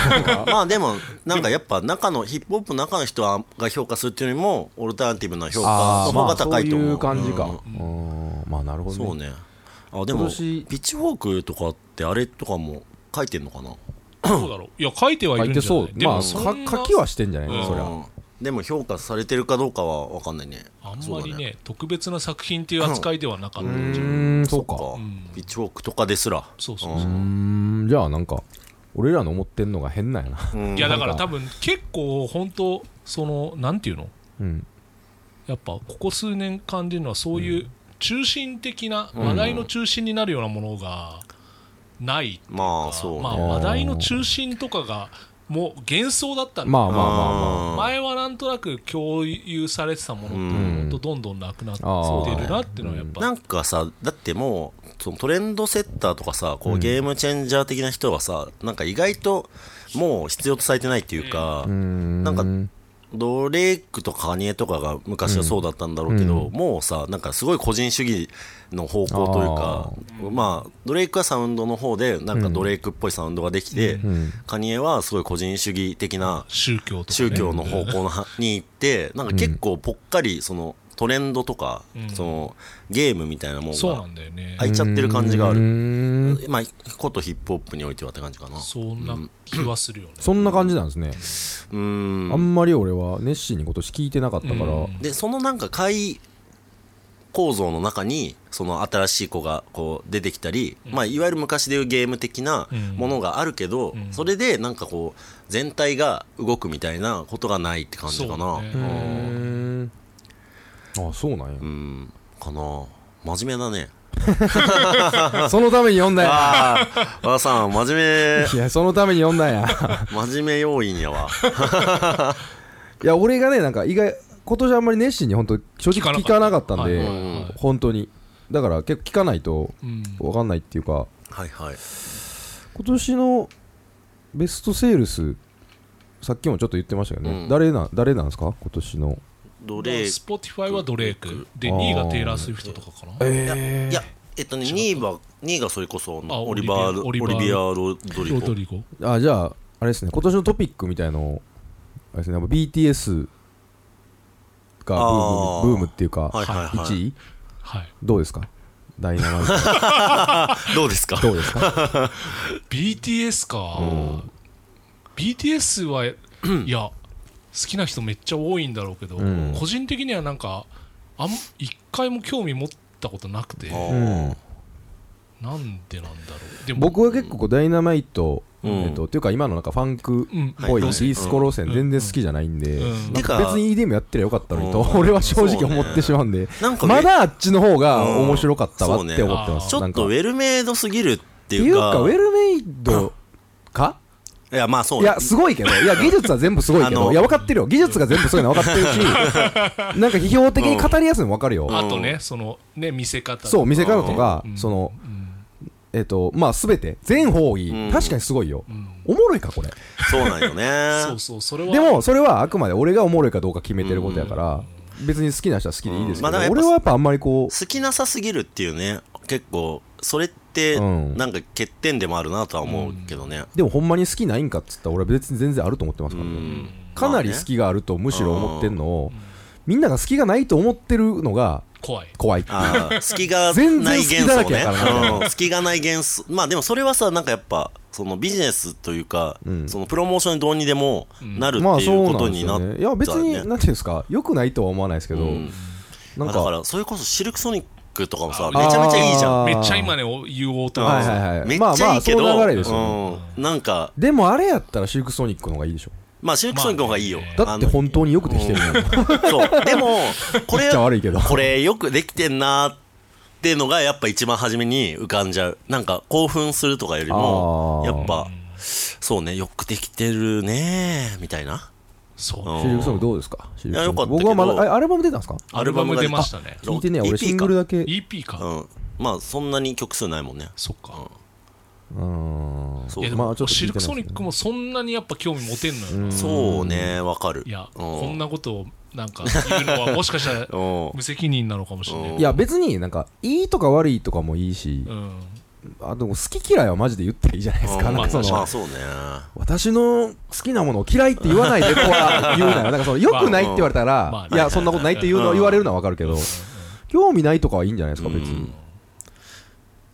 Speaker 2: まあでもなんかやっぱ中のヒップホップの中の人が評価するっていうよりもオルタナティブな評価
Speaker 1: ー
Speaker 2: の方
Speaker 1: ま
Speaker 2: が
Speaker 1: あそ
Speaker 2: 高
Speaker 1: う
Speaker 2: いと思う,、
Speaker 1: いう感じかうんまあなるほど
Speaker 2: そう
Speaker 1: ね
Speaker 2: ねあで
Speaker 1: 今
Speaker 2: もピ
Speaker 1: 年
Speaker 2: ッチフォークとかってあれとかも書いてんのかな
Speaker 3: どうだろういや書いてはい
Speaker 1: 書
Speaker 3: る
Speaker 1: い
Speaker 3: んじ
Speaker 1: て
Speaker 3: ゃな
Speaker 1: そ
Speaker 3: いうで
Speaker 1: ま
Speaker 3: も
Speaker 1: あ
Speaker 3: そ
Speaker 1: か
Speaker 3: んな
Speaker 1: 書きはしてんじゃないのそり
Speaker 2: う
Speaker 1: ゃ
Speaker 2: んでも評価されてるかどうかは分かんないね
Speaker 3: あんまり
Speaker 2: そうだ
Speaker 3: ね特別な作品っていう扱いではなかったんじゃ
Speaker 1: う
Speaker 3: ない
Speaker 1: ーんそう
Speaker 2: そっ
Speaker 1: か
Speaker 2: かピッチフォークとかですら
Speaker 3: そうそうそうう
Speaker 1: ーんじゃあなんか俺らの思ってんのが変なんやな
Speaker 2: うん
Speaker 3: いやだから多分結構本当そのなんていうの
Speaker 1: うん
Speaker 3: やっぱここ数年感じるのはそういう中心的な話題の中心になるようなものがない
Speaker 2: まあそうね、
Speaker 3: まあ話題の中心とかがもう幻想だったんだ
Speaker 1: まあまあまあまあ
Speaker 2: うん
Speaker 3: 前はなんとなく共有されてたものっていうのがほんとどんどんなくなってるなっていうのはやっぱ
Speaker 2: なんかさだってもうそのトレンドセッターとかさこうゲームチェンジャー的な人はさ、なんか意外ともう必要とされてないっていうか、
Speaker 1: うーん
Speaker 2: なんかドレイクとカニエとかが昔はそうだったんだろうけど、もうさなんかすごい個人主義の方向というかまあドレイクはサウンドの方でなんかドレイクっぽいサウンドができて、
Speaker 1: ん
Speaker 2: カニエはすごい個人主義的な
Speaker 3: 宗教とかね
Speaker 2: 宗教の方向のはに行ってなんか結構ぽっかりそのトレンドとか、そのゲームみたいなもん
Speaker 3: そうな
Speaker 2: が
Speaker 3: んだよね
Speaker 2: 開いちゃってる感じがあ
Speaker 1: う
Speaker 2: る、
Speaker 1: ーん
Speaker 2: まあことヒップホップにおいてはって感じかなう
Speaker 3: そんな気はするよね
Speaker 1: そんな感じなんですね
Speaker 2: ー
Speaker 1: あ
Speaker 2: ん
Speaker 1: んまり俺は熱心に今年聞いてなかったから
Speaker 3: うん
Speaker 2: でそのなんか会構造の中にその新しい子がこう出てきたり、まあ、いわゆる昔でいうゲーム的なものがあるけど、それでなんかこう全体が動くみたいなことがないって感じか
Speaker 3: そ
Speaker 2: な
Speaker 3: うね
Speaker 1: うーんあそうなんや
Speaker 2: うんかな真面目だね
Speaker 1: そのために読んだんや
Speaker 2: ああ、和田さん、真面
Speaker 1: いやそのために読んだんや
Speaker 2: 目、真面目要因やわ。
Speaker 1: いや俺がねなんか意外今年あんまり熱心に本当正直聞
Speaker 3: 聞
Speaker 1: か
Speaker 3: か
Speaker 1: なか
Speaker 3: なか
Speaker 1: っ
Speaker 3: ったた
Speaker 1: んで
Speaker 3: はいはいはい
Speaker 1: 本当にだから結構聞かないと
Speaker 3: うん
Speaker 1: 分かんないっていうか
Speaker 2: はいはい。
Speaker 1: 今年のベストセールスさっきもちょっと言ってましたけどね、
Speaker 2: うん
Speaker 1: 誰な誰なんですか今年の
Speaker 2: 奴隷、い
Speaker 3: スポティファイはドレイクで
Speaker 1: あー
Speaker 3: 2位がテイラー・スウィフトとかかな
Speaker 1: え
Speaker 2: や、えっとね、2位は、2位がそれこそ、
Speaker 3: あ
Speaker 2: オリバー、オ
Speaker 3: オ
Speaker 2: リ
Speaker 3: リ
Speaker 2: ビ
Speaker 3: ビ
Speaker 2: ア
Speaker 3: ア・
Speaker 2: ロドリ
Speaker 3: ロド
Speaker 2: ゴ。
Speaker 3: リゴ
Speaker 1: あじゃああれですね今年のトピックみたいのあれですねやっぱ BTS がブー
Speaker 2: あー
Speaker 1: ムブームっていうか、
Speaker 2: はいはいはい
Speaker 1: 1位
Speaker 3: はい
Speaker 1: どうですかダイナマイト
Speaker 2: どうですか
Speaker 1: どうです か
Speaker 3: BTS か BTS はいや好きな人めっちゃ多いんだろうけど
Speaker 1: ん
Speaker 3: 個人的にはなんかあん一回も興味持ったことなくて
Speaker 1: うん
Speaker 3: なんでなんだろうでも
Speaker 1: 僕は結構こうダイナマイト、
Speaker 2: うん
Speaker 1: えっと、っていうか今のなんかファンク
Speaker 3: うん
Speaker 1: っぽい
Speaker 2: はい
Speaker 1: デ
Speaker 2: はい
Speaker 1: ィスコ路線全然好きじゃないんで、
Speaker 3: うん
Speaker 1: なんか別に EDM やってりゃよかったのにと
Speaker 2: うん
Speaker 1: 俺は正直思ってしまうんで、
Speaker 2: なんかね
Speaker 1: まだあっちの方が面白かったわって思ってます、
Speaker 2: ちょ
Speaker 1: な
Speaker 2: っ
Speaker 1: んか
Speaker 2: とウェルメイドすぎるって
Speaker 1: って
Speaker 2: い
Speaker 1: いうう
Speaker 2: か、
Speaker 1: かウェルメイドか
Speaker 2: いや、まあそう
Speaker 1: い
Speaker 2: ね
Speaker 1: やすごいけどいや技術は全部すごいけ
Speaker 2: あ
Speaker 1: ど
Speaker 2: の
Speaker 1: いや分かってるよ技術が全部そういうのは分かって るしなんか批評的に語りやすいの分かるよ、
Speaker 3: あとねそのね見せ方
Speaker 1: そう見せ方とか、
Speaker 3: うん
Speaker 1: そのえっ、とまあ全て全方位、
Speaker 2: うん
Speaker 1: 確かにすごいよ、
Speaker 3: ん
Speaker 1: おもろいかこれ
Speaker 2: そうなんよ
Speaker 3: そ
Speaker 2: ね
Speaker 3: う。そうそれは
Speaker 1: でもそれはあくまで俺がおもろいかどうか決めてることやから、別に好きな人は好きでいいですけど、
Speaker 2: うんまあだからやっぱ
Speaker 1: 俺はやっぱあんまりこう
Speaker 2: 好きなさすぎるっていうね、結構、それって、
Speaker 1: うん
Speaker 2: なんか欠点でもあるなとは思うけどね。
Speaker 1: でもほんまに好きないんかっつったら俺は別に全然あると思ってますからね、
Speaker 2: うん
Speaker 1: かなり好きがあるとむしろ思ってんのを、みんなが好きがないと思ってるのが
Speaker 3: 怖い
Speaker 1: 怖い
Speaker 2: ああ、隙が
Speaker 1: 全
Speaker 2: な
Speaker 1: 然
Speaker 2: い
Speaker 1: 隙
Speaker 2: 元
Speaker 1: だら
Speaker 2: 素
Speaker 1: けや
Speaker 2: ね
Speaker 1: からね。
Speaker 2: うん隙がない元素。まあでもそれはさ、なんかやっぱ、そのビジネスというか、
Speaker 1: うん
Speaker 2: そのプロモーションにどうにでもなるって
Speaker 1: まあ
Speaker 2: い
Speaker 1: そうう
Speaker 2: こと
Speaker 1: なんで
Speaker 2: に
Speaker 1: す
Speaker 2: なっ
Speaker 1: よ
Speaker 2: たよ
Speaker 1: ね。
Speaker 2: ね。
Speaker 1: いや別に、なんていうんですか、良くないとは思わないですけど、
Speaker 2: うん
Speaker 1: なん
Speaker 2: だか
Speaker 1: か、
Speaker 2: ら、それこそシルクソニックとかもさ、
Speaker 3: あ
Speaker 2: めちゃめちゃいいじゃん。
Speaker 1: あー
Speaker 3: めっちゃ今ねお言おうと思っ
Speaker 1: はい
Speaker 3: て
Speaker 1: はい
Speaker 3: た
Speaker 1: はい。
Speaker 2: めっ
Speaker 1: まあ
Speaker 2: ちゃ
Speaker 1: ま
Speaker 2: い
Speaker 1: あ、
Speaker 2: いけ
Speaker 1: そ
Speaker 2: ど、
Speaker 1: の流れですよ。
Speaker 2: うんなんか、
Speaker 1: でもあれやったらシルクソニックの方がいいでしょ。
Speaker 2: まあシルクソニックの方がいいよ。
Speaker 1: だって本当によくできてるもん。
Speaker 2: あのそう。でも、こ
Speaker 1: 言
Speaker 2: れ
Speaker 1: っちゃ悪いけど、
Speaker 2: これよくできてんなーってのが、やっぱ一番初めに浮かんじゃう。なんか、興奮するとかよりも、
Speaker 1: あ
Speaker 2: や
Speaker 1: ー
Speaker 2: っぱ、そうね、よくできてるねーみたいな。
Speaker 3: そう
Speaker 2: うん
Speaker 1: シルクソニックどうですかシルクソニック
Speaker 2: いや良かったけど
Speaker 1: 僕はまだ、あアルバム出たんですか
Speaker 3: アルバム
Speaker 2: が
Speaker 3: 出ましたね
Speaker 1: 聞いてね、俺シングルだけ。
Speaker 3: EP か
Speaker 2: うん、まあそんなに曲数ないもんね
Speaker 3: そっか
Speaker 1: うん
Speaker 2: そう
Speaker 3: いやで
Speaker 1: ま
Speaker 3: も
Speaker 1: あちょっと聞い
Speaker 3: シル
Speaker 1: て
Speaker 3: ク
Speaker 1: ない
Speaker 3: ソ
Speaker 1: で
Speaker 3: ニ
Speaker 1: す
Speaker 3: ックもそんなにやっぱ興味持てんのよな、い
Speaker 2: そうねわかる
Speaker 3: や、
Speaker 2: うん
Speaker 3: こんなことをなんか言うのはもし かしたら
Speaker 2: うん
Speaker 3: 無責任なのかもしれない、
Speaker 2: うん
Speaker 1: いや別になんかいいとか悪いとかもいいし、
Speaker 3: うん、
Speaker 1: あでも好き嫌いはマジで言っていいじゃないですか、
Speaker 2: うん
Speaker 1: なんかその、
Speaker 2: まあそうね
Speaker 1: 私の好きなものを嫌いって言わないでとは言うなよなんかその良くないって言われたら、
Speaker 3: まあ
Speaker 1: いやそんなことないって言うの、
Speaker 2: うん
Speaker 1: 言われるのはわかるけど、興味ないとかはいいんじゃないですか別
Speaker 2: う
Speaker 1: に
Speaker 2: ん、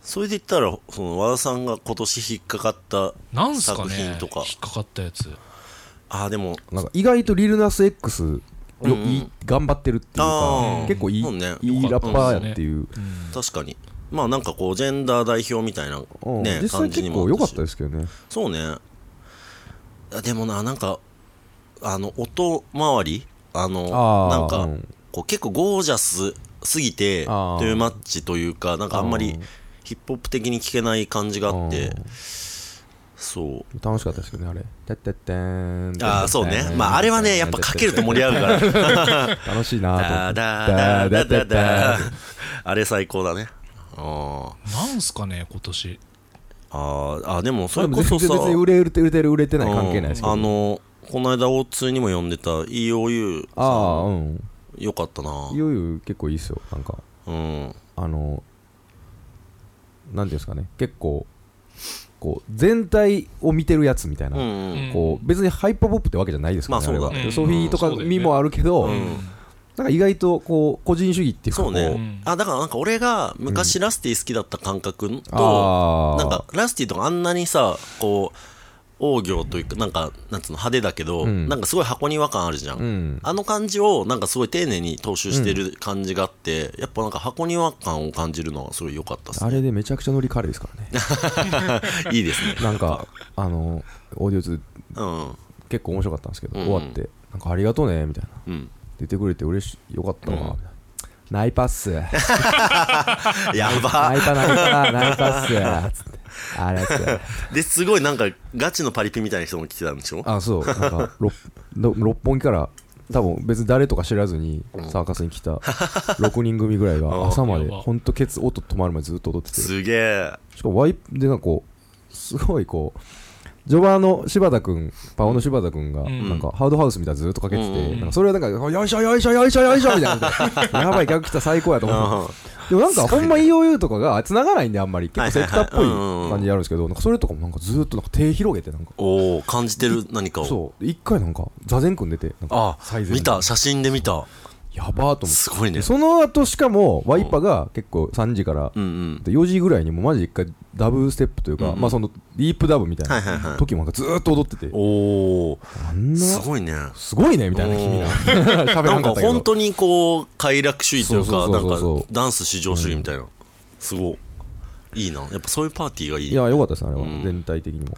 Speaker 2: それで言ったらその和田さんが今年引っかかった
Speaker 3: なんすか
Speaker 2: 作
Speaker 3: ね
Speaker 2: 品とか
Speaker 3: 引っかかったやつ
Speaker 2: ああでも
Speaker 1: なんか意外とリルナス X よ、
Speaker 2: うんうん
Speaker 1: いい頑張ってるっていうか
Speaker 2: あー
Speaker 1: 結構いい,、
Speaker 2: そうね
Speaker 1: いいラッパーやっていう、
Speaker 2: 確かにまあなんかこうジェンダー代表みたいな
Speaker 1: うん
Speaker 2: ね
Speaker 1: 実際
Speaker 2: 感じ
Speaker 1: 結
Speaker 2: に
Speaker 1: 構
Speaker 2: も
Speaker 1: 良か
Speaker 2: あ
Speaker 1: ったですけどね
Speaker 2: しそうねあでもななんかあの音周りあの
Speaker 1: あー
Speaker 2: なんか、
Speaker 1: うん
Speaker 2: こう結構ゴージャスすぎて
Speaker 1: あー
Speaker 2: というマッチというかなんかあんまりヒップホップ的に聞けない感じがあって
Speaker 1: うん
Speaker 2: そう
Speaker 1: 楽しかったですけどねあれてってってーんてってってーん
Speaker 2: ああそうねまああれはねやっぱかけると盛り上がるから
Speaker 1: 楽しいなと思っ
Speaker 2: だ
Speaker 1: て
Speaker 2: だだだだだ
Speaker 1: ー
Speaker 2: あれ最高だねあ
Speaker 3: なんすかね今年
Speaker 2: ーあーあーでもそ
Speaker 1: で
Speaker 2: れ
Speaker 1: も
Speaker 2: こ
Speaker 1: 全
Speaker 2: そさ
Speaker 1: 然別に売れる売れてる売れてない関係ないですけど、
Speaker 2: うんあのこの間 O2 にも呼んでた EOU
Speaker 1: ああうん
Speaker 2: よかったない
Speaker 1: よいよ結構いいっすよなんか
Speaker 2: うん
Speaker 1: あのなんていうんですかね結構こう全体を見てるやつみたいな、
Speaker 2: うん
Speaker 3: うん
Speaker 1: こう別にハイパーポップってわけじゃないですからね、
Speaker 2: まあそうだ
Speaker 1: れは
Speaker 3: うん
Speaker 1: ソフィーとか
Speaker 3: そうだよね
Speaker 1: みもあるけど、
Speaker 2: うん
Speaker 1: なんか意外とこう個人主義っていうか
Speaker 2: そう
Speaker 1: こ
Speaker 2: ねあだからなんか俺が昔ラスティ好きだった感覚と
Speaker 1: あー
Speaker 2: なんかラスティとかあんなにさこう王行というかなんかなんつうの派手だけど
Speaker 1: うん
Speaker 2: なんかすごい箱庭感あるじゃ
Speaker 1: うんん
Speaker 2: あの感じをなんかすごい丁寧に踏襲してる感じがあってやっぱなんか箱庭感を感じるのはすごい良かったで す
Speaker 1: あ
Speaker 2: ね
Speaker 1: れでめちゃくちゃ乗り軽いですからね
Speaker 2: いいですね
Speaker 1: なんかあのオーディオズ
Speaker 2: うん
Speaker 1: 結構面白かったんですけど、
Speaker 2: うん
Speaker 1: 終わってなんかありがとうねみたいな
Speaker 2: うん
Speaker 1: 出てくれて嬉しいよかったわ、みたいなナイパっ すナイ
Speaker 2: やば
Speaker 1: パナイパナイパっすつってあれっす
Speaker 2: ですごいなんかガチのパリピみたいな人も来てたんでしょ
Speaker 1: あそうなんか六の六本木から多分別に誰とか知らずにサーカスに来た6人組ぐらいが朝まで
Speaker 3: やば
Speaker 1: ほんとケツ音止まるまでずっと踊っててし
Speaker 2: すげえ
Speaker 1: かもワイプでなんかこうすごいこうジョバーの柴田君パオの柴田君が
Speaker 3: ん
Speaker 1: なんかハードハウスみたいなのずっとかけてて
Speaker 2: うん
Speaker 1: なんかそれはなんかよいしょよいしょよいしょよいしょみたいな やばい逆来た最高やと思ってでもなんかほんま EOU とかが繋がないんであんまり結構セクターっぽ
Speaker 2: はいはいはいうんうん
Speaker 1: い感じでやるんですけどなんかそれとかもなんかずっとなんか手広げてなんか
Speaker 2: おお感じてる何かを
Speaker 1: そう一回なんか座禅組んでてなんか
Speaker 2: あ
Speaker 1: 最前列
Speaker 2: 見た写真で見た
Speaker 1: やばーと思って
Speaker 2: すごいね
Speaker 1: でその後しかもワイパが結構3時から
Speaker 2: うんうん
Speaker 1: で4時ぐらいにもうマジ一回ダブステップというかまあそのディープダブみた
Speaker 2: はい
Speaker 1: い
Speaker 2: はいは
Speaker 1: ない時もなんかずーっと踊ってて
Speaker 2: おお
Speaker 1: あんな
Speaker 2: すごいね
Speaker 1: すごいねみたいな君ら 喋らん
Speaker 2: なん
Speaker 1: か
Speaker 2: か
Speaker 1: ったけ
Speaker 2: 本
Speaker 1: ど
Speaker 2: 当にこう快楽主義というか
Speaker 1: そうそう
Speaker 2: な
Speaker 1: そうそうん
Speaker 2: かダンス至上主義みたいなすごいいいなやっぱそういうパーティーがいい
Speaker 1: いや良かったですねあれは
Speaker 2: うん
Speaker 1: 全体的にも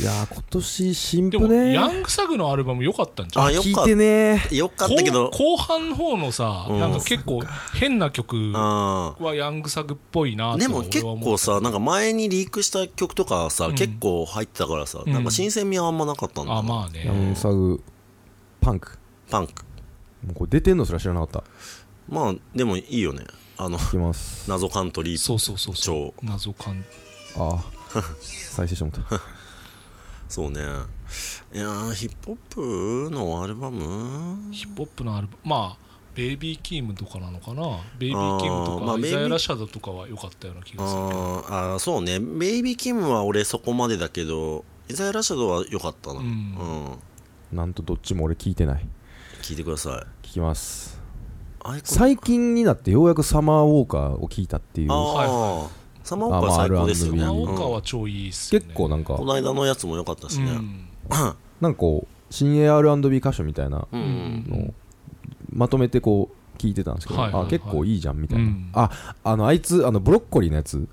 Speaker 1: いやー今年新
Speaker 3: で
Speaker 1: 婦
Speaker 3: も、
Speaker 1: ね
Speaker 3: ヤングサグのアルバム良かったんじゃん
Speaker 2: あよ
Speaker 1: 聞
Speaker 2: か
Speaker 1: い
Speaker 2: って
Speaker 1: ね
Speaker 2: たよか
Speaker 3: こ
Speaker 2: ったけど
Speaker 3: う後半の方のさ、
Speaker 2: うん
Speaker 3: なんか結構変な曲
Speaker 2: あ
Speaker 3: はヤングサグっぽいな
Speaker 2: ー
Speaker 3: と
Speaker 2: でも結
Speaker 3: 俺は思
Speaker 2: 構
Speaker 3: う
Speaker 2: さなんか前にリークした曲とかさ、結構入ってたからさ、
Speaker 3: うん
Speaker 2: なんか新鮮味はあんまなかったんだ
Speaker 3: あ
Speaker 2: よな
Speaker 3: まあ
Speaker 1: ヤ
Speaker 3: ね
Speaker 1: ンサグパンク
Speaker 2: パンク
Speaker 1: もうこれ出てんのすら知らなかった
Speaker 2: まあでもいいよねあの
Speaker 1: いきます
Speaker 2: 謎カントリー
Speaker 3: そうそうそうそう
Speaker 2: 超
Speaker 3: 謎感
Speaker 1: ああ再生してもら った
Speaker 2: そうねいやーヒップホップのアルバム
Speaker 3: ヒップホップのアルバムまあベイビーキームとかなのかなベイビーキームと
Speaker 2: あー
Speaker 3: か、
Speaker 2: まあ
Speaker 3: イ
Speaker 2: ベイビー
Speaker 3: ザヤラシャドとかは良かったような気
Speaker 2: あ
Speaker 3: がする
Speaker 2: ーあーそうねベイビーキムは俺そこまでだけどイザヤ・ラシャドは良かったな
Speaker 3: う
Speaker 2: うんん、
Speaker 1: なんとどっちも俺聞いてない
Speaker 2: 聞いてください
Speaker 1: 聞きます
Speaker 2: アイコン
Speaker 1: 最近になってようやくサマーウォーカーを聞いたっていう
Speaker 2: ああ、
Speaker 3: はい
Speaker 2: サマーオッパは最高ですよね、
Speaker 1: あまあ
Speaker 3: 青
Speaker 1: R&B
Speaker 3: 川
Speaker 2: うん
Speaker 3: は超いいっすよね
Speaker 1: 結構なんか
Speaker 2: この間のやつも良かったし
Speaker 3: う
Speaker 2: ね、
Speaker 3: ん
Speaker 1: なんかこう新鋭 R&B 歌手みたいな
Speaker 2: うんうん
Speaker 1: のをまとめてこう聞いてたんですけど、
Speaker 3: はいはいはい
Speaker 1: あ結構いいじゃんみたいな、
Speaker 3: うん
Speaker 1: ああのあいつあのブロッコリーのやつ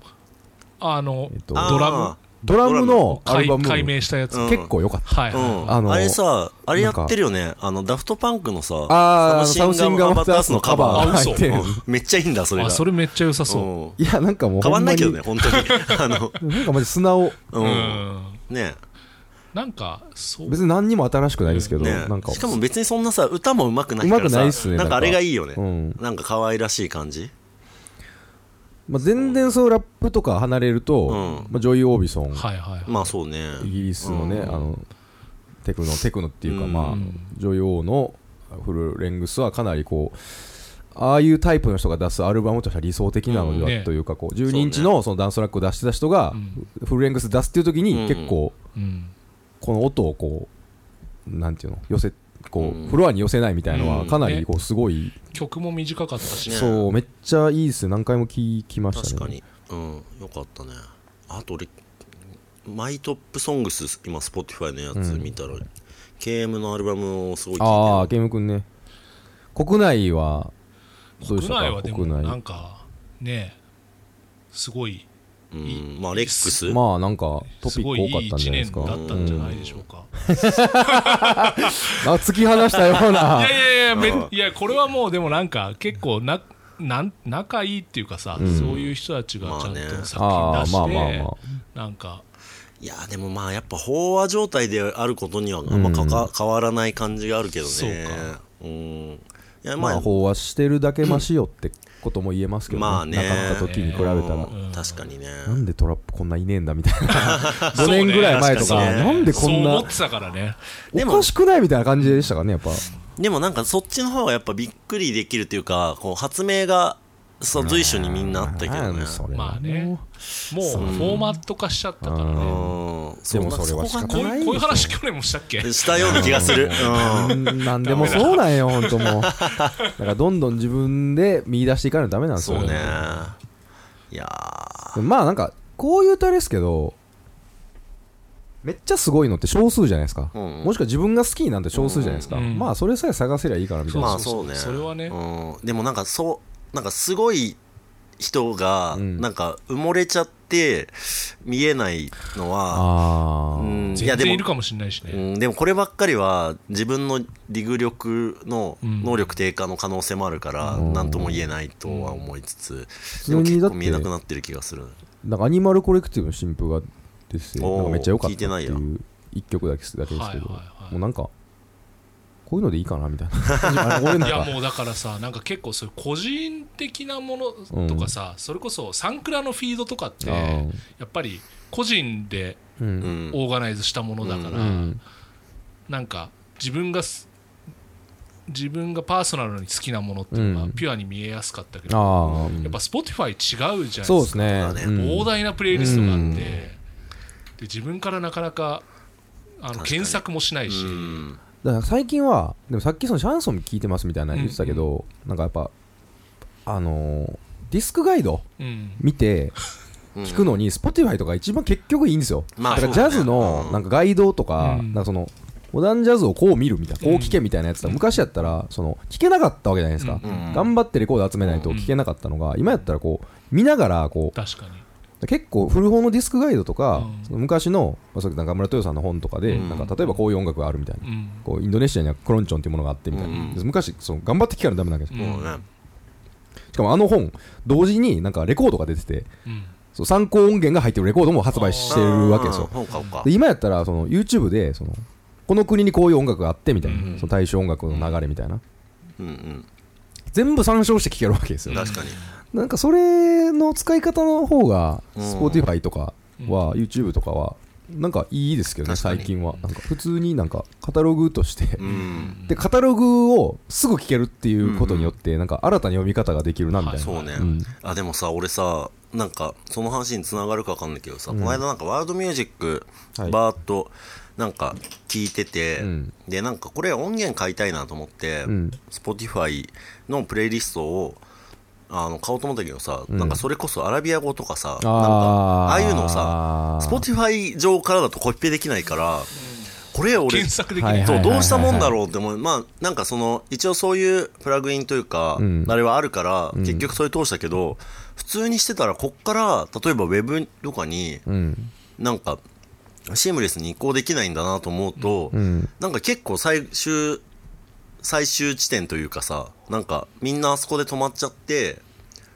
Speaker 3: あの、
Speaker 1: えっと
Speaker 2: あー
Speaker 3: ドラム
Speaker 1: ドラムのアル
Speaker 3: 解
Speaker 1: バム
Speaker 3: 解明したやつ、
Speaker 2: うん
Speaker 1: 結構良かった、
Speaker 3: はい、はい
Speaker 2: うん、
Speaker 1: あの
Speaker 2: あれさあれやってるよねあのダフトパンクのさ
Speaker 1: ああ
Speaker 2: サ
Speaker 1: サ
Speaker 2: ム
Speaker 1: ム
Speaker 2: シ
Speaker 1: シ
Speaker 2: ン
Speaker 1: ン
Speaker 2: ガ
Speaker 1: ガ
Speaker 2: ー
Speaker 1: ーバ
Speaker 2: バッ
Speaker 1: ッ
Speaker 2: タ
Speaker 1: タ
Speaker 2: ー
Speaker 1: ー
Speaker 2: ス
Speaker 1: ス
Speaker 2: の
Speaker 1: の
Speaker 2: カ
Speaker 1: カ
Speaker 2: バ
Speaker 1: バ
Speaker 2: ー
Speaker 1: ー
Speaker 3: あ嘘
Speaker 1: 入ってる
Speaker 2: う んめっちゃいいんだそれが
Speaker 3: あそれめっちゃ良さそ
Speaker 2: うん
Speaker 1: いやなんかもう
Speaker 2: 変
Speaker 1: ほ
Speaker 2: わん
Speaker 1: ん
Speaker 2: な
Speaker 1: ま
Speaker 2: い
Speaker 1: に
Speaker 2: けどね本当に あ
Speaker 1: な
Speaker 2: の
Speaker 1: んかマジ素直
Speaker 3: う、
Speaker 2: う
Speaker 3: うん
Speaker 2: んね
Speaker 3: なんかそう
Speaker 1: 別に何にも新しくないですけど、
Speaker 2: ね
Speaker 1: なんか
Speaker 2: しかも別にそんなさ歌も上手くないか
Speaker 1: 上
Speaker 2: ら
Speaker 1: 手く
Speaker 2: さ
Speaker 1: ないっすね
Speaker 2: なんかあれがいいよ
Speaker 1: う
Speaker 2: ね
Speaker 1: ん
Speaker 2: なんか可愛らしい感じ
Speaker 1: まあ、全然そうラップとか離れると、
Speaker 2: う
Speaker 1: まあ、ジョイ・オービソン、
Speaker 3: はいはい
Speaker 2: まあそうね
Speaker 1: イギリスのね、
Speaker 2: うん
Speaker 1: あのテクノテクノっていうか、
Speaker 2: うん
Speaker 1: まあ、女王のフルレングスはかなりこうああいうタイプの人が出すアルバムとしては理想的なので
Speaker 3: うん
Speaker 1: は
Speaker 3: ね
Speaker 1: というかこう12インチのそのダンストラックを出してた人が
Speaker 3: うん
Speaker 1: フルレングス出すっていう時
Speaker 2: うん
Speaker 1: に結構
Speaker 3: うん
Speaker 1: この音をこうなんていうの寄せこ
Speaker 2: うん
Speaker 1: うフロアに寄せないみたいの
Speaker 2: う
Speaker 1: は
Speaker 2: ん
Speaker 1: かなりこうすごい
Speaker 3: 曲も短かったし
Speaker 2: ね
Speaker 1: そうめっちゃいいっすね何回も聞きました
Speaker 2: 確
Speaker 1: ね
Speaker 2: かにうんよかったねあと俺マイトップソングス今 Spotify のやつ見たら、KM のアルバムをすごい
Speaker 1: あ
Speaker 2: 聴
Speaker 1: あ
Speaker 2: いて
Speaker 1: ゲームくんね国内はどうで
Speaker 3: 国
Speaker 1: したか
Speaker 3: 内はでも
Speaker 1: 国内
Speaker 3: なんかねすごい
Speaker 2: るうんまあレックス、
Speaker 1: まあなんかト
Speaker 3: す
Speaker 1: ピッ
Speaker 3: ご
Speaker 1: ク
Speaker 3: いい
Speaker 1: 多かっ
Speaker 3: い
Speaker 1: たんじ
Speaker 3: 1
Speaker 1: ゃないで
Speaker 3: 年
Speaker 1: す
Speaker 3: だ
Speaker 1: か
Speaker 3: ったんじゃないでしょうか
Speaker 1: あ突き放したよう
Speaker 3: い
Speaker 1: な
Speaker 3: やいやいやめいやこれはもうでもなんか結構ななん仲いいっていうかさ、
Speaker 1: うん
Speaker 3: そういう人たちが
Speaker 2: ま
Speaker 3: ちゃん
Speaker 2: あね
Speaker 3: と作品
Speaker 1: あ
Speaker 3: 出
Speaker 1: あ
Speaker 3: して、
Speaker 1: まあまあまあ
Speaker 3: なんか
Speaker 2: いやでもまあやっぱ飽和状態であることにはあんまかか、変わらない感じがあるけどね
Speaker 3: そうか
Speaker 2: うんいや
Speaker 1: ま
Speaker 2: まあ、
Speaker 1: あ飽和してるだけマシよってことも言えますけどね,、
Speaker 2: まあね
Speaker 1: なかなか時に比べたら、
Speaker 2: うん確かにね
Speaker 1: なんでトラップこんないねえんだみたいな
Speaker 3: そ
Speaker 1: 5
Speaker 3: うね
Speaker 1: 年ぐらい前と
Speaker 2: 確
Speaker 1: か
Speaker 2: かにね
Speaker 1: なんでこん
Speaker 3: そう
Speaker 1: な
Speaker 3: 思ってたからね
Speaker 2: で
Speaker 1: お
Speaker 2: も
Speaker 1: かしくないみたいな感じでしたからねやっぱ
Speaker 2: でもなんかそっちの方がやっぱびっくりできるというかこう発明がそう随所にみんなあったけど
Speaker 1: なん
Speaker 2: ね
Speaker 1: やそれ
Speaker 3: まあねもうフォーマット化しちゃったからね、
Speaker 1: うん
Speaker 2: うん
Speaker 1: でもそれは仕
Speaker 2: こ
Speaker 1: 方
Speaker 3: こう
Speaker 1: ない
Speaker 3: いうこういう話去年もしたっけ
Speaker 2: したような気が する、うん
Speaker 1: なんでもそうなんよ本当 もうだからどんどん自分で見出していかないとダメなんですよ
Speaker 2: そうねいやー
Speaker 1: まあなんかこう言うとあれですけどめっちゃすごいのって少数じゃないですか、
Speaker 2: うんうん
Speaker 1: もしくは自分が好きになんて少数じゃないですか、
Speaker 3: うん
Speaker 1: まあそれさえ探せりゃいいからみたいな
Speaker 2: まあ
Speaker 3: そ
Speaker 2: そうう
Speaker 3: そう
Speaker 2: ね
Speaker 3: それはね
Speaker 2: うん、でもなんかそうなんかすごい人が
Speaker 1: ん
Speaker 2: なんか埋もれちゃって見えないのは、
Speaker 1: ああ、
Speaker 2: うん、いや
Speaker 3: 全
Speaker 2: で
Speaker 3: 然い
Speaker 2: も
Speaker 3: るかもしれないし
Speaker 2: う
Speaker 3: ね、
Speaker 2: ん、でもこればっかりは自分のリグ力の
Speaker 3: うん
Speaker 2: 能力低下の可能性もあるから何とも言えないとは思いつつ、
Speaker 1: うん
Speaker 2: でも
Speaker 1: 普通にだ
Speaker 2: 結
Speaker 1: っ
Speaker 2: 構
Speaker 1: て
Speaker 2: 見えなくなってる気がする
Speaker 1: なんかアニマルコレクティブの新譜がですね
Speaker 2: おー
Speaker 1: なんかめっちゃ良かった
Speaker 2: 聞いてないや
Speaker 1: っていう一曲だけですだけですけど、
Speaker 3: はいはいはい
Speaker 1: もうなんかこういうのでいいかなみたい なあの俺なん
Speaker 3: いや
Speaker 1: か
Speaker 3: もうだからさなんか結構そういう個人的なものとかさ、それこそサンクラのフィードとかって
Speaker 1: あー
Speaker 3: やっぱり個人で
Speaker 1: う
Speaker 2: うんん
Speaker 3: オーガナイズしたものだから、
Speaker 1: うん
Speaker 3: なんか自分がす自分がパーソナルに好きなものっていうの
Speaker 1: う
Speaker 3: が
Speaker 1: ん
Speaker 3: ピュアに見えやすかったけど、
Speaker 1: あ
Speaker 3: やっぱ
Speaker 1: あ
Speaker 3: Spotify 違うじゃない
Speaker 1: そう
Speaker 3: で
Speaker 1: ですす
Speaker 3: か、
Speaker 1: ね
Speaker 2: そうだね
Speaker 1: うん
Speaker 3: 膨大なプレイリストがあって、
Speaker 1: うん
Speaker 3: で自分からなかなか
Speaker 2: 確
Speaker 3: あの
Speaker 2: かに
Speaker 3: 検索もしないし、
Speaker 2: うん
Speaker 1: だから最近はでもさっきそのシャンソン聞いてますみたいなの言ってたけど、なんかやっぱあのーディスクガイド
Speaker 3: うん
Speaker 1: 見て
Speaker 2: うん
Speaker 1: 聞くのに Spotify とか一番結局いいんですよ、
Speaker 2: まあ
Speaker 1: だからジ
Speaker 2: そうだ
Speaker 1: ャ
Speaker 2: ね
Speaker 1: ズのなんかガイドとか,、
Speaker 3: うん
Speaker 1: なんかそのモダンジャズをこう見るみたいなこう聞けみたいなやつだ、昔やったらその聞けなかったわけじゃないですか、
Speaker 3: うん
Speaker 1: 頑張ってレコード集めないと
Speaker 3: うん
Speaker 1: 聞けなかったのが、今やったらこう見ながらこう
Speaker 3: 確かに
Speaker 1: 結構古本のディスクガイドとか、
Speaker 3: うん
Speaker 1: その昔のまあそれ中村豊さんの本とかで、
Speaker 2: うん
Speaker 1: なんか例えばこういう音楽があるみたいな、
Speaker 3: うん
Speaker 1: こうインドネシアにはクロンチョンっていうものがあってみたいな、
Speaker 2: うん
Speaker 1: で昔その頑張って聞かないとダメなわけです、
Speaker 2: もうね
Speaker 1: しかもあの本同時になんかレコードが出てて
Speaker 3: うん
Speaker 1: そう参考音源が入ってるレコードも発売してるわけですよ
Speaker 2: あーそうかそうか
Speaker 1: で今やったらその YouTube でそのこの国にこういう音楽があってみたいな、
Speaker 3: うん
Speaker 1: その大衆音楽の流れみたいな
Speaker 2: うん
Speaker 1: 全部参照して聴けるわけです
Speaker 2: う
Speaker 1: よ、
Speaker 2: ん確かに
Speaker 1: なんかそれの使い方の方が
Speaker 2: うん
Speaker 1: Spotify とかは、YouTube とかはなんかいいですけどね
Speaker 2: 確かに
Speaker 1: 最近はなんか普通になんかカタログとして、
Speaker 2: うん
Speaker 1: でカタログをすぐ聴けるっていうことによって、なんか新たな読み方ができるなみたいな、
Speaker 2: そうね、
Speaker 1: ん
Speaker 2: あでもさ俺さなんかその話につながるかわかんないけどさ、この間なんかワールドミュージック
Speaker 1: はい
Speaker 2: バーっとなんか聞いてて、
Speaker 1: うん
Speaker 2: でなんかこれ音源買いたいなと思って、
Speaker 1: うん
Speaker 2: Spotify のプレイリストをあの買おうと思ったけどさ、なんかそれこそアラビア語とかさなんか
Speaker 1: あー
Speaker 2: ああいうのをさ Spotify 上からだとコピペできないから、これ俺
Speaker 3: 検索できな、
Speaker 1: はいいはい
Speaker 2: そうどうしたもんだろうって思う、まあなんかその一応そういうプラグインというか、
Speaker 1: ん
Speaker 2: あれはあるから、結局それ通したけど、普通にしてたら、こっから例えばウェブとかに、
Speaker 1: うん
Speaker 2: なんかシームレスに移行できないんだなと思うと、
Speaker 1: うん
Speaker 2: なんか結構最終、最終地点というかさ、なんかみんなあそこで止まっちゃって、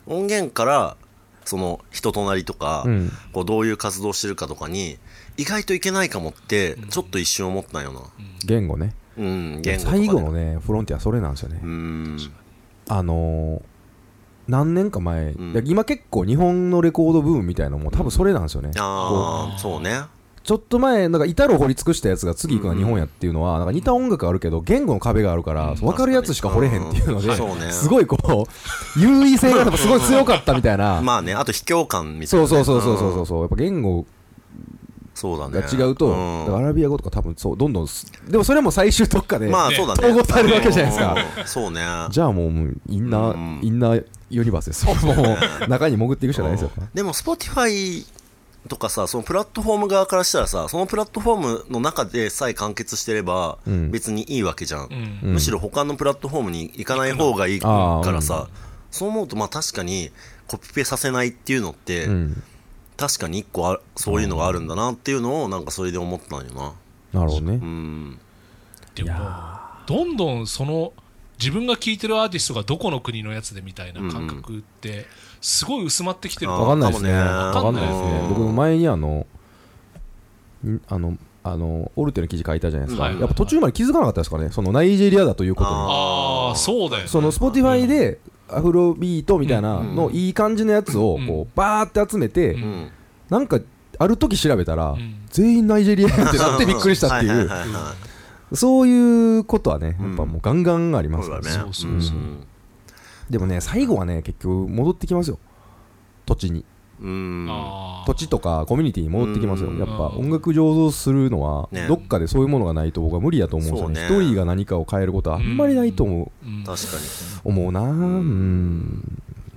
Speaker 2: 音源からその人となりとか、
Speaker 1: うん
Speaker 2: こうどういう活動してるかとかに、意外といけないかもって、ちょっと一瞬思ったよな。
Speaker 1: 言語ね
Speaker 2: うん、言語とか
Speaker 1: 最
Speaker 2: で
Speaker 1: 後のねフロンティアそれなんですよね、
Speaker 2: うーん
Speaker 1: あのー何年か前、
Speaker 2: ん
Speaker 1: で今結構日本のレコードブームみたいなのも多分それなんですよね、こ
Speaker 2: ああそうね
Speaker 1: うちょっと前なんか板を掘り尽くしたやつが次行くのは日本やっていうのは、なんか似た音楽あるけど言語の壁があるから、分かるやつしか掘れへんっていうので、
Speaker 2: うんそうね
Speaker 1: すごいこう優位性がやっぱすごい強かったみたいな、
Speaker 2: まあねあと卑怯感みたい
Speaker 1: そ
Speaker 2: な
Speaker 1: うそうそうそうそうそううんそうやっぱ言語
Speaker 2: そうだ
Speaker 1: が
Speaker 2: ね
Speaker 1: 違うと、
Speaker 2: ん
Speaker 1: だからアラビア語とか多分そうどんどんすでもそれも最終特化で、
Speaker 2: まあそうだね
Speaker 1: 統合されるわけじゃないですか
Speaker 2: うんそうね
Speaker 1: じゃあもうもうインナー、
Speaker 2: うん
Speaker 1: インナーユニバースですよもう中に潜っていくしかないですよ、
Speaker 2: うんでも Spotify とかさそのプラットフォーム側からしたらさそのプラットフォームの中でさえ完結してれば
Speaker 1: うん
Speaker 2: 別にいいわけじゃん、
Speaker 3: うん
Speaker 1: うん
Speaker 2: むしろ他のプラットフォームに行かない方がいい
Speaker 1: あー
Speaker 2: からさ、そう思うとまあ確かにコピペさせないっていうのって、
Speaker 1: うん
Speaker 2: 確かに一個あるそういうのがあるんだなっていうのをなんかそれで思ったんよな
Speaker 1: なるほどね、
Speaker 2: うん
Speaker 3: でもどんどんその自分が聴いてるアーティストがどこの国のやつでみたいな感覚ってすごい薄まってきてる
Speaker 2: あ
Speaker 3: か
Speaker 2: ー
Speaker 1: わかんないですね。わ
Speaker 2: か
Speaker 1: か
Speaker 3: も
Speaker 1: ん
Speaker 3: ね
Speaker 1: ないですね
Speaker 2: う。ん
Speaker 1: 僕前にあの、んあの、あの、オルテの記事書いたじゃないですか。
Speaker 3: はいはい
Speaker 1: やっぱ途中まで気づかなかったですかね。そのナイジェリアだということ
Speaker 2: あ
Speaker 1: に。
Speaker 3: ああそうだよね
Speaker 1: そのスポティファイでアフロビートみたいなのいい感じのやつを
Speaker 3: うん
Speaker 1: こうバーって集めて
Speaker 3: う
Speaker 2: う、ん
Speaker 1: なんかある時調べたら
Speaker 3: ん、
Speaker 1: 全員ナイジェリアってなってびっくりしたってい
Speaker 2: は
Speaker 1: う、
Speaker 2: ははいはい
Speaker 1: そういうことはね、やっぱもうガンガンあります
Speaker 2: そう
Speaker 1: か
Speaker 2: だ
Speaker 1: ら
Speaker 2: ね
Speaker 1: ね。
Speaker 3: そうそうそうん
Speaker 1: でもね、最後はね、結局戻ってきますよ。土地に。
Speaker 2: うん
Speaker 3: あー
Speaker 1: 土地とかコミュニティに戻ってきますよ、
Speaker 2: うん
Speaker 1: やっぱ音楽上手するのは、
Speaker 2: ね
Speaker 1: どっかでそういうものがないと僕は無理やと思うんですよね、一
Speaker 2: そうね
Speaker 1: 人が何かを変えることはあんまりないと思う,、
Speaker 3: うん
Speaker 2: 確か
Speaker 1: 思うな、うん、
Speaker 2: に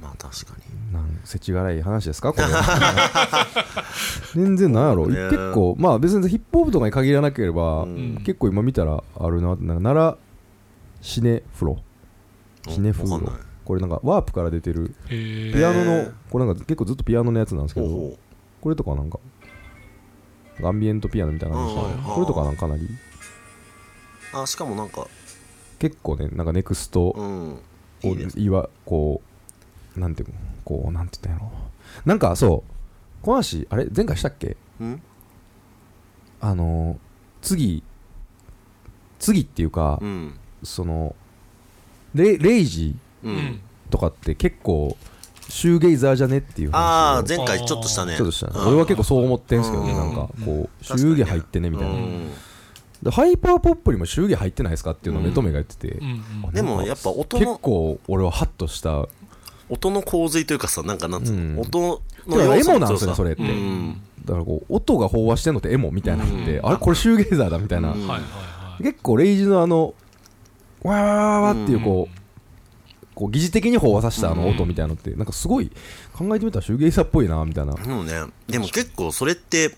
Speaker 2: まあ確かに
Speaker 1: なんせちがらい話です か、これは全然なんやろ、
Speaker 2: ね
Speaker 1: 結構、まあ別にヒップホップとかに限らなければ、
Speaker 2: うん
Speaker 1: 結構今見たらあるな、なんか奈良シネフロ、シネフ
Speaker 2: わ
Speaker 1: ロ
Speaker 2: かんない、
Speaker 1: これなんかワープから出てる、
Speaker 3: へー
Speaker 1: ピアノ
Speaker 2: へ
Speaker 1: の
Speaker 2: ー、
Speaker 1: これなんか結構ずっとピアノのやつなんですけ
Speaker 2: ほう
Speaker 1: ど。
Speaker 2: ほ
Speaker 1: これとかなんかアンビエントピアノみたいな感じで
Speaker 2: うんうんうん
Speaker 1: これとかなんかかなり
Speaker 2: うあしかもなんか
Speaker 1: 結構ねなんかネクストこ
Speaker 2: うん
Speaker 1: う
Speaker 2: いいね
Speaker 1: いわこうなんていうのこうなんて言ったんやろなんかそうこの話あれ前回したっけ
Speaker 2: うん
Speaker 1: あのー次次っていうか
Speaker 2: うん
Speaker 1: そのレレイジ
Speaker 2: う
Speaker 3: うんん
Speaker 1: とかって結構シューゲイザーじゃねっていう話
Speaker 2: あ
Speaker 1: を
Speaker 2: あ前回ちょっとしたね
Speaker 1: ちょっとしたね
Speaker 2: うん
Speaker 1: 俺は結構そう思ってんすけどね
Speaker 2: うん
Speaker 1: なんかこうシ
Speaker 2: 確かに
Speaker 1: ューゲ入ってねみたいな
Speaker 2: うん
Speaker 1: でハイパーポップにも祝儀入ってないですかっていうのを目と目が言ってて、
Speaker 3: うんうん
Speaker 2: でもやっぱ音
Speaker 1: 結
Speaker 2: の
Speaker 1: 構俺はハッとした
Speaker 2: 音の洪水というかさなんかなんつうの、
Speaker 1: うん
Speaker 2: 音
Speaker 1: い
Speaker 2: の
Speaker 1: や
Speaker 2: 要素
Speaker 1: エモなん
Speaker 2: の強
Speaker 1: すよ
Speaker 2: さ
Speaker 1: ねそれって
Speaker 2: うん
Speaker 1: だからこう音が飽和してんのってエモみたいなのって、
Speaker 2: うん
Speaker 1: あれこれシューゲイザーだみたいな、
Speaker 2: うん
Speaker 3: はいはいはい
Speaker 1: 結構レイジのあのわーわーわーわーっていうこう,、こう疑似的に飽和させたあの音みたいなのってなんかすごい考えてみたらシューゲイザーっぽいなみたいな、
Speaker 2: でもねでも結構それって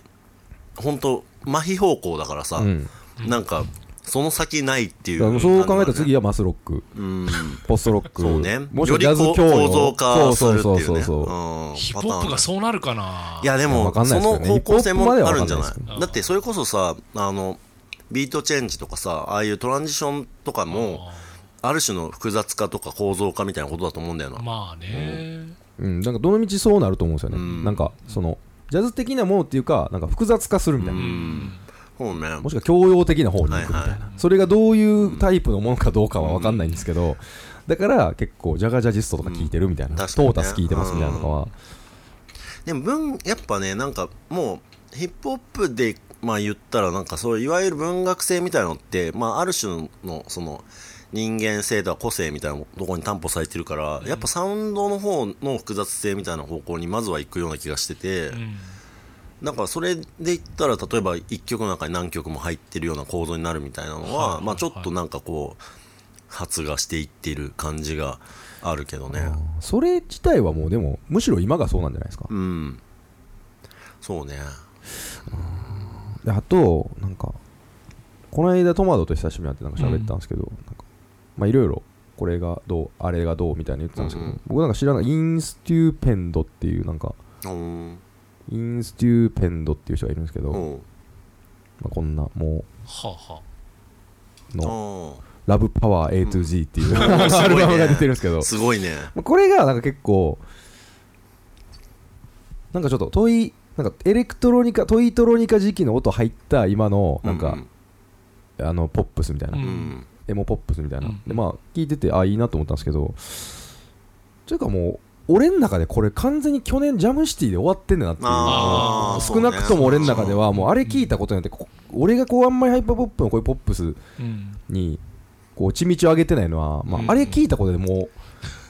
Speaker 2: 本当麻痺方向だからさ、
Speaker 1: うん、だ
Speaker 2: なんかその先ないってい
Speaker 1: からも
Speaker 2: う
Speaker 1: うそう考えたら次
Speaker 2: は、
Speaker 1: はマスロック
Speaker 2: うん、
Speaker 1: ポストロック
Speaker 2: そうね
Speaker 1: もしく
Speaker 2: よ
Speaker 1: は
Speaker 2: り
Speaker 1: ジャズ
Speaker 2: こう
Speaker 1: 教養
Speaker 2: 構造化するっていう、ね、
Speaker 1: そうそうそうそう、
Speaker 2: ん
Speaker 3: ヒッ
Speaker 2: パ
Speaker 3: プ
Speaker 2: タ
Speaker 3: ホッ
Speaker 2: ーン
Speaker 3: プがそうなるかない
Speaker 2: や
Speaker 1: い
Speaker 2: で
Speaker 1: や
Speaker 2: も
Speaker 1: わかんない
Speaker 2: そ
Speaker 1: ですよ
Speaker 2: の
Speaker 1: ね
Speaker 2: 方向性もあるんじゃない
Speaker 1: ヒップホップまではわかんないです
Speaker 3: けど
Speaker 2: だってそれこそさあのビートチェンジとかさああいうトランジションとかもある種の複雑化とか構造化みたいなことだと思うんだよな、
Speaker 3: まあね
Speaker 1: うん、なんかどの道そうなると思うんですよね、
Speaker 2: ん
Speaker 1: なんかそのジャズ的なものっていうかなんか複雑化するみたいな、
Speaker 2: うんそうね
Speaker 1: もしくは教養的な方に行くみたいな、
Speaker 2: はいは
Speaker 1: それがどういうタイプのものかどうかは分かんないんですけど、だから結構ジャガジャジストとか聞いてるみたいな、
Speaker 2: うん
Speaker 1: ト
Speaker 2: 確かにね
Speaker 1: ータス聞いてますみたいなのとかは、
Speaker 2: でも文やっぱねなんかもうヒップホップでまあ言ったらなんかそういわゆる文学性みたいなのって、まあ、ある種のその人間性とか個性みたいなとこに担保されてるから、やっぱサウンドの方の複雑性みたいな方向にまずは行くような気がしてて、
Speaker 3: うん
Speaker 2: なんかそれで言ったら例えば1曲の中に何曲も入ってるような構造になるみたいなのは、
Speaker 3: はい
Speaker 2: まあ、ちょっとなんかこう発芽していってる感じがあるけどね。
Speaker 1: それ自体はもうでもむしろ今がそうなんじゃないですか、
Speaker 2: うん、そうね
Speaker 1: であとなんかこの間トマドと久しぶりに会ってなんか喋ったんですけど、なんかまあいろいろこれがどうあれがどうみたいに言ってたんですけど、
Speaker 2: うんうん
Speaker 1: 僕なんか知らないインステューペンドっていうなんか
Speaker 2: うん
Speaker 1: インステューペンドっていう人がいるんですけど、
Speaker 2: うん
Speaker 1: まあ、こんなも
Speaker 3: はあは
Speaker 1: うの
Speaker 2: あ
Speaker 1: 「ラブパワー A to Z」っていう、
Speaker 2: すごいね
Speaker 1: アルバムが出てるんですけど
Speaker 2: あすごいね。
Speaker 1: まあこれがなんか結構なんかちょっとトイなんかエレクトロニカトイトロニカ時期の音入った今のなんか、あのポップスみたいな、
Speaker 3: う
Speaker 2: うんん、
Speaker 1: エモポップスみたいな、
Speaker 3: うん
Speaker 1: でまあ聞いててあいいなと思ったんですけどというかもう俺の中でこれ完全に去年ジャムシティで終わってんだなっていう
Speaker 2: あー
Speaker 1: 少なくとも俺の中ではもうあれ
Speaker 3: ね
Speaker 1: 聞いたことによってこ俺がこうあんまりハイパーポップのこういうポップス
Speaker 3: うん
Speaker 1: にこう血道を上げてないのは、ま
Speaker 3: うん
Speaker 1: あ、あれ聞いたことでも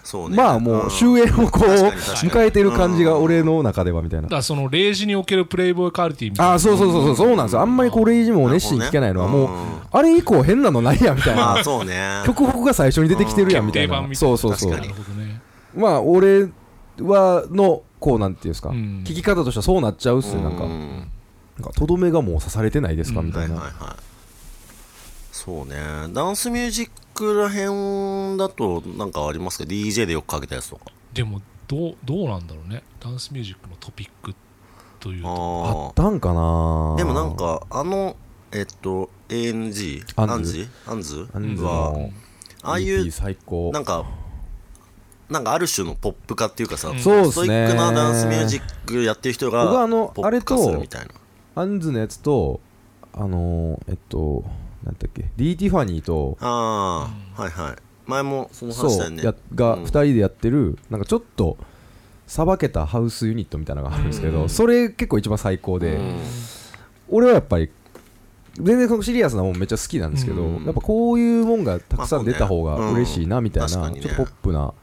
Speaker 2: そう
Speaker 1: う、
Speaker 2: ね
Speaker 1: まあもう終
Speaker 2: 焉
Speaker 1: 焉をこう
Speaker 2: 確かに確かに
Speaker 1: 迎えてる感じが俺の中ではみたいな
Speaker 3: だからそのレイジにおけるプレイボーイカルティみたい
Speaker 1: あ
Speaker 3: な
Speaker 1: あそうそうそうそうそうなんですよあんまりこれ以上も熱心に聞けないのはもうあれ以降変なのないやみたい
Speaker 2: まあ
Speaker 1: な
Speaker 2: そうね
Speaker 1: 曲譜が最初に出てきてるやんみたい
Speaker 3: うん
Speaker 1: な
Speaker 3: 決定
Speaker 1: そ
Speaker 3: 版
Speaker 1: う
Speaker 3: みたい
Speaker 1: そう
Speaker 2: な
Speaker 1: そう
Speaker 2: 確
Speaker 3: なるほどね
Speaker 1: まあ俺はのこうなんていうんですか
Speaker 3: うん
Speaker 1: 聞き方としてはそうなっちゃうっすねなんか
Speaker 2: う
Speaker 1: なんかとどめがもう刺されてないですか
Speaker 3: うん
Speaker 1: みたい
Speaker 2: はい
Speaker 1: な
Speaker 2: はいはいそうねダンスミュージックらへんだとなんかありますか DJ でよくかけたやつとか
Speaker 3: でもどうどうなんだろうねダンスミュージックのトピックというと
Speaker 1: あっ
Speaker 2: あ
Speaker 1: たんかな
Speaker 2: あでもなんかあのえっと ANG
Speaker 1: ア
Speaker 2: アン
Speaker 1: ンズ
Speaker 2: ズアンズ
Speaker 1: アンズ
Speaker 2: は
Speaker 1: の
Speaker 2: ああい
Speaker 1: EP
Speaker 2: う
Speaker 1: 最高
Speaker 2: なんかなんかある種のポップ化っていうかさ、
Speaker 3: うん
Speaker 1: そうっ
Speaker 2: スト
Speaker 1: す
Speaker 2: イ
Speaker 1: ね
Speaker 2: ックなダンスミュージックやってる人が
Speaker 1: 僕はあの
Speaker 2: ポップ化するみたいな
Speaker 1: アンズのやつとあのーえっとなんだっけ D ・ティファニーと
Speaker 2: ああ、はいはい前もその話
Speaker 1: そ
Speaker 2: したよ
Speaker 1: う
Speaker 2: ね
Speaker 1: やが
Speaker 2: うん
Speaker 1: 2人でやってるなんかちょっとさばけたハウスユニットみたいなのがあるんですけどそれ結構一番最高で
Speaker 2: うん
Speaker 1: 俺はやっぱり全然そのシリアスなもんめっちゃ好きなんですけど
Speaker 2: うん
Speaker 1: やっぱこういうもんがたくさん出た方
Speaker 2: まあそう
Speaker 1: が
Speaker 2: ね
Speaker 1: 嬉しいなみたいなち
Speaker 2: う
Speaker 1: ょ
Speaker 2: ん確
Speaker 1: っ
Speaker 2: かに
Speaker 1: と
Speaker 2: ね
Speaker 1: ポップな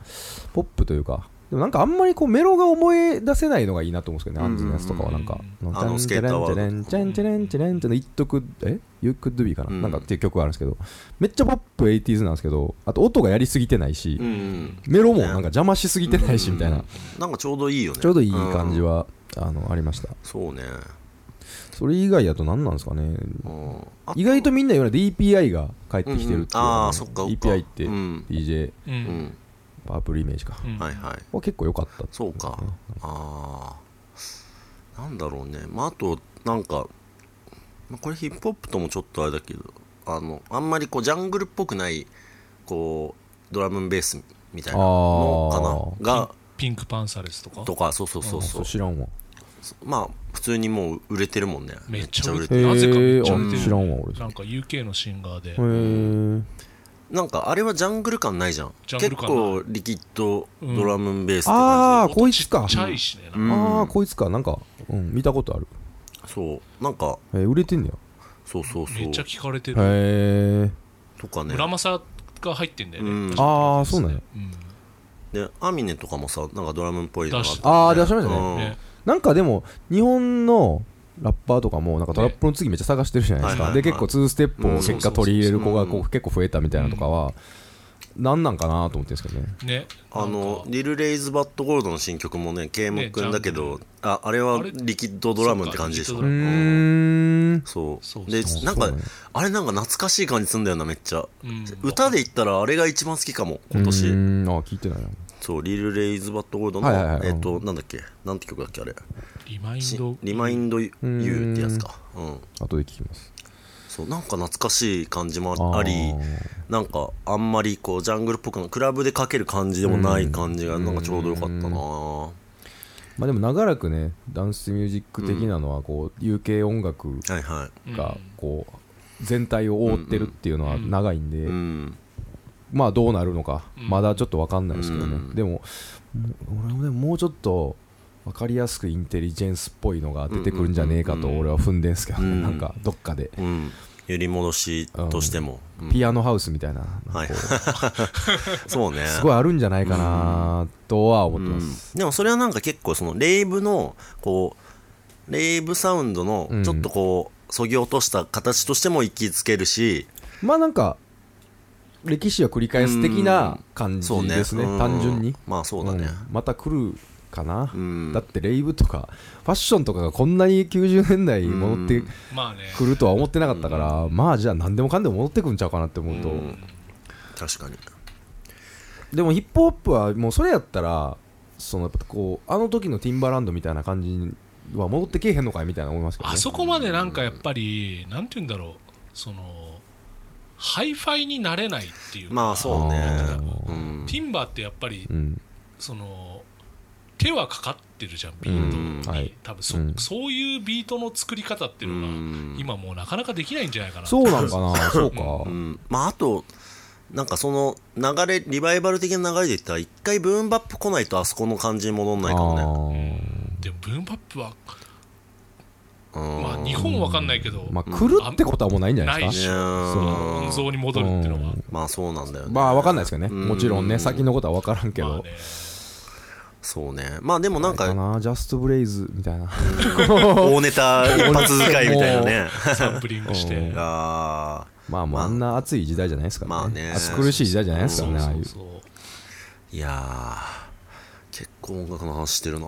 Speaker 1: ポップというかでもなんかあんまりこうメロが思い出せないのがいいなと思うんですけどねアンズのやつとかはなんか
Speaker 2: ん
Speaker 1: あのチャレンチャレンチャレンチャレンチャレンチャレンチャレンチャレンチャレンチャレンチャレンチャレン一徳え You could be かな
Speaker 2: うん
Speaker 1: なんかっていう曲があるんですけどめっちゃポップ 80s なんですけどあと音がやりすぎてないし
Speaker 2: うん
Speaker 1: メロもなんか邪魔しすぎてないしみたいな、
Speaker 2: なんかちょうどいいよね
Speaker 1: ちょうどいい感じ
Speaker 2: は、
Speaker 1: は、あのありました
Speaker 2: うんそうね、
Speaker 1: それ以外だと何なんですかね
Speaker 2: うん、
Speaker 1: 意外とみんな言うのは DPI が帰ってきてるっていう、
Speaker 2: うんうんあーそっかそっか
Speaker 1: DPI って
Speaker 2: うん、
Speaker 1: DJ
Speaker 3: う
Speaker 2: うんん
Speaker 1: パープルイメージか、
Speaker 3: うん
Speaker 2: はいはい
Speaker 1: は結構良かったって
Speaker 2: そ
Speaker 1: いうですね
Speaker 2: か、ああなんだろうねまああとなんかまあこれヒップホップともちょっとあれだけどあのあんまりこうジャングルっぽくないこうドラムンベースみたいなのかなが
Speaker 3: ピンクパンサレスとか
Speaker 2: とかそうそうそう
Speaker 1: そ
Speaker 2: そう
Speaker 1: う知らんわ
Speaker 2: まあ普通にもう売れてるもんね
Speaker 3: めっちゃ売れて
Speaker 1: へ
Speaker 3: るなぜかめっちゃ売れ
Speaker 1: え
Speaker 3: て
Speaker 1: 知ら
Speaker 3: る
Speaker 1: んわ俺へ
Speaker 3: なんか UK のシンガーで
Speaker 1: え
Speaker 2: なんかあれはジャングル感ないじゃん
Speaker 3: ジャング
Speaker 2: 結
Speaker 3: ル感
Speaker 2: 構リキッドドラムンベースって
Speaker 1: あ
Speaker 2: 感
Speaker 1: あこいつか、
Speaker 3: チャイしねなん
Speaker 2: じ、
Speaker 3: か
Speaker 2: うん
Speaker 1: ああこいつかなんか、うん、見たことある、
Speaker 2: そうなんか
Speaker 1: えー売れてんだよ
Speaker 2: そうそうそ
Speaker 3: めっ
Speaker 2: う
Speaker 3: ちゃ聞かれてる
Speaker 1: へえ
Speaker 2: とかね
Speaker 3: 村正が入ってんだよね、
Speaker 2: うん
Speaker 1: ああそうなんや
Speaker 3: うん
Speaker 2: でアミネとかもさなんかドラムっぽいのが
Speaker 3: 出して
Speaker 2: あっ
Speaker 1: ああ出しましたね、
Speaker 2: うん
Speaker 3: ね
Speaker 1: なんかでも日本のラッパーとかもなんかトラップの次めっちゃ探してるじゃないです
Speaker 2: ね
Speaker 1: か、
Speaker 2: はいはい
Speaker 1: で結構2ステップを結果取り入れる子が
Speaker 2: うんそうそうそう
Speaker 1: こう結構増えたみたいなとかは、なんなんかなと思ってるんですけどね
Speaker 3: ね
Speaker 2: あの
Speaker 3: なんか
Speaker 2: リル・レイズ・バッド・ゴールドの新曲もね啓蒙くんだけど、
Speaker 3: ね
Speaker 2: ああれ
Speaker 3: あ
Speaker 2: は
Speaker 3: れ
Speaker 2: リキッドドラムって感じでしょ
Speaker 3: そう
Speaker 1: う
Speaker 3: かリ
Speaker 1: ーん
Speaker 2: そう
Speaker 3: そう
Speaker 2: で
Speaker 3: そう
Speaker 2: なんか、
Speaker 1: そうね
Speaker 2: あれなんか懐かしい感じすんだよなめっちゃ、
Speaker 3: うん
Speaker 2: 歌で言ったらあれが一番好きかも今年、
Speaker 1: うーんあ聞いてないな
Speaker 2: そうリル・レイズ・バッド・ゴールドの、
Speaker 1: はいはいはい
Speaker 2: えっ、となんだっけなんて曲だっけあれ
Speaker 3: リマイ
Speaker 2: し
Speaker 3: ンド
Speaker 2: リマインド・ユ
Speaker 1: ん
Speaker 2: ーってやつかうん、
Speaker 1: 後で聞きます
Speaker 2: そうなんか懐かしい感じも
Speaker 1: ー
Speaker 2: ありなんかあんまりこうジャングルっぽくのクラブでかける感じでもない感じがなんかちょうどよかったなは
Speaker 1: まあでも長らくねダンスミュージック的なのはこう UK 音楽
Speaker 2: いは
Speaker 1: がこう全体を覆ってるっていうのは長いんで、
Speaker 2: いうん
Speaker 1: まあどうなるのか、
Speaker 3: うん
Speaker 1: まだちょっと分かんないですけどね、
Speaker 2: うん
Speaker 1: でももう俺もねもうちょっと分かりやすくインテリジェンスっぽいのが出てくるんじゃねえかと
Speaker 2: うん
Speaker 1: 俺は踏んでんすけどね、
Speaker 2: うん
Speaker 1: なんかどっかで、
Speaker 2: うん揺り戻しとしても、うん
Speaker 1: ピアノハウスみたいななんかこう
Speaker 2: はいそうね
Speaker 1: すごいあるんじゃないかなとは思ってます、
Speaker 2: うんでもそれはなんか結構そのレイブのこうレイブサウンドの
Speaker 1: うん
Speaker 2: ちょっとこうそぎ落とした形としても行きつけるし、
Speaker 1: まあなんか歴史を繰り返す的な感じ
Speaker 2: そうね
Speaker 1: ですね、
Speaker 2: うん
Speaker 1: 単純に、
Speaker 2: まあそうだね
Speaker 1: うんまた来るかな、
Speaker 2: うん
Speaker 1: だってレイブとかファッションとかがこんなに90年代に戻って、
Speaker 2: うん
Speaker 3: まあね
Speaker 1: 来るとは思ってなかったから、まあじゃあ何でもかんでも戻ってくんちゃうかなって思うと、
Speaker 2: うん確かに
Speaker 1: でもヒップホップはもうそれやったらそのやっぱこうあの時のティンバランドみたいな感じは戻ってけえへんのかいみたいな思いますけど、ね、
Speaker 3: あそこまでなんかやっぱりなんて言うんだろうそのハイファイになれないっていうか
Speaker 2: まあそうね
Speaker 1: あー
Speaker 2: うん
Speaker 3: ティンバーってやっぱり
Speaker 1: うん
Speaker 3: その手はかかってるじゃんビートに、
Speaker 1: うんはい
Speaker 3: 多分そ,、
Speaker 1: うん
Speaker 3: そういうビートの作り方っていうのが
Speaker 2: うん
Speaker 3: 今もうなかなかできないんじゃないかな
Speaker 1: そうなんかなそうか、
Speaker 2: うん、まああとなんかその流れリバイバル的な流れで言ったら一回ブーンバップ来ないとあそこの感じに戻んないかもね
Speaker 3: でもブーンバップは、
Speaker 2: うん
Speaker 3: まあ、日本は分かんないけど、
Speaker 1: まあ来るってことはもうないんじゃないです
Speaker 3: ない
Speaker 1: か
Speaker 3: し
Speaker 2: うん
Speaker 3: 運動に戻るっていうのは、
Speaker 2: まあそうなんだよね
Speaker 1: まあ分かんないですけどね
Speaker 2: うん
Speaker 1: もちろんね先のことは分からんけ
Speaker 3: まあ
Speaker 1: ど
Speaker 3: ね、
Speaker 2: そうねまあでもなん
Speaker 1: か
Speaker 2: か
Speaker 1: なジャストブレイズみたいな
Speaker 2: 大ネタ一発使いみたいなね
Speaker 3: サンプリングし
Speaker 1: う
Speaker 3: て
Speaker 1: ん。
Speaker 2: あ
Speaker 1: まあもうあんな暑い時代じゃないですからね,、
Speaker 2: まあね
Speaker 1: 暑苦しい時代じゃないですからねああいう
Speaker 3: そう
Speaker 2: ーいやー結構音楽の話してるな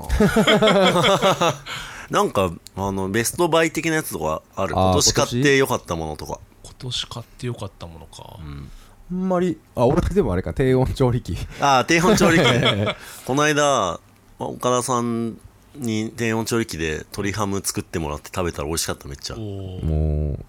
Speaker 2: なんかあのベストバイ的なやつとかある
Speaker 1: あー
Speaker 2: 今年買っ
Speaker 1: 今
Speaker 2: て
Speaker 1: 年
Speaker 2: 良かったものとか
Speaker 3: 今年買ってよかったものか、
Speaker 1: あんまりあ俺でもあれか低温調理器
Speaker 2: ああ低温調理器 ねこの間岡田さんに低温調理器で鶏ハム作ってもらって食べたら美味しかっためっちゃ
Speaker 3: おー
Speaker 1: もう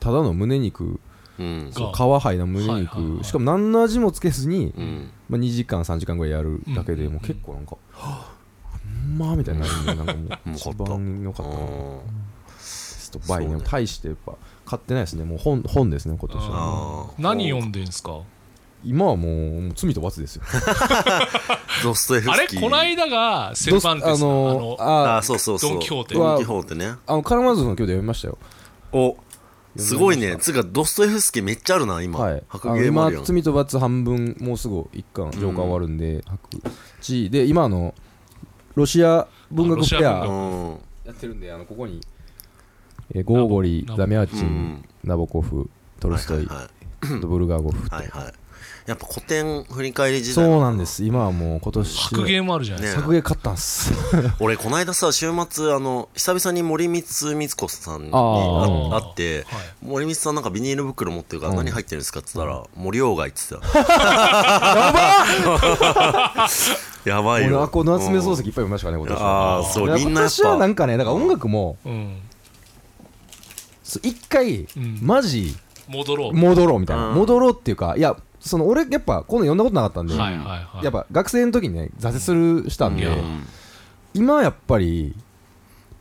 Speaker 1: ただの胸肉
Speaker 2: うん
Speaker 1: そう
Speaker 3: が
Speaker 1: 皮剥いだ胸
Speaker 3: はい
Speaker 1: 肉、
Speaker 3: はいはい
Speaker 1: しかも何の味もつけずに、
Speaker 2: うん
Speaker 1: まあ、2時間3時間ぐらいやるだけで、
Speaker 3: うん
Speaker 1: もう結構なんか、はぁうんまーみたいになるんでなんかもう
Speaker 2: もう
Speaker 1: 一
Speaker 2: ほっと
Speaker 1: 番良かったな
Speaker 2: うん
Speaker 1: ベストバイね
Speaker 2: そうね
Speaker 1: 大してやっぱ買ってないですねもう本本ですね今年は
Speaker 2: あー
Speaker 3: 何読んでんすか
Speaker 1: 今はもうもう罪と罰ですよ
Speaker 2: ドストエフ
Speaker 3: あれ
Speaker 2: スキー
Speaker 3: こないだがセルファンテ
Speaker 1: どう
Speaker 3: スあ
Speaker 1: すあの
Speaker 3: の
Speaker 1: ー
Speaker 2: あ
Speaker 1: あ
Speaker 2: あそうそうそう
Speaker 3: ドンキホーテ
Speaker 2: ドンキホーテね
Speaker 1: あのカラマーズの今日で読みましたよ
Speaker 2: おすごいねつうかドストエフスキーめっちゃあるな今、
Speaker 1: はい、
Speaker 2: 白芸もあ
Speaker 1: 今
Speaker 2: るやん
Speaker 1: 罪と罰半分もうすぐ一巻上巻終わるんで、白地で今あのロシア文学ペア
Speaker 3: あロシア文
Speaker 2: うん
Speaker 1: やってるんであのここに、えーゴーゴリ
Speaker 3: ナボ
Speaker 1: ダミャーチン、
Speaker 2: うん
Speaker 1: ナボコフトルストイ、
Speaker 2: はい
Speaker 1: ドブルガーゴフって、
Speaker 2: はいはいはいやっぱ古典振り返り時代
Speaker 1: そうなんです今はもう今年
Speaker 3: 白芸もあるじゃないですか、
Speaker 2: ね
Speaker 1: 白芸買ったんす
Speaker 2: 俺こないださ週末あの久々に森光光子さんに
Speaker 1: あー
Speaker 2: あ会って
Speaker 3: はい
Speaker 2: 森光さんなんかビニール袋持ってるから何入ってるんですかって言ったら森鴎外って言 ってた やばい
Speaker 1: 俺
Speaker 2: よ
Speaker 1: はこの集め漱石いっぱい見ましたからね今年は
Speaker 2: ああそうみん
Speaker 1: 今
Speaker 2: なやっ
Speaker 1: 年はな
Speaker 2: ぱ
Speaker 1: んかねだから音楽も
Speaker 3: うん、
Speaker 1: そう一回、
Speaker 3: うん
Speaker 1: マジ
Speaker 3: 戻ろう、
Speaker 1: 戻ろうみたいな、
Speaker 2: うん
Speaker 1: 戻ろうっていうかいやその俺やっぱこういうの読んだことなかったんで、
Speaker 3: はいはいはい
Speaker 1: やっぱ学生の時にね挫折するしたんで、
Speaker 3: いや
Speaker 1: 今やっぱり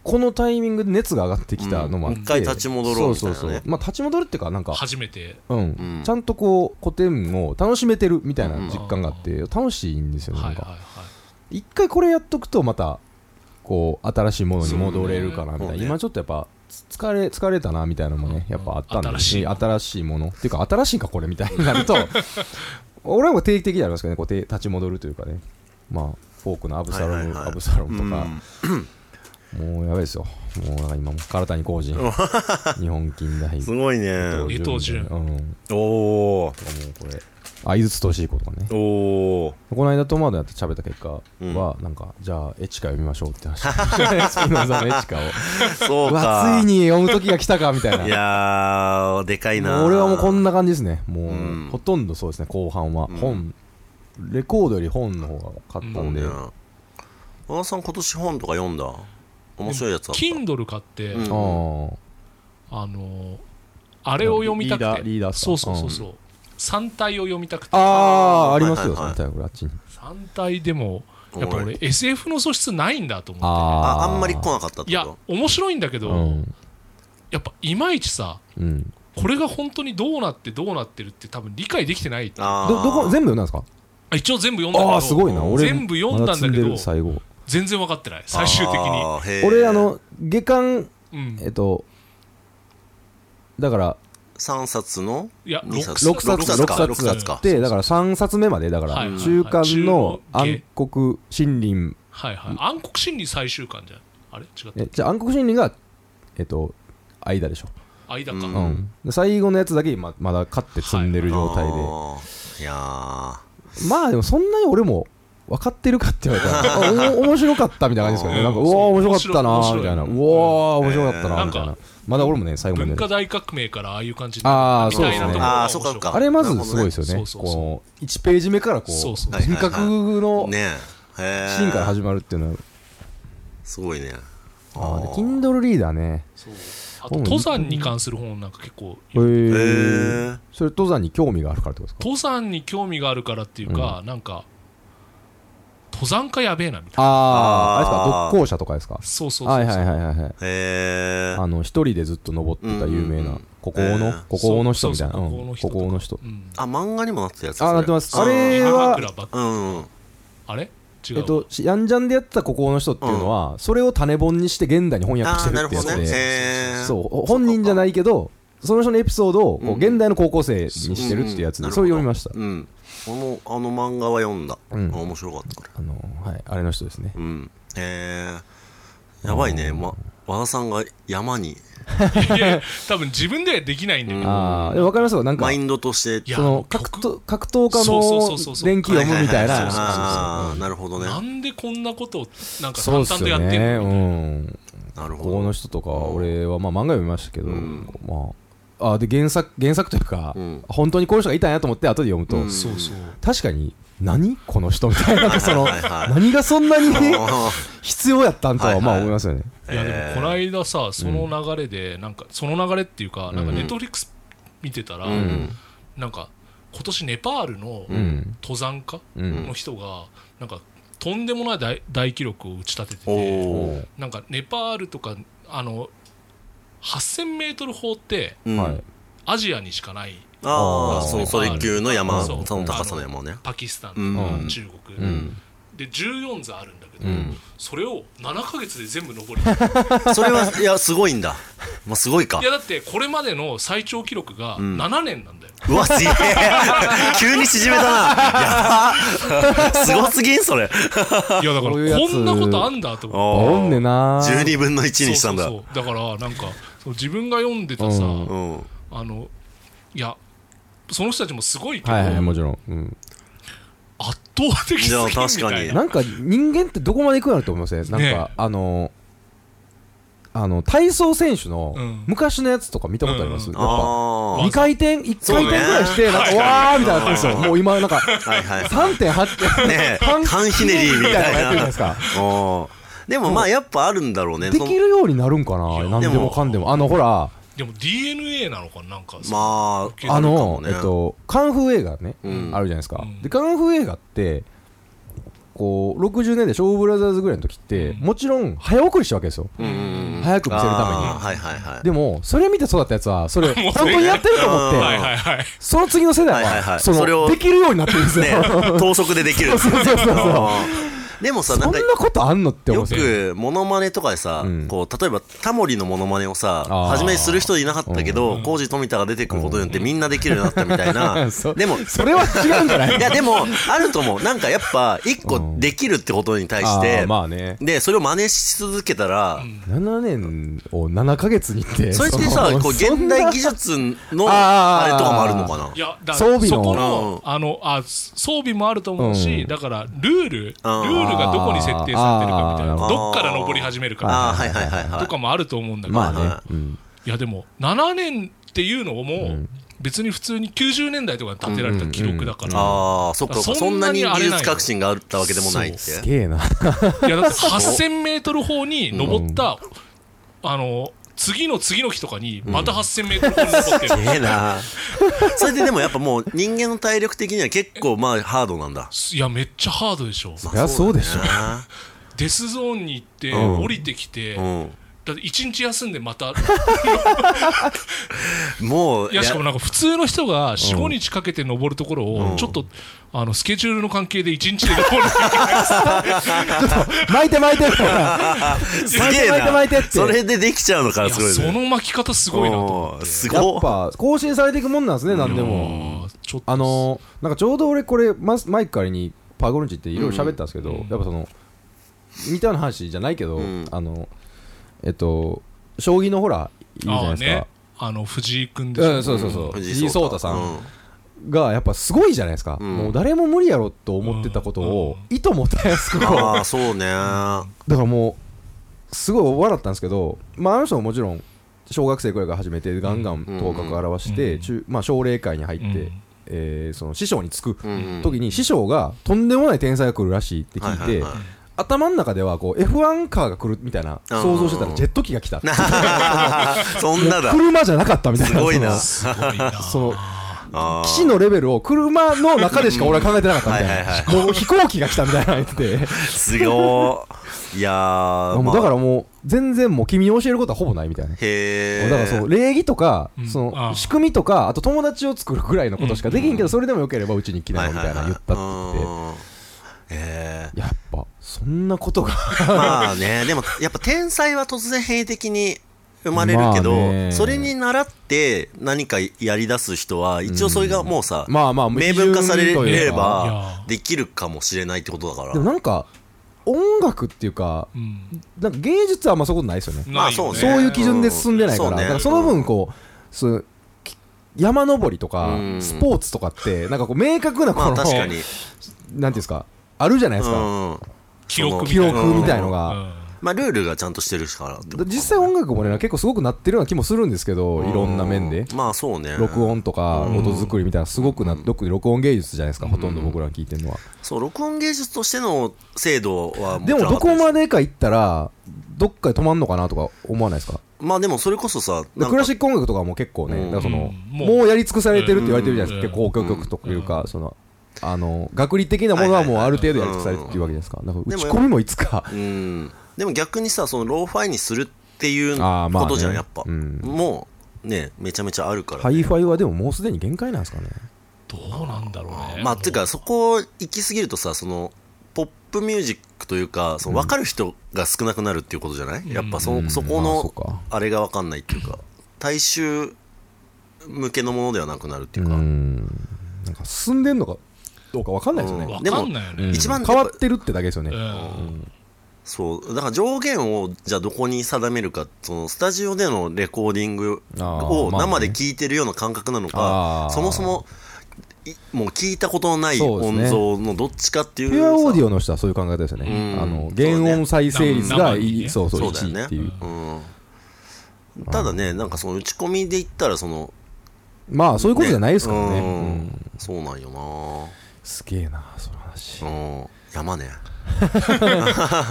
Speaker 1: このタイミングで熱が上がってきたのもあって、
Speaker 2: うん一回立ち戻ろうみたいなね
Speaker 1: そうそうそうまあ立ち戻るっていうかなんか
Speaker 3: 初めて
Speaker 1: うん、
Speaker 2: ん
Speaker 1: ちゃんとこう古典を楽しめてるみたいな実感があって、楽しいんですよね
Speaker 3: は
Speaker 1: なん
Speaker 3: い
Speaker 1: か、
Speaker 3: はいはい
Speaker 1: 一回これやっとくとまたこう新しいものに戻れるかなみたいな、
Speaker 2: そうね
Speaker 1: 今ちょっとやっぱつ疲れ疲れたなみたいなのもねやっぱあったんで、
Speaker 3: 新しい
Speaker 1: 新しいものっていうか新しいんかこれみたいになる と俺はもう定期的にありますけどねこうて立ち戻るというかねまあフォークのアブサロム、
Speaker 2: はいはいはい
Speaker 1: アブサロムと
Speaker 2: う
Speaker 1: か
Speaker 2: ん、
Speaker 1: もうやばいですよもうなんか今もう唐谷浩二日本近代
Speaker 2: すごいね
Speaker 3: 伊藤潤
Speaker 1: うん
Speaker 2: おお
Speaker 1: とかもうこれ相槌としいことかね
Speaker 2: ーおー
Speaker 1: この間トマトやって喋った結果は、なんかじゃあエチカ読みましょうって 話スピノザのエチカを
Speaker 2: そう
Speaker 1: うわ
Speaker 2: か
Speaker 1: ついに読む時が来たかみたいな
Speaker 2: いやーでかい
Speaker 1: も
Speaker 2: な
Speaker 1: う俺はもうこんな感じですねもう、
Speaker 2: うん
Speaker 1: ほとんどそうですね後半は、本レコードより本の方が買ったんで、
Speaker 2: ね小田さん今年本とか読んだ面白いやつあった
Speaker 3: Kindle 買って、
Speaker 2: うん
Speaker 1: あ
Speaker 3: あのーあれを読みたくて
Speaker 1: リーダーリーダーっすか
Speaker 3: そうそうそうそう、三体を読みたく
Speaker 1: あ
Speaker 3: て
Speaker 1: ああ
Speaker 2: あー
Speaker 1: ありますよ、
Speaker 2: はいはいはい
Speaker 1: そのタイプあっちに
Speaker 3: 三体でもやっぱ
Speaker 2: お
Speaker 3: 俺 SF の素質ないんだと思っ
Speaker 1: あ
Speaker 2: あ
Speaker 1: ー
Speaker 2: あんまり来なかったってこと
Speaker 3: ていや面白いんだけど、
Speaker 1: うん
Speaker 3: やっぱいまいちさ
Speaker 1: うん
Speaker 3: これが本当にどうなってどうなってるって多分理解できてない
Speaker 2: あー
Speaker 1: どどこ全部読んだんですか
Speaker 3: 一応全部読んだけど
Speaker 1: ああーすごいな俺
Speaker 3: 全部読んだんだ
Speaker 1: ま
Speaker 3: け
Speaker 1: 積
Speaker 3: ど
Speaker 1: る最後
Speaker 3: 全然分かってない最終的に、
Speaker 2: あーへー
Speaker 1: 俺あの下巻
Speaker 3: うん、
Speaker 1: えっとだから
Speaker 2: 3冊の
Speaker 3: いや
Speaker 2: 二冊
Speaker 1: 6
Speaker 3: 6
Speaker 1: 冊
Speaker 2: 冊
Speaker 1: 6
Speaker 2: か
Speaker 1: 冊
Speaker 2: 六
Speaker 1: だ
Speaker 2: 冊か
Speaker 1: ってだから3冊目までだから
Speaker 3: はい
Speaker 1: 中間の
Speaker 3: はい
Speaker 1: 暗黒森林
Speaker 3: はいはい暗黒心理最終巻じゃんあれ違った
Speaker 1: えじゃあ暗黒森林がえっと間でしょ、
Speaker 3: 間か、
Speaker 2: う
Speaker 1: うんん、で最後のやつだけままだ勝って積んでる状態で、
Speaker 2: あーいやー
Speaker 1: まあでもそんなに俺も分かってるかって言われた らあお面白かったみたいな感じですけどねなんか
Speaker 3: う
Speaker 1: うんわー面白かったなーみたいな
Speaker 3: 面白いう面白い
Speaker 1: わー面白かったな
Speaker 3: う
Speaker 1: ー
Speaker 3: ん
Speaker 1: みたい
Speaker 3: な
Speaker 1: なんまだ俺もね最後まで
Speaker 3: 文化大革命からああいう感じに
Speaker 1: あー
Speaker 3: みたいな
Speaker 1: そうですね
Speaker 3: ところが
Speaker 2: あーそっかそっか
Speaker 1: あれまずすごいですよね
Speaker 3: なるほどね
Speaker 1: こう1ページ目からこ
Speaker 3: そうそううそう
Speaker 1: 文化の
Speaker 2: ねえへえ
Speaker 1: シーンから始まるっていうのは
Speaker 2: すごいね
Speaker 1: あーで Kindle リーダーね
Speaker 3: そうあと登山に関する本なんか結構
Speaker 1: へ
Speaker 2: へ
Speaker 1: ー
Speaker 2: え
Speaker 1: それ登山に興味があるからってことですか
Speaker 3: 登山に興味があるからっていうか、なんか登山家やべえなみたいな
Speaker 1: あああ
Speaker 2: あー
Speaker 1: れですか独行者とかですか
Speaker 3: そうそうそうそう
Speaker 1: はいはいはいはいはい
Speaker 2: へえ
Speaker 1: あの一人でずっと登ってた有名なここの、
Speaker 2: えー
Speaker 1: ここの人みたいな
Speaker 3: そうそうそう
Speaker 1: うん
Speaker 3: こ
Speaker 1: こ
Speaker 3: こ
Speaker 1: この人
Speaker 3: うん
Speaker 2: あ漫画にもなってたやつ
Speaker 1: あなってますすあれ
Speaker 3: 鎌
Speaker 1: は
Speaker 3: 倉ばっか
Speaker 2: うんうん
Speaker 3: あれ違う、
Speaker 1: えっと、しヤンジャンでやってた孤高の人っていうのは、それを種本にして現代に翻訳し
Speaker 2: あ
Speaker 1: て
Speaker 2: ー
Speaker 1: る
Speaker 2: なる
Speaker 1: ってや
Speaker 2: ほ
Speaker 1: つ
Speaker 2: ど
Speaker 1: で、
Speaker 2: ねへー
Speaker 1: そうほ本人じゃないけどその人のエピソードをこう
Speaker 2: うん
Speaker 1: 現代の高校生にしてるってやつで、
Speaker 2: うん
Speaker 1: それ読みました、
Speaker 2: うんこのあの漫画は読んだ、
Speaker 1: うん
Speaker 2: 面白かったか
Speaker 1: あ
Speaker 2: ら
Speaker 1: のはい、あれの人ですね
Speaker 2: うんへえやばいね、ま、和田さんが山に
Speaker 3: いやいや多分自分ではできないんだけど、
Speaker 1: ああ分かりますよなんか
Speaker 2: マインドとして
Speaker 3: いや
Speaker 1: その
Speaker 3: 曲
Speaker 1: 格闘格闘家
Speaker 3: そうそうそうそうそ
Speaker 1: の
Speaker 3: う
Speaker 1: 電気読むみたい
Speaker 2: ははは
Speaker 1: な
Speaker 2: あーなるほどね
Speaker 3: なんでこんなことをなんか
Speaker 1: そう
Speaker 3: 淡
Speaker 1: っす
Speaker 3: 々とや
Speaker 1: よ
Speaker 3: ってる
Speaker 1: ね
Speaker 3: の、
Speaker 1: うん
Speaker 2: なる
Speaker 1: ここ
Speaker 2: ほ
Speaker 1: の
Speaker 2: ど
Speaker 1: 人とか俺はまあ漫画読みましたけど、
Speaker 2: うん
Speaker 1: まああで原作原作というか、
Speaker 2: うん
Speaker 1: 本当にこの人がいたんやと思って後で読むと、
Speaker 2: うん
Speaker 3: そうそう
Speaker 1: 確かに何この人みたいななんかその
Speaker 2: はいはい
Speaker 1: 何がそんなに
Speaker 2: あ
Speaker 1: 必要やったんと
Speaker 2: はい
Speaker 1: は
Speaker 2: はい
Speaker 1: まあ思いますよね、
Speaker 2: ー
Speaker 3: いやで
Speaker 2: え
Speaker 3: も
Speaker 2: ー
Speaker 3: この間さその流れでなんかその流れっていうかなんかネットフリックス見てたら、
Speaker 2: うん
Speaker 3: なんか今年ネパールの
Speaker 1: うん
Speaker 3: 登山家
Speaker 1: うん
Speaker 3: の人がなんかとんでもない大大記録を打ち立てて
Speaker 2: お
Speaker 3: て
Speaker 2: お
Speaker 3: なんかネパールとかあの 8000m 法って
Speaker 2: うん
Speaker 1: はい
Speaker 3: アジアにしかない
Speaker 2: あ
Speaker 1: あ
Speaker 2: あ
Speaker 1: ー
Speaker 2: そのそれ級の山
Speaker 3: そう
Speaker 2: その高さの山ね
Speaker 3: パキスタン
Speaker 2: うん
Speaker 3: と
Speaker 1: う
Speaker 3: か
Speaker 1: ん
Speaker 3: 中国、
Speaker 1: ん
Speaker 3: で14座あるんだけど、
Speaker 1: うん
Speaker 3: それを7か月で全部登り切った
Speaker 2: それはいやすごいんだまあすごいか
Speaker 3: いやだってこれまでの最長記録が
Speaker 2: ん
Speaker 3: 7年なんだよ、
Speaker 2: うわすげえ 急に縮めたなやばすごすぎんそれ
Speaker 3: いやだから
Speaker 1: そう いうや
Speaker 3: こ
Speaker 1: つ
Speaker 3: んなことあんだと思っ
Speaker 1: あ
Speaker 3: て
Speaker 1: おんねな
Speaker 2: 12分の1にしたんだ
Speaker 3: そうそうそうだからなんかそう自分が読んでたさ、
Speaker 1: うん
Speaker 2: うん
Speaker 3: あのいやその人たちもすごいけど、
Speaker 1: はいはいもちろん、うん、
Speaker 3: 圧倒的すぎるみたい
Speaker 2: いや
Speaker 3: な
Speaker 1: なんか人間ってどこまで行くんやろと思いますねなんか、
Speaker 3: ね
Speaker 1: あのあの体操選手の
Speaker 3: うん
Speaker 1: 昔のやつとか見たことあります、
Speaker 3: うん
Speaker 1: やっぱ
Speaker 2: あ
Speaker 1: 2回転1
Speaker 2: そう
Speaker 1: 回転
Speaker 2: ね
Speaker 1: ぐらいしてなんか、
Speaker 3: はい
Speaker 1: わーみたいになってるんですよ
Speaker 2: はい
Speaker 1: もう今なんか
Speaker 2: あはいはい
Speaker 1: 3.8
Speaker 2: ねえ
Speaker 1: 半
Speaker 2: 半ひねりみたいな
Speaker 1: やってるじゃないですか
Speaker 2: おーでもまあやっぱあるんだろうね
Speaker 1: で
Speaker 2: その
Speaker 1: きるようになるんか
Speaker 3: いや
Speaker 1: な何でもかんでもあのほら
Speaker 3: でも DNA なのかななんかさ
Speaker 2: まあ
Speaker 1: あ
Speaker 2: るか
Speaker 1: の、
Speaker 2: もね
Speaker 1: えっと、カンフー映画ね、
Speaker 2: うん
Speaker 1: あるじゃないですか、
Speaker 3: うん
Speaker 1: でカンフー映画ってこう60年代ショーブラザーズぐらいの時って、
Speaker 3: うん
Speaker 1: もちろん早送りしたわけですよ、
Speaker 2: うんうんうん
Speaker 1: 早く見せるために
Speaker 2: あーはいはいはい
Speaker 1: でもそれ見て育ったやつはそ れ
Speaker 3: もう
Speaker 1: 本当にやってると思っ
Speaker 2: うん
Speaker 3: はい
Speaker 1: て
Speaker 3: はいはい
Speaker 1: その次の世代
Speaker 2: はいはいは
Speaker 1: はいそ
Speaker 2: それを
Speaker 1: のできるようになってるんですよ、
Speaker 2: ね等速でできる
Speaker 1: そうそうそうそう
Speaker 2: あーでもさな
Speaker 1: そ
Speaker 2: ん
Speaker 1: ん
Speaker 2: か
Speaker 1: なことあんのって思う
Speaker 2: よ
Speaker 1: んですよ
Speaker 2: くモノマネとかでさ、
Speaker 1: うん
Speaker 2: こう例えばタモリのモノマネをさ
Speaker 1: あー
Speaker 2: 初めする人いなかったけど、コージ富田が出てくることによってみんなできるようになったみたい な
Speaker 1: そ
Speaker 2: でも
Speaker 1: それは違うんじゃ ない
Speaker 2: いやでもあると思うなんかやっぱ一
Speaker 1: う
Speaker 2: 個
Speaker 1: ん
Speaker 2: できるってことに対して、
Speaker 1: あーまあね
Speaker 2: でそれを真似し続けたら、
Speaker 1: 7年を7ヶ月にって
Speaker 2: それってさ
Speaker 1: の
Speaker 2: こう
Speaker 1: そ
Speaker 2: 現
Speaker 1: んな
Speaker 2: 代技術の
Speaker 1: あー
Speaker 2: あれとかもあるのか
Speaker 3: いやだ
Speaker 1: 装備の
Speaker 3: そこ
Speaker 2: うん
Speaker 3: のあのあ装備もあると思うし、
Speaker 1: うん
Speaker 3: だからルールルールがどこに設定されてるかみたいな
Speaker 1: あー
Speaker 3: どっから登り始めるかみ
Speaker 2: なあー
Speaker 3: た
Speaker 2: はいはいはい
Speaker 3: いな
Speaker 2: は
Speaker 3: と
Speaker 2: い
Speaker 3: かもあると思うんだけど、
Speaker 1: まあね、
Speaker 2: は
Speaker 1: うん
Speaker 3: いやでも7年っていうのも別に普通に90年代とかに立てられた記録だから、
Speaker 2: ああそっかそっかそ
Speaker 3: そ
Speaker 2: ん
Speaker 3: ん
Speaker 2: な
Speaker 3: な
Speaker 2: に
Speaker 3: にあ
Speaker 2: 技
Speaker 3: れない
Speaker 2: 術革新があったわけでもないって
Speaker 1: すげえな
Speaker 3: いやだって8000メートル方に登った、あの次の次の日とかにまた8000メートル方に登ってる、
Speaker 2: ええなそれででもやっぱもう人間の体力的には結構まあハードなん だ
Speaker 3: いやめっちゃハードでしょ
Speaker 1: そりゃそうでしょ
Speaker 3: デスゾーンに行って
Speaker 2: うん
Speaker 3: 降りてきて、
Speaker 2: ょ
Speaker 3: だって1日休んでまた
Speaker 2: うんもう
Speaker 3: いやしかもなんか普通の人が45日かけて登るところをちょっと、あのスケジュールの関係で1日で登る
Speaker 1: 巻いて巻いて
Speaker 2: すげ
Speaker 1: 巻いて
Speaker 2: え
Speaker 1: 巻いて巻いてっ
Speaker 2: な
Speaker 1: て
Speaker 2: それでできちゃうのから
Speaker 3: いや
Speaker 2: すごい
Speaker 3: そ
Speaker 2: ね
Speaker 3: の巻き方すごいなと思
Speaker 2: お
Speaker 3: っ
Speaker 2: ー
Speaker 3: て
Speaker 2: す
Speaker 1: や
Speaker 2: ご
Speaker 1: っ
Speaker 2: っ
Speaker 1: ぱ更新されていくもんなんですね何で
Speaker 3: いや
Speaker 1: も
Speaker 3: ーちょっと
Speaker 1: あのーなんかちょうど俺これマスマイク借りにパゴルンチっていろいろ喋ったんですけど、
Speaker 3: うん
Speaker 1: やっぱその似たような話じゃないけど、
Speaker 2: うん
Speaker 1: あのえっと将棋のほらいるじゃない
Speaker 3: あ
Speaker 1: で
Speaker 3: ー
Speaker 1: すか
Speaker 3: ねあの藤井君でしょ
Speaker 1: うん、そうそうそう
Speaker 2: 藤
Speaker 1: 藤井聡太さ
Speaker 2: うん
Speaker 1: がやっぱすごいじゃないですか、
Speaker 2: うん
Speaker 1: もう誰も無理やろと思ってたことをいともたやすく こう
Speaker 2: ああそうね
Speaker 1: だからもうすごい笑ったんですけど、まあ、あの人ももちろん小学生くらいから始めてガンガン頭角を現して、
Speaker 3: うん
Speaker 1: 中まあ、奨励会に入って、
Speaker 3: うん
Speaker 1: えーその師匠につく
Speaker 2: うん
Speaker 1: 時に師匠がとんでもない天才が来るらしいって聞いて、
Speaker 2: はいはいはい
Speaker 1: 頭の中ではこう F1 カーが来るみたいな
Speaker 2: うん
Speaker 1: 想像してたらジェット機が来た
Speaker 2: そんなだ
Speaker 1: 車じゃなかったみたいな
Speaker 2: すごいな
Speaker 1: そ
Speaker 3: すごいな
Speaker 1: のその
Speaker 2: あー
Speaker 1: 騎士のレベルを車の中でしか俺は考えてなかったみ
Speaker 2: うんはいはい
Speaker 1: たい
Speaker 2: は
Speaker 1: な。もう飛行機が来たみたいな言ってて。
Speaker 2: すごーいやー、
Speaker 1: も
Speaker 2: ま
Speaker 1: う
Speaker 2: あ
Speaker 1: だからもう全然もう君に教えることはほぼないみたいな。
Speaker 2: へえ
Speaker 1: だからそう礼儀とか
Speaker 3: うん
Speaker 1: そ
Speaker 3: あ
Speaker 1: の
Speaker 3: ー
Speaker 1: 仕組みとかあと友達を作るぐらいのことしかできんけどそれでもよければうちに来な
Speaker 2: はい
Speaker 1: よみたいな言ったって言って
Speaker 2: てえ
Speaker 1: やっぱそんなことが
Speaker 2: ー、まあねでもやっぱ天才は突然変異的に生まれるけど、
Speaker 1: まあね
Speaker 2: それに倣って何かやり出す人は一応それがもうさ、
Speaker 1: まあまあ
Speaker 2: 明文化され
Speaker 1: 基準とい
Speaker 2: れ
Speaker 1: うか
Speaker 3: い
Speaker 2: ば
Speaker 3: や
Speaker 2: できるかもしれないってことだから
Speaker 1: でもなんか音楽っていうか
Speaker 3: うん
Speaker 1: なんか芸術はあんまそういうことないですよね
Speaker 2: まあ
Speaker 3: ないよ
Speaker 2: そうね
Speaker 1: そういう基準で進んでないから,、
Speaker 2: そうね
Speaker 1: だからその分こう、そうき山登りとか、
Speaker 2: うん
Speaker 1: スポーツとかってなんかこう明確なこ
Speaker 2: ま
Speaker 1: の、
Speaker 2: あ確かに、
Speaker 1: なんていうんですかあるじゃないですか、
Speaker 2: うん
Speaker 3: 記録
Speaker 1: 記録みたいの
Speaker 3: う
Speaker 1: が、
Speaker 3: ん
Speaker 2: まあルールがちゃんとしてるからってこと
Speaker 1: 実際音楽もね結構すごくなってるような気もするんですけど、いろんな面で
Speaker 2: う、まあそうね
Speaker 1: 録音とか
Speaker 2: うん
Speaker 1: 音作りみたいなすごくな、特に録音芸術じゃないですか、ほとんど僕らが聞いてるのは、
Speaker 2: そう録音芸術としての制度は
Speaker 1: でもどこま
Speaker 2: で
Speaker 1: でか行ったらどっかで止まんのかなとか思わないですか
Speaker 2: まあでもそれこそさ
Speaker 1: で
Speaker 2: なんか
Speaker 1: クラシック音楽とかも結構ね、
Speaker 2: うん
Speaker 1: だからその
Speaker 3: うん
Speaker 1: もうやり尽くされてるって言われてるじゃないですか、
Speaker 3: うん
Speaker 1: 結構公共曲というか、そのあの学理的なものはもうある程度やり尽くされてるっていうわけじゃないですかだから
Speaker 2: で
Speaker 1: 打
Speaker 2: も
Speaker 1: ち込みもいつか
Speaker 2: うんでも逆にさそのローファイにするっていう
Speaker 1: あーまあ
Speaker 2: こ
Speaker 1: ね
Speaker 2: とじゃんやっぱ、
Speaker 1: うん
Speaker 2: もうねめちゃめちゃあるから、
Speaker 1: ハイファイはでももうすでに限界なんですかね
Speaker 3: どうなんだろうね
Speaker 2: まあていうかそこ行き過ぎるとさそのポップミュージックというかその分かる人が少なくなるっていうことじゃない、やっぱそ,、
Speaker 1: うん
Speaker 2: そ
Speaker 1: ま
Speaker 2: こ
Speaker 1: あそう
Speaker 2: の
Speaker 1: か
Speaker 2: あれが分かんないっていうか大衆向けのものではなくなるっていう
Speaker 1: う
Speaker 2: か、
Speaker 1: んなんか進んでんのかどうか分かんないですよね、
Speaker 2: うん
Speaker 3: わかんないよね
Speaker 2: 一番
Speaker 1: 変わってるってだけですよね、
Speaker 3: うん
Speaker 2: そうだから上限をじゃあどこに定めるかそのスタジオでのレコーディング
Speaker 1: あ
Speaker 2: を
Speaker 1: ーまあね
Speaker 2: 生で聞いてるような感覚なの
Speaker 1: あ
Speaker 2: か、
Speaker 1: ー
Speaker 2: そもそもいもう聞いたことのない
Speaker 1: そうですね
Speaker 2: 音像のどっちかっていう
Speaker 1: ピュアオーディ
Speaker 2: オ
Speaker 1: オの人はそういう考え方ですよね、
Speaker 2: うん
Speaker 1: あの原音再生率
Speaker 3: そ
Speaker 1: が
Speaker 3: うね
Speaker 1: いいそうそう
Speaker 2: そうだよね
Speaker 1: 1位っていう、
Speaker 2: うん、ただねなんかその打ち込みで言ったらその
Speaker 1: まあそういうことじゃないですからね
Speaker 2: うん
Speaker 1: うん
Speaker 2: そうなんよな
Speaker 1: すげえなその話、
Speaker 2: うん山ね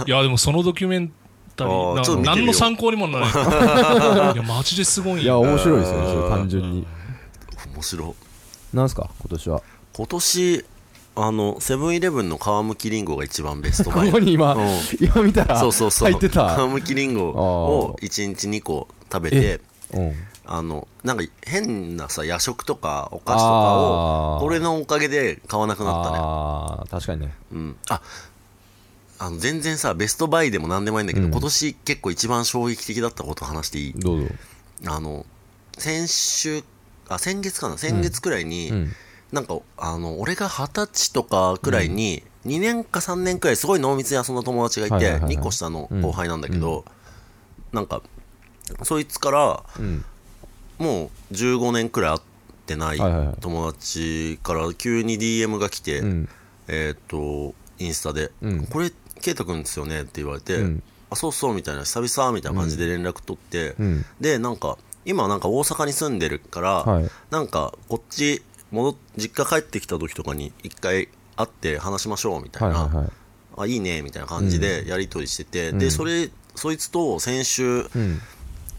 Speaker 3: いやでもそのドキュメンタリ
Speaker 2: あーちょっと
Speaker 3: ー
Speaker 2: 見
Speaker 3: な
Speaker 2: てみよう
Speaker 3: 何の参考にもならない いやマジですごい
Speaker 1: いや
Speaker 3: よ
Speaker 1: 面白いですよねそれ単純に
Speaker 2: 面白い
Speaker 1: なんすか今年は
Speaker 2: 今年あのセブンイレブンの皮むきリンゴが一番ベスト
Speaker 1: こ
Speaker 2: バイ
Speaker 1: こに今
Speaker 2: うん
Speaker 1: 今見たら
Speaker 2: そうそう そう
Speaker 1: 入ってた
Speaker 2: 皮むきりんごを1日2個食べ
Speaker 1: え
Speaker 2: て
Speaker 1: うん
Speaker 2: あのなんか変なさ夜食とかお菓子とか
Speaker 1: あ
Speaker 2: を
Speaker 1: ー
Speaker 2: これのおかげで買わなくなったね
Speaker 1: あー確かにね
Speaker 2: うんああの全然さベストバイでも何でもいいんだけど、
Speaker 1: うん
Speaker 2: 今年結構一番衝撃的だったこと話していい
Speaker 1: どうぞ
Speaker 2: あの先週あ先月かな先月くらいに、
Speaker 1: うん
Speaker 2: なんかあの俺が二十歳とかくらいに、2年か3年くらいすごい濃密に遊んだ友達がいて、
Speaker 1: はいはいはいはい
Speaker 2: 2個下の後輩なんだけど、なんかそいつから
Speaker 1: うん
Speaker 2: もう15年くらい会ってない
Speaker 1: はいはいはい
Speaker 2: 友達から急に DM が来て、
Speaker 1: うん
Speaker 2: えーっ、とインスタで、
Speaker 1: うん
Speaker 2: これ圭太君ですよね」って言われて、
Speaker 1: うん
Speaker 2: あそうそうみたいな久々みたいな感じで連絡取って、
Speaker 1: うん
Speaker 2: でなんか今なんか大阪に住んでるから、
Speaker 1: はい
Speaker 2: なんかこっち戻っ実家帰ってきた時とかに一回会って話しましょうみた
Speaker 1: はいい
Speaker 2: な、
Speaker 1: はいはい
Speaker 2: あいいねみたいな感じでやり取りしてて、
Speaker 1: う
Speaker 2: で
Speaker 1: ん
Speaker 2: それそいつと先週
Speaker 1: うん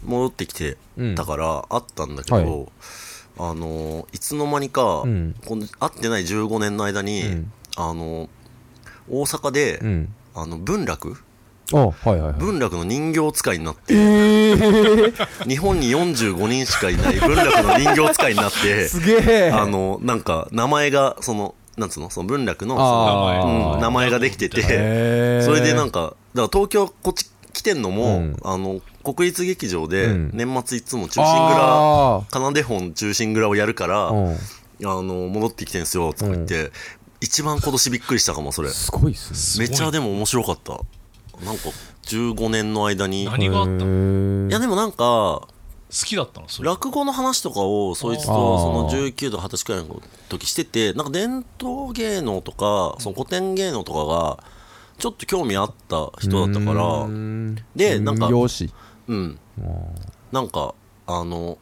Speaker 2: 戻ってきてたから会ったんだけど、
Speaker 1: はい
Speaker 2: あのーいつの間にか、
Speaker 1: うん
Speaker 2: この会ってない15年の間に、
Speaker 1: うん
Speaker 2: あのー大阪で、
Speaker 1: うん
Speaker 2: あの文楽
Speaker 1: あはいはいはい
Speaker 2: 文楽の人形使いになって
Speaker 1: え ー
Speaker 2: 日本に45人しかいない文楽の人形使いになっ て
Speaker 1: すげえ
Speaker 2: あの、なんか、名前が、その、なんつうの、その文楽の、
Speaker 1: あ
Speaker 2: そ
Speaker 1: ー
Speaker 2: のうん名前ができてて、それでなん
Speaker 1: か
Speaker 2: か、だから東京こっち来てんの
Speaker 1: う
Speaker 2: も、
Speaker 1: ん
Speaker 2: あの、国立劇場で、
Speaker 1: うん
Speaker 2: 年末いつも中心蔵、奏で本中心蔵をやるから、あ
Speaker 1: うん
Speaker 2: の、戻ってきてんすよ、とか言って、一番今年びっくりしたかも、それ。
Speaker 1: すごいっすね
Speaker 3: すご
Speaker 2: め
Speaker 3: い
Speaker 2: っちゃでも面白かった。なんか、15年の間に。
Speaker 3: 何があったの
Speaker 1: へー
Speaker 2: いやでもなんか、
Speaker 3: 好きだったのそれ
Speaker 2: 落語の話とかをそいつと
Speaker 1: あー
Speaker 2: その19とか20歳くらいの時しててなんか伝統芸能とかその古典芸能とかがちょっと興味あった人だったか
Speaker 1: う
Speaker 2: ら
Speaker 1: ーん
Speaker 2: でなんか
Speaker 1: 人形師
Speaker 2: うんなんかあの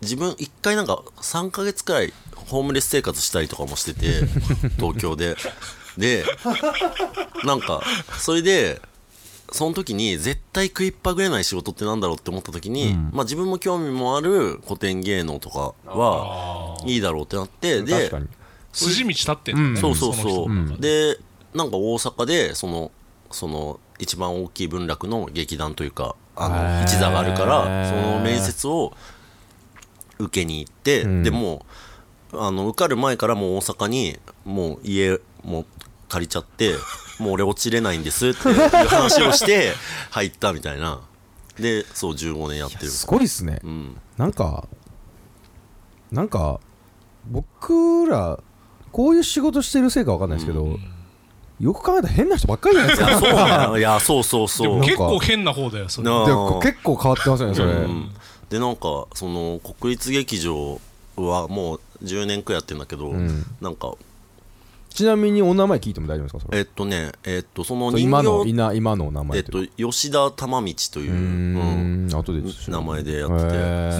Speaker 2: 自分一回なんか3ヶ月くらいホームレス生活したりとかもしてて東京ででなんかそれでその時に絶対食いっぱぐれない仕事ってなんだろうって思った時に、まあ自分も興味もある古典芸能とかはいいだろうってなって
Speaker 1: 確
Speaker 2: で
Speaker 1: かに
Speaker 3: 筋道立ってんだよね、
Speaker 1: うん
Speaker 2: そうそう
Speaker 3: の人
Speaker 2: そう、
Speaker 3: の中で
Speaker 2: でなんか大阪でそのその一番大きい文楽の劇団というかあ
Speaker 1: へ
Speaker 2: の
Speaker 1: ー
Speaker 2: 一座があるからその面接を受けに行って、
Speaker 1: うん
Speaker 2: でもうあの受かる前からもう大阪にもう家もう借りちゃって もう俺落ちれないんですっていう話をして入ったみたいなでそう15年やってる
Speaker 1: すごいっすね
Speaker 2: うん
Speaker 1: なんかなんか僕らこういう仕事してるせいかわかんないですけど、よく考えたら変な人ばっかりじゃないです
Speaker 2: い
Speaker 1: か
Speaker 2: やそうだよいやそうそう
Speaker 3: で
Speaker 2: そう
Speaker 3: も結構
Speaker 1: なんか
Speaker 3: 変な方だよそれ
Speaker 2: なあ
Speaker 1: でも結構変わってますよねそれ、
Speaker 2: うんでなんかその国立劇場はもう10年くらいやってんだけど、
Speaker 1: ん
Speaker 2: なんか
Speaker 1: ちなみにお名前聞いても大丈夫ですかそれ
Speaker 2: えっとねえっとその
Speaker 1: そう
Speaker 2: 人
Speaker 1: 今の
Speaker 2: 形
Speaker 1: 今今のお名
Speaker 2: え
Speaker 1: 前
Speaker 2: っ
Speaker 1: と
Speaker 2: と
Speaker 1: いうか
Speaker 2: 吉田玉道という
Speaker 1: うー
Speaker 2: うん
Speaker 1: ん後で
Speaker 2: 名前でやってて、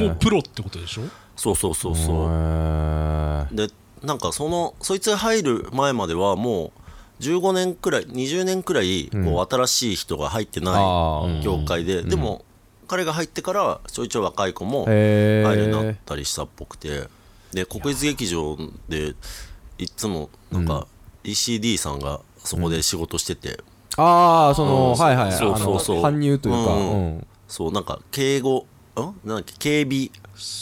Speaker 1: て
Speaker 3: もうプロってことでしょ
Speaker 2: そうそうそうそううでなんかそのそいつが入る前まではもう15年くらい20年くらいこう新しい人が入ってな
Speaker 1: あ
Speaker 2: い
Speaker 1: ー
Speaker 2: 業界で、でも彼が入ってからちょいちょい若い子も
Speaker 1: へ
Speaker 2: 入るようになっ
Speaker 1: え
Speaker 2: たりしたっぽくてで国立劇場でいつもなんか ECD さんがそこで仕事してて、
Speaker 1: ああその
Speaker 2: うん
Speaker 1: はいはい
Speaker 2: そうそうそう
Speaker 1: あの搬入というか
Speaker 2: うん
Speaker 1: うん
Speaker 2: そうなんか警護んなんだっけ警備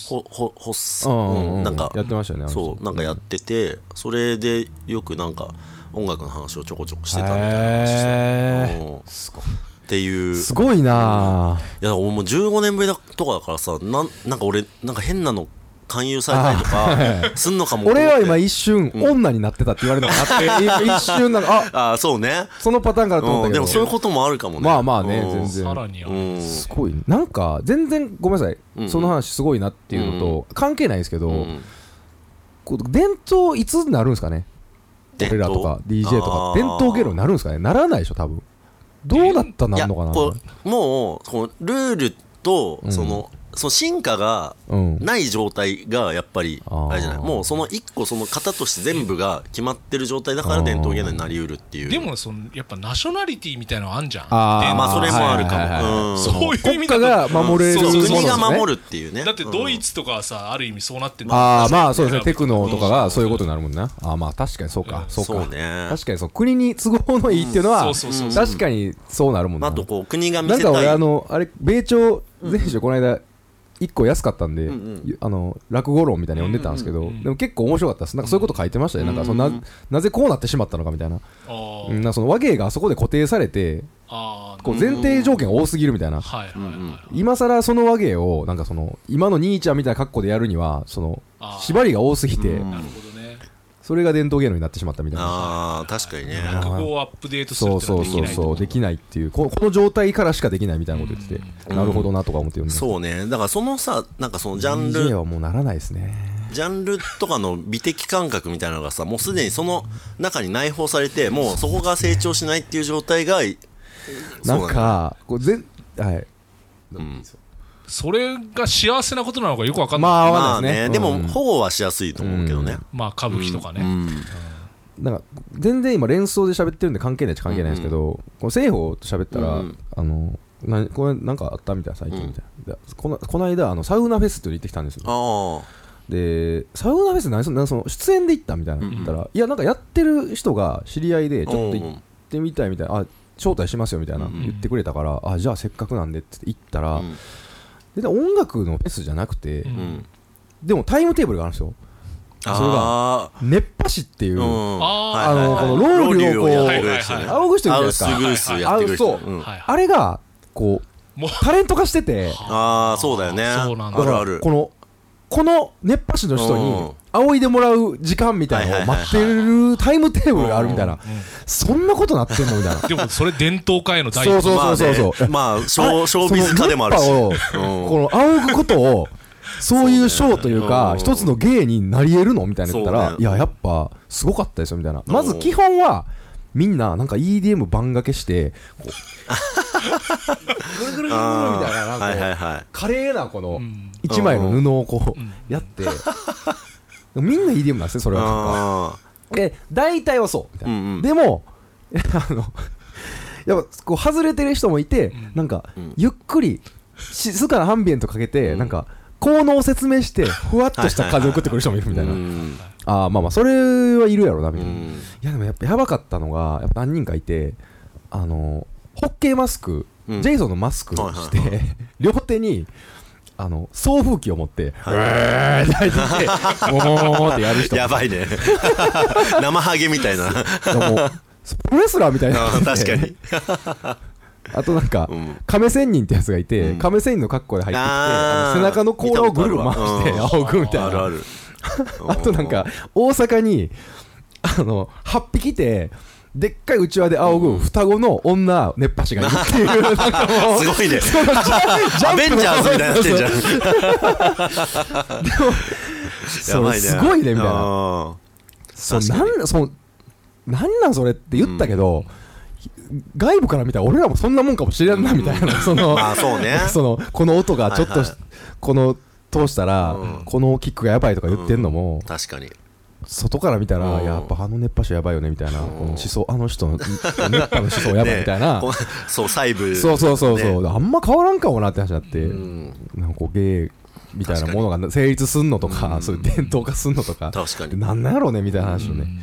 Speaker 2: ほほほっす、
Speaker 1: うん
Speaker 2: うん
Speaker 1: うん
Speaker 2: なんか
Speaker 1: やってましたよねあの人
Speaker 2: そうなんかやっててそれでよくなんか音楽の話をちょこちょこしてたみたいな話して
Speaker 1: へ
Speaker 2: うんっ
Speaker 1: ーすごい
Speaker 2: ていう
Speaker 1: すごいなあ
Speaker 2: いや俺もう15年ぶりだとかだからさなんなんか俺なんか変なの勧誘されたりとかすんのかもと思って
Speaker 1: 俺は今一瞬女になってたって言われるのか なって一瞬なんかあ
Speaker 2: ああそうね
Speaker 1: そのパターンからと思った
Speaker 2: う
Speaker 1: け
Speaker 2: ん、で
Speaker 1: ど
Speaker 2: もそういうこともあるかもね
Speaker 1: まあまあね
Speaker 2: うん
Speaker 1: 全然
Speaker 3: さらにあ
Speaker 2: う
Speaker 3: る、
Speaker 2: ん
Speaker 1: すごいなんか全然ごめんなさい
Speaker 2: うん
Speaker 1: その話すごいなっていうのと関係ないですけ
Speaker 2: う
Speaker 1: ど
Speaker 2: ん
Speaker 1: こう伝統いつになるんですかね
Speaker 2: 伝
Speaker 1: 俺
Speaker 2: 統
Speaker 1: らとか DJ とか
Speaker 2: あー
Speaker 1: 伝統芸能になるんですかねならないでしょ多分どうだったら
Speaker 2: い
Speaker 1: な
Speaker 2: や
Speaker 1: るのかな
Speaker 2: こうもうこうルールと
Speaker 1: うん
Speaker 2: その,、その進化が
Speaker 1: うん
Speaker 2: ない状態がやっぱり
Speaker 1: あー
Speaker 2: あれじゃないもうその一個その型として全部が決まってる状態だから伝統芸能になりうるっていう
Speaker 3: でもそのやっぱナショナリティみたいなのあんじゃん
Speaker 1: あー
Speaker 2: まあそれもあるかも、
Speaker 1: はいはいはいはい
Speaker 2: うん
Speaker 3: そういう意
Speaker 1: 国
Speaker 3: 味だ
Speaker 1: 家
Speaker 3: と
Speaker 1: が守れる
Speaker 2: そう
Speaker 1: ものです
Speaker 2: 国が
Speaker 1: ね
Speaker 2: 守るっていうね
Speaker 3: だってドイ
Speaker 2: ツ、
Speaker 3: ツとかはさある意味そうなってんだ
Speaker 1: ああ
Speaker 3: から
Speaker 1: まあそうですねテクノとかがそういうこと
Speaker 3: ん
Speaker 1: になるもんなあーまあ確かにそうか
Speaker 2: う
Speaker 1: そ
Speaker 2: ん
Speaker 1: う
Speaker 2: そう
Speaker 1: か
Speaker 2: ね
Speaker 1: 確かにそう国に都合のいいっていうのは
Speaker 3: うんそうそうそう
Speaker 1: 確かにそうなるもん
Speaker 2: まあ
Speaker 1: な
Speaker 2: あとこう国が見
Speaker 1: な
Speaker 2: せ
Speaker 1: ん
Speaker 2: た
Speaker 1: か
Speaker 2: い
Speaker 1: 俺あのあれ米朝全書この間1個安かったんで、
Speaker 2: ん
Speaker 1: あの落語論みたいなの読んでたんですけど、でも結構面白かったですなんかそういうこと書いてましたね、なんかそのななぜこうなってしまったのかみたいな,、
Speaker 3: あー
Speaker 1: うん、なんかその和芸があそこで固定されて
Speaker 3: あー
Speaker 1: こう前提条件が多すぎるみたいな、
Speaker 3: はいはいはい、
Speaker 1: 今さらその和芸をなんかその今の兄ちゃんみたいな格好でやるにはその
Speaker 3: あー
Speaker 1: 縛りが多すぎて、
Speaker 2: うん
Speaker 3: なるほどね
Speaker 1: それが伝統芸能になってしまったみたいな
Speaker 2: あー確かにね
Speaker 3: 落語をアップデートする
Speaker 1: そ
Speaker 3: っ
Speaker 1: う
Speaker 3: て
Speaker 1: そう
Speaker 3: のはで
Speaker 1: そ
Speaker 3: き
Speaker 1: う
Speaker 3: ない
Speaker 1: そうできないっていうここの状態からしかできないみたいなこと言ってて、なるほどなとか思って読んでました
Speaker 2: そうねだからそのさなんかそのジャン
Speaker 1: DJ
Speaker 2: ル
Speaker 1: はもうならないですね
Speaker 2: ジャンルとかの美的感覚みたいなのがさもうすでにその中に内包されてもうそこが成長しないっていう状態がい
Speaker 1: なんかこう全はい
Speaker 3: それが幸せなことなのかよくわかんない、まあ、
Speaker 1: まあ
Speaker 2: ま
Speaker 1: わか
Speaker 2: あ
Speaker 1: んないです
Speaker 2: ね
Speaker 1: ね
Speaker 2: でも
Speaker 1: うん
Speaker 2: 保護はしやすいと思うけどね
Speaker 3: 歌舞伎とかね、
Speaker 2: うん
Speaker 1: なんか全然今連想で喋ってるんで関係ないっちゃ関係ないんですけど、この西方と喋ったら、
Speaker 2: うん
Speaker 1: あのなこれなんかあったみたいな最近みたいな、でこのこの間あのサウナフェスっていうの行ってきたんですよ
Speaker 2: あ
Speaker 1: でサウナフェス何そ何その出演で行ったみたいな言ったら、いやなんかやってる人が知り合いでちょっと行ってみたいみたいなあ招待しますよみたいな、
Speaker 2: うん
Speaker 1: 言ってくれたからあじゃあせっかくなんでって言って行った
Speaker 2: あ
Speaker 1: ら、
Speaker 2: うん
Speaker 1: で音楽のフェスじゃなくて、
Speaker 3: ん
Speaker 2: うん
Speaker 1: でもタイムテーブルがあるんですよそれ
Speaker 2: あ
Speaker 1: 熱波師ってい
Speaker 2: ー
Speaker 1: う、
Speaker 2: うん
Speaker 1: ー
Speaker 2: は
Speaker 3: あ
Speaker 2: いはいは
Speaker 1: あ
Speaker 2: い
Speaker 1: のこのロウリュをこう
Speaker 2: ロウリュをやってくれる人ね
Speaker 1: 仰ぐ人いるじゃ
Speaker 2: アウ
Speaker 1: ない
Speaker 2: ス
Speaker 1: で
Speaker 2: グ
Speaker 1: すか
Speaker 2: ースやってくれる人
Speaker 1: はいはい
Speaker 2: うん
Speaker 3: はいはい
Speaker 1: あれがこう
Speaker 3: もう
Speaker 1: タレント化してて
Speaker 2: あーそうだよね
Speaker 3: そうなんだ
Speaker 1: だか
Speaker 2: あるあ
Speaker 1: ら
Speaker 2: る
Speaker 1: このこの熱波師の人
Speaker 2: うん
Speaker 1: に仰いでもらう時間みたいなのを待ってるタイムテーブルがあるみたいなそんなことなってんのみたいな
Speaker 3: でもそれ伝統界の第一
Speaker 1: そうそう
Speaker 2: まあね
Speaker 1: そうそうそう
Speaker 2: まあ ショーショービズ
Speaker 1: そ
Speaker 2: 化
Speaker 1: の
Speaker 2: でもあるし
Speaker 1: 熱波を
Speaker 2: うん
Speaker 1: この仰ぐことをそういうショーというか
Speaker 2: そうだよねうん
Speaker 1: 一つの芸になり得るのみたいな言った
Speaker 2: そう
Speaker 1: ら
Speaker 2: だ
Speaker 1: い
Speaker 2: よ
Speaker 1: ややっぱすごかったですよみたいなまず基本はみんななんか EDM 番掛けしてこうぐるぐるぐるぐるみたいななん
Speaker 2: あー
Speaker 1: かこ
Speaker 2: はいうはいはい
Speaker 1: 華麗なこの
Speaker 3: ん
Speaker 1: 一枚の布をこう、やって、 みんな EDM なんですねそれはなんか
Speaker 2: あ
Speaker 1: で大体はそうみたいな、
Speaker 2: うんうん
Speaker 1: でも あのやっぱこう外れてる人もいて、なんか、ゆっくり静かなアンビエントかけて、なんか効能を説明してふわっとした風を送ってくる人もいるみたいな
Speaker 2: うん
Speaker 1: ああまあまあそれはいるやろなみたいな、
Speaker 2: うん
Speaker 1: いやでもやっぱやばかったのがやっぱ何人かいてあのホッケーマスク、
Speaker 2: うん
Speaker 1: ジェイソンのマスクをして、
Speaker 2: はい
Speaker 1: 両手にあの送風機を持って、
Speaker 2: い
Speaker 1: えー って入ってきておーってやる人
Speaker 2: やば いね生ハゲみたいな
Speaker 1: もうプロレスラーみたいな
Speaker 2: うん
Speaker 1: 感じ
Speaker 2: 確
Speaker 1: で
Speaker 2: かに
Speaker 1: あとなんか、
Speaker 2: うん
Speaker 1: 亀仙人ってやつがいて、
Speaker 2: うん
Speaker 1: 亀仙人の格好で入ってきて
Speaker 2: あー
Speaker 1: あの背中の甲羅をぐるぐる回して
Speaker 2: 見たこ
Speaker 1: 仰ぐみたい
Speaker 2: ある
Speaker 1: な
Speaker 2: ある
Speaker 1: あとなんか大阪にあの8匹ででっかいうちわで仰ぐ双子の女熱波師がいるって いうなんかもう
Speaker 2: すごいね
Speaker 1: そのジャジャ
Speaker 2: ア
Speaker 1: ンプ
Speaker 2: ベンジャーズみたいになってんじゃん
Speaker 1: そうすごいねみたいな
Speaker 2: な
Speaker 1: そう
Speaker 2: 確か
Speaker 1: な
Speaker 2: に
Speaker 1: んそのなんなんそれって言ったけど、外部から見たら俺らもそんなもんかもしれんなみたいな、その
Speaker 2: まあそうね
Speaker 1: そのこの音がちょっと、
Speaker 2: はいはい
Speaker 1: この通したら、
Speaker 2: うん
Speaker 1: このキックがやばいとか言ってんのも、
Speaker 2: 確かに
Speaker 1: 外から見たら、
Speaker 2: うん
Speaker 1: やっぱあの熱波師やばいよねみたいな、
Speaker 2: うん
Speaker 1: この思想あの人の熱波の思想やばいみたいな、
Speaker 2: ねこうそう細部
Speaker 1: そうそうそうそう、
Speaker 2: ね
Speaker 1: あんま変わらんかもなって話になって、
Speaker 2: うん
Speaker 1: なんかこうゲイみたいなものが成立すんのとか、
Speaker 2: うん
Speaker 1: そういう伝統化すんのとか、
Speaker 2: 確かに
Speaker 1: なんなんやろうねみたいな話をね、
Speaker 3: うん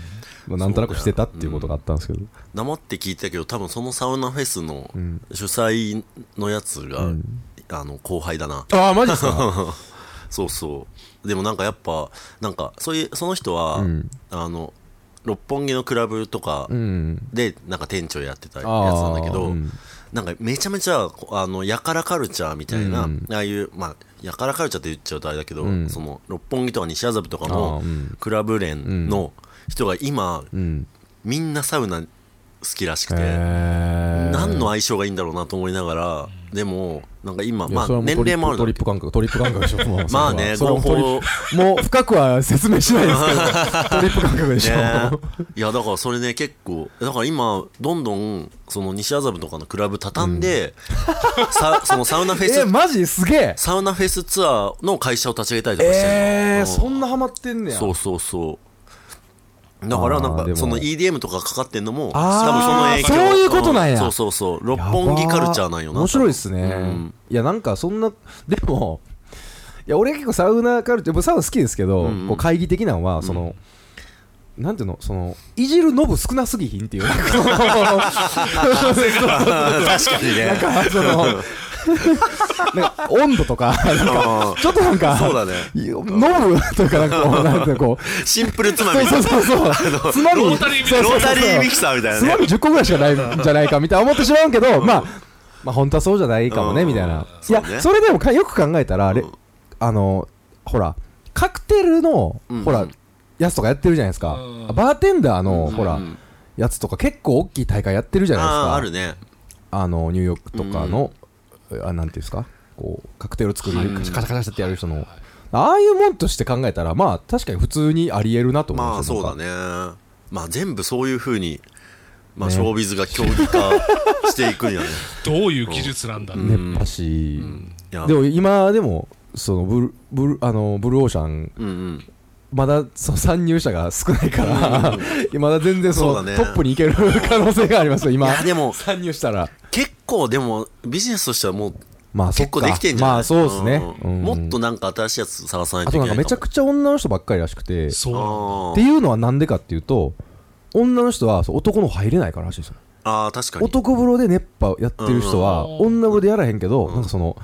Speaker 1: まあ、なんとなくしてたっていうことがあったんですけど、
Speaker 2: 黙って聞いたけど多分そのサウナフェスの
Speaker 1: ん
Speaker 2: 主催のやつが、
Speaker 1: うん
Speaker 2: あの後輩だな
Speaker 1: ああマジですか
Speaker 2: そうそうでもなんかやっぱなんかそういうその人は、
Speaker 1: うん
Speaker 2: あの六本木のクラブとか
Speaker 1: うん
Speaker 2: でなんか店長やってたやつ
Speaker 1: あ
Speaker 2: な
Speaker 1: あ
Speaker 2: んだけど、
Speaker 1: うん
Speaker 2: なんかめちゃめちゃこあのやからカルチャーみたいな、
Speaker 1: うん
Speaker 2: ああいうまあやからカルチャーって言っちゃうとあれだけど、
Speaker 1: うん
Speaker 2: その六本木とか西麻布とか
Speaker 1: ああう
Speaker 2: の
Speaker 1: ん
Speaker 2: クラブ連の人が今、
Speaker 1: うん
Speaker 2: みんなサウナ好きらしくて、
Speaker 1: え
Speaker 2: 何の相性がいいんだろうなと思いながら、でもなんか今まあ
Speaker 1: いやそれはもう
Speaker 2: 年齢もある
Speaker 1: ト
Speaker 2: の
Speaker 1: リップ感覚トリップ感覚でし ょもう
Speaker 2: まあね
Speaker 1: それは
Speaker 2: 合法
Speaker 1: もうトリもう深くは説明しないですけどト リップ感覚でしょ、
Speaker 2: ね、いやだからそれね結構だから今どんどんその西麻布とかのクラブ畳んで、さそのサウナフェス、
Speaker 1: えマジすげえ
Speaker 2: サウナフェスツアーの会社を立ち上げたりとかしてるの
Speaker 1: え
Speaker 2: うん
Speaker 1: ー、そんなハマってんねや
Speaker 2: そうそうそうだからな
Speaker 1: あー
Speaker 2: ん
Speaker 1: で
Speaker 2: か
Speaker 1: も
Speaker 2: その EDM とかかかってんのも多分その
Speaker 1: あー
Speaker 2: 影響
Speaker 1: そういうことなんや
Speaker 2: そうそうそう六本木カルチャーなんよな
Speaker 1: 面白いっすね、
Speaker 2: うん
Speaker 1: いやなんかそんなでもいや俺結構サウナカルチャー僕サウナ好きですけど、
Speaker 2: うんうん
Speaker 1: こう会議的なのはその、なんていうのそのいじるノブ少なすぎひんっ ていうなんかその
Speaker 2: 確かにね
Speaker 1: なんかそのなんか温度とかなんかちょっとなんか
Speaker 2: そうだね
Speaker 1: いやノブというかなんかこうなんていうのこう
Speaker 2: シンプルつまみ
Speaker 1: そうそうそうそうつまみ
Speaker 3: ロータリーミキサ
Speaker 1: そう
Speaker 2: ロ
Speaker 1: そう
Speaker 2: ー
Speaker 1: そ
Speaker 2: タ
Speaker 1: う
Speaker 2: リーミキサーみたい
Speaker 1: つま
Speaker 2: なね
Speaker 1: み10個ぐらいしかないんじゃないかみたいな思ってしまうけど、まあ、まあ本当はそうじゃないかもね、
Speaker 2: うん
Speaker 1: みたいな。い
Speaker 2: そう
Speaker 1: や
Speaker 2: ね、
Speaker 1: それでもかよく考えたら、レ
Speaker 2: うん
Speaker 1: あの、ほら、カクテルの
Speaker 2: うん、
Speaker 1: ほら、やつとかやってるじゃないですか
Speaker 3: う。ん
Speaker 1: バーテンダーの、ほ
Speaker 2: う
Speaker 1: ら
Speaker 2: ん、
Speaker 1: やつとか結構大きい大会やってるじゃ
Speaker 2: ああー
Speaker 1: な
Speaker 2: あ
Speaker 1: いで
Speaker 2: る
Speaker 1: すか。
Speaker 2: ね
Speaker 1: あの、ニューヨークとかの、あなんていうんですか、こう、カクテル作る、カシャカシャカシャってやる人の。ああいうもんとして考えたら、まあ確かに普通にありえるなと思
Speaker 2: ま
Speaker 1: い
Speaker 2: あ
Speaker 1: ました
Speaker 2: そうだ
Speaker 1: ね。
Speaker 2: ねまあ全部そういうふうにまあ
Speaker 1: ね
Speaker 2: ショービズが競技化していくんやね
Speaker 3: どういう技術なんだろう
Speaker 1: 熱波師
Speaker 2: いや
Speaker 1: でも今でもそのブルブルあのブルーオーシャン
Speaker 2: うんうん
Speaker 1: まだその参入者が少ないから、まだ全然そ
Speaker 2: そ
Speaker 1: の
Speaker 2: うだね
Speaker 1: トップに行ける可能性がありますよ
Speaker 2: い
Speaker 1: 今
Speaker 2: やでも
Speaker 1: 参入したら
Speaker 2: 結構でもビジネスとしてはもう
Speaker 1: まあそっ
Speaker 2: 結
Speaker 1: か
Speaker 2: 構できてんじゃない
Speaker 1: まあそうですね、
Speaker 2: うん
Speaker 1: うん
Speaker 2: もっとなんか新しいやつ探さない
Speaker 1: あ
Speaker 2: と
Speaker 1: と
Speaker 2: い
Speaker 1: なんか
Speaker 2: けないかも
Speaker 1: めちゃくちゃ女の人ばっかりらしくてっ
Speaker 3: そうなんだ
Speaker 1: ていうのはなんでかっていうと女の人はそう男の入れないかららしいですよ
Speaker 2: あーあー確かに
Speaker 1: 男風呂で熱波やってる人は
Speaker 3: うん
Speaker 1: 女風呂でやらへんけど、なんかその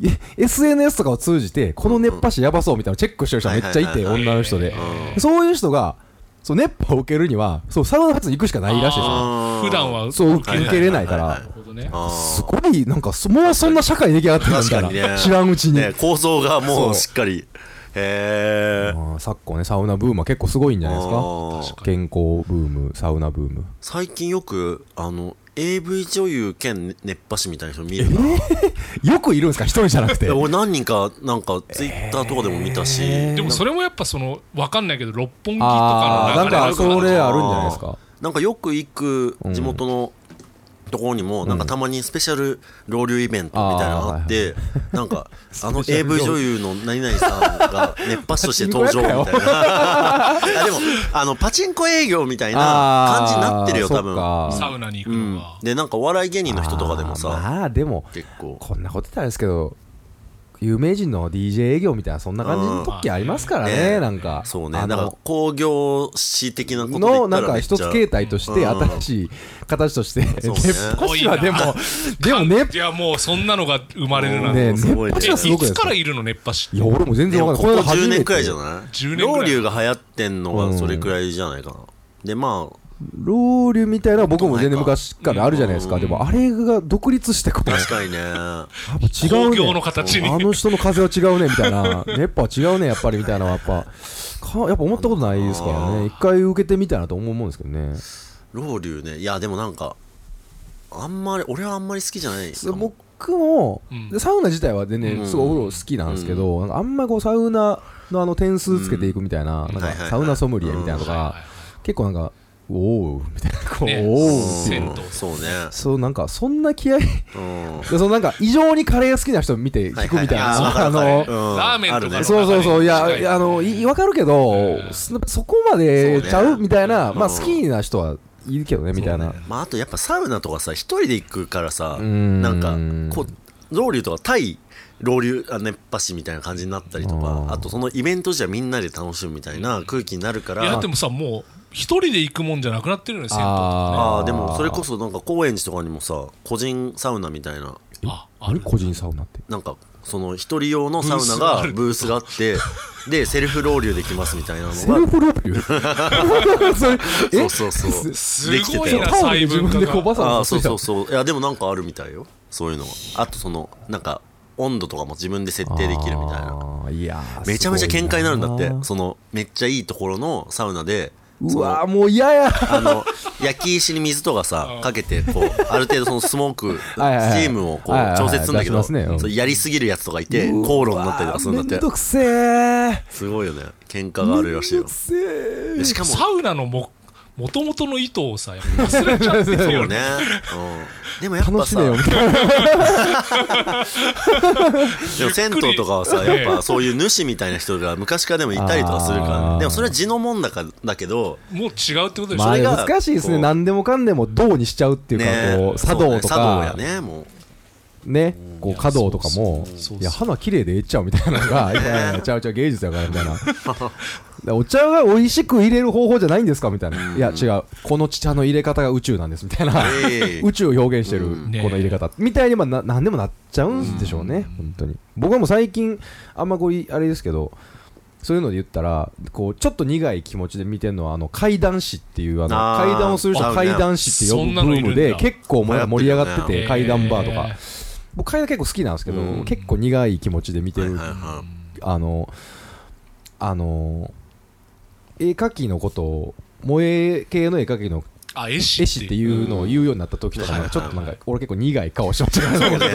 Speaker 1: い SNS とかを通じてこの熱波師やばそうみたいなのチェックしてる人がめっちゃい
Speaker 2: はい
Speaker 1: て
Speaker 2: はいはい
Speaker 1: 女の人で
Speaker 2: う
Speaker 1: そういう人がそう熱波を受けるにはそうサウナ発に行くしかないらしいですよ
Speaker 2: あー
Speaker 3: 普段は
Speaker 1: そう受
Speaker 3: な
Speaker 1: け
Speaker 3: い
Speaker 1: 受けれないか
Speaker 2: はいはいは
Speaker 1: ら
Speaker 3: なるほどね
Speaker 2: あー
Speaker 1: すごいなんかそもうそんな社会出来上がってるみ
Speaker 2: 確
Speaker 1: た
Speaker 2: か
Speaker 1: いな、
Speaker 2: にね
Speaker 1: 知らんうちに、
Speaker 2: ね構造がも
Speaker 1: そうう
Speaker 2: しっかりへえ
Speaker 1: まあ昨今ねサウナブームは結構すごいんじゃないですか健康ブームサウナブーム
Speaker 2: 最近よくあの AV 女優兼熱波師みたいな人見るな、
Speaker 1: よくいるんですか一人じゃなくて
Speaker 2: いや俺何人かなんかツイッターとかでも見たし、
Speaker 1: えー
Speaker 3: でもそれもやっぱその分かんないけど六本木と
Speaker 1: あ
Speaker 3: か
Speaker 1: あなん
Speaker 3: の流れ
Speaker 1: か
Speaker 3: だから
Speaker 1: それあるんじゃないですか
Speaker 2: なんかよく行く地元のところにもなんかたまにスペシャル老流イベントみたいなのがあってな んかあの AV 女優の何々さんが熱波師として登場みた いなあでもあのパチンコ営業みたいな感じになってるよ多分
Speaker 1: あーそっか
Speaker 3: サウナに行く
Speaker 2: うん
Speaker 3: のは、
Speaker 2: でなんかお笑い芸人の人とかでも
Speaker 1: あー
Speaker 2: さ
Speaker 1: まあでも
Speaker 2: 結構
Speaker 1: こんなこと言ったらあれですけど有名人の DJ 営業みたいなそんな感じの時ありますからね、
Speaker 2: うん
Speaker 1: なんか
Speaker 2: そうね
Speaker 1: あ
Speaker 2: だから
Speaker 1: の
Speaker 2: 工業史的なことで言ったら
Speaker 1: のなんか
Speaker 2: めっちゃ
Speaker 1: 一つ形態として
Speaker 2: うん
Speaker 1: 新しい形として
Speaker 2: そうね
Speaker 1: 熱波師はでも
Speaker 3: かっ
Speaker 1: でも熱
Speaker 3: いやもうそんなのが生まれるなんて
Speaker 1: ね
Speaker 2: す
Speaker 1: 熱
Speaker 2: ごいね
Speaker 1: 波師はす
Speaker 3: い
Speaker 1: ごくない
Speaker 3: つ
Speaker 1: です
Speaker 3: か
Speaker 1: から
Speaker 3: いるの熱波師
Speaker 1: いや俺も全
Speaker 2: で
Speaker 1: 然
Speaker 2: も
Speaker 1: わ
Speaker 2: こ
Speaker 1: か
Speaker 2: こ
Speaker 1: んない
Speaker 2: 10年くらいじゃ
Speaker 1: い
Speaker 2: ない
Speaker 3: 10年くらい
Speaker 2: ロウリュが流行ってんの
Speaker 1: うん
Speaker 2: はそれくらいじゃないかな、でまあ
Speaker 1: ロウリュみたいなのは僕も全然昔からあるじゃないですか、
Speaker 2: うん
Speaker 1: でもあれが独立してこう
Speaker 2: 確かにね
Speaker 1: やっぱ違う
Speaker 3: 工
Speaker 1: ね
Speaker 3: 業の形に
Speaker 1: あの人の風は違うねみたいな熱波は違うねやっぱりみたいなのはやっぱかやっぱ思ったことないですからね一回受けてみたいなと思うんですけどね
Speaker 2: ロウリュねいやでもなんかあんまり俺はあんまり好きじゃないかも
Speaker 1: 僕も、
Speaker 3: うん
Speaker 1: でサウナ自体は全
Speaker 2: う
Speaker 1: 然
Speaker 2: ん
Speaker 1: すごいお風呂好きなんですけど、なんかあんまこうサウナのあの点数つけていくみたいな,、な
Speaker 2: ん
Speaker 1: ん
Speaker 2: は
Speaker 1: か
Speaker 2: いはいはい
Speaker 1: サウナソムリエみたいなのとか、
Speaker 3: はいはいはい
Speaker 1: 結構なんかおおみたいなこう、
Speaker 3: ね
Speaker 1: おお
Speaker 3: 銭湯
Speaker 2: そうね
Speaker 1: そうなんかそんな気合い
Speaker 2: う
Speaker 1: そ
Speaker 2: ん
Speaker 1: のなんか異常にカレー好きな人見て聞くみたいな、
Speaker 2: ははは
Speaker 1: あの、
Speaker 2: わかるわかるうん
Speaker 3: ラーメンとかの
Speaker 2: あるね
Speaker 1: そうそうそう、い
Speaker 3: 流
Speaker 1: や、
Speaker 3: れ
Speaker 1: いやあの、いわかるけど、そそこまでちゃ
Speaker 2: そう
Speaker 1: う
Speaker 2: ね
Speaker 1: みたいな、まあ、
Speaker 2: うん
Speaker 1: 好きな人はいるけどね、みたいな。
Speaker 2: まあ、あとやっぱサウナとかさ一人で行くからさ
Speaker 1: ん
Speaker 2: なんかこうロウリュとか対ロウリュあ熱波師みたいな感じになったりとか
Speaker 1: あー
Speaker 2: あとそのイベントじゃみんなで楽しむみたいな空気になるから
Speaker 3: いやでもさもう一人で行くもんじゃなくなってるよね銭湯とかね
Speaker 2: あ
Speaker 1: あー
Speaker 2: あでもそれこそなんか高円寺とかにもさ個人サウナみたいな
Speaker 3: ああ
Speaker 1: あれ個人サウナって。
Speaker 2: なんかその一人用のサウナ
Speaker 3: ブースがあ
Speaker 2: が
Speaker 3: る
Speaker 2: ブースがあってでセルフロウリュできますみたいなの
Speaker 1: セル
Speaker 2: が
Speaker 1: フローリ ュそれ
Speaker 2: そ
Speaker 1: え
Speaker 2: うそうそう
Speaker 3: す
Speaker 2: できて
Speaker 3: ご
Speaker 2: た
Speaker 3: い
Speaker 2: よ
Speaker 3: な
Speaker 1: タオルで
Speaker 3: 細
Speaker 1: 自
Speaker 3: 分化
Speaker 1: 分でこう
Speaker 3: が
Speaker 1: バサ
Speaker 2: ああ
Speaker 1: バサ
Speaker 2: ーそう
Speaker 1: して
Speaker 2: そうそういやでもなんかあるみたいよそういうのはあとそのなんか温度とかも自分で設定できるみたいな
Speaker 1: な。いやー
Speaker 2: めちゃめちゃ喧嘩になるんだっ
Speaker 1: す
Speaker 2: て
Speaker 1: ごいな
Speaker 2: そのめっちゃいいところのサウナでそうの
Speaker 1: わーもう嫌や。
Speaker 2: あの焼き石に水とかさかけてこうある程度そのスモークス チ
Speaker 1: はいはいはい
Speaker 2: ームをこう
Speaker 1: はいはいはい
Speaker 2: 調節するんだ
Speaker 1: 出
Speaker 2: けど
Speaker 1: しますねうん
Speaker 2: そうやりすぎるやつとかいて口論になったりとかするんだ
Speaker 1: め
Speaker 2: っ
Speaker 1: んど
Speaker 2: て
Speaker 1: くせえ。
Speaker 2: すごいよね喧嘩があるらしい
Speaker 1: めんど
Speaker 2: よ
Speaker 1: くせえ。
Speaker 2: しかも
Speaker 3: サウナのもともとの意図をさやっぱ忘れちゃってる
Speaker 2: そ
Speaker 3: よ
Speaker 2: うね
Speaker 3: ね
Speaker 2: うんでもやっぱ
Speaker 1: 楽し
Speaker 2: さ
Speaker 1: めよみたいな。
Speaker 2: でも銭湯とかはさ
Speaker 3: ゆっくり
Speaker 2: やっぱそういう主みたいな人が昔からでもいたりとかするから
Speaker 1: あ
Speaker 2: ね
Speaker 1: ー
Speaker 2: でもそれは地のもんだからだけど
Speaker 3: もう違うってことでしょ、
Speaker 1: まあ
Speaker 2: それが
Speaker 1: 難しいですね。
Speaker 2: こう
Speaker 1: 何でもかんでも銅にしちゃうっていう
Speaker 2: ね
Speaker 1: か、こう、茶道と
Speaker 2: そ
Speaker 1: か
Speaker 2: うね茶道。やねもう
Speaker 1: ね、こう華道とかも
Speaker 3: そうそうそう
Speaker 1: いや花綺麗でええっちゃうみたいなのがいやいやいやちゃうちゃう芸術やからみたい なだからお茶が美味しく入れる方法じゃないんですかみたいないや違うこの茶の入れ方が宇宙なんですみたいな
Speaker 2: ええ
Speaker 1: 宇宙を表現してるこ
Speaker 3: んね
Speaker 1: の入れ方みたいにまあな何でもなっちゃうんでしょうね本当に僕はもう最近あんまこういあれですけどそういうので言ったらこうちょっと苦い気持ちで見てるのはあの怪談師っていうあの
Speaker 2: あー
Speaker 1: 怪談をする人
Speaker 2: あ
Speaker 1: は
Speaker 2: るね
Speaker 1: 怪談師って呼ぶ
Speaker 3: そ
Speaker 1: ブ
Speaker 3: んなのい
Speaker 1: ー
Speaker 3: るんだ
Speaker 1: ムで結構もうなんか盛り上がって
Speaker 2: 流
Speaker 1: て怪談バーとか
Speaker 3: え。
Speaker 1: 僕階段結構好きなんですけど、
Speaker 2: うん
Speaker 1: 結構苦い気持ちで見て
Speaker 2: はい
Speaker 1: る、
Speaker 2: はい は
Speaker 1: あのあの絵描きのことを萌え系の絵描きの
Speaker 3: あ絵師
Speaker 1: 絵師っていうのを言うようになった時とか
Speaker 2: うん
Speaker 1: なんかちょっとなんか俺結構苦い顔しましたけど
Speaker 2: いね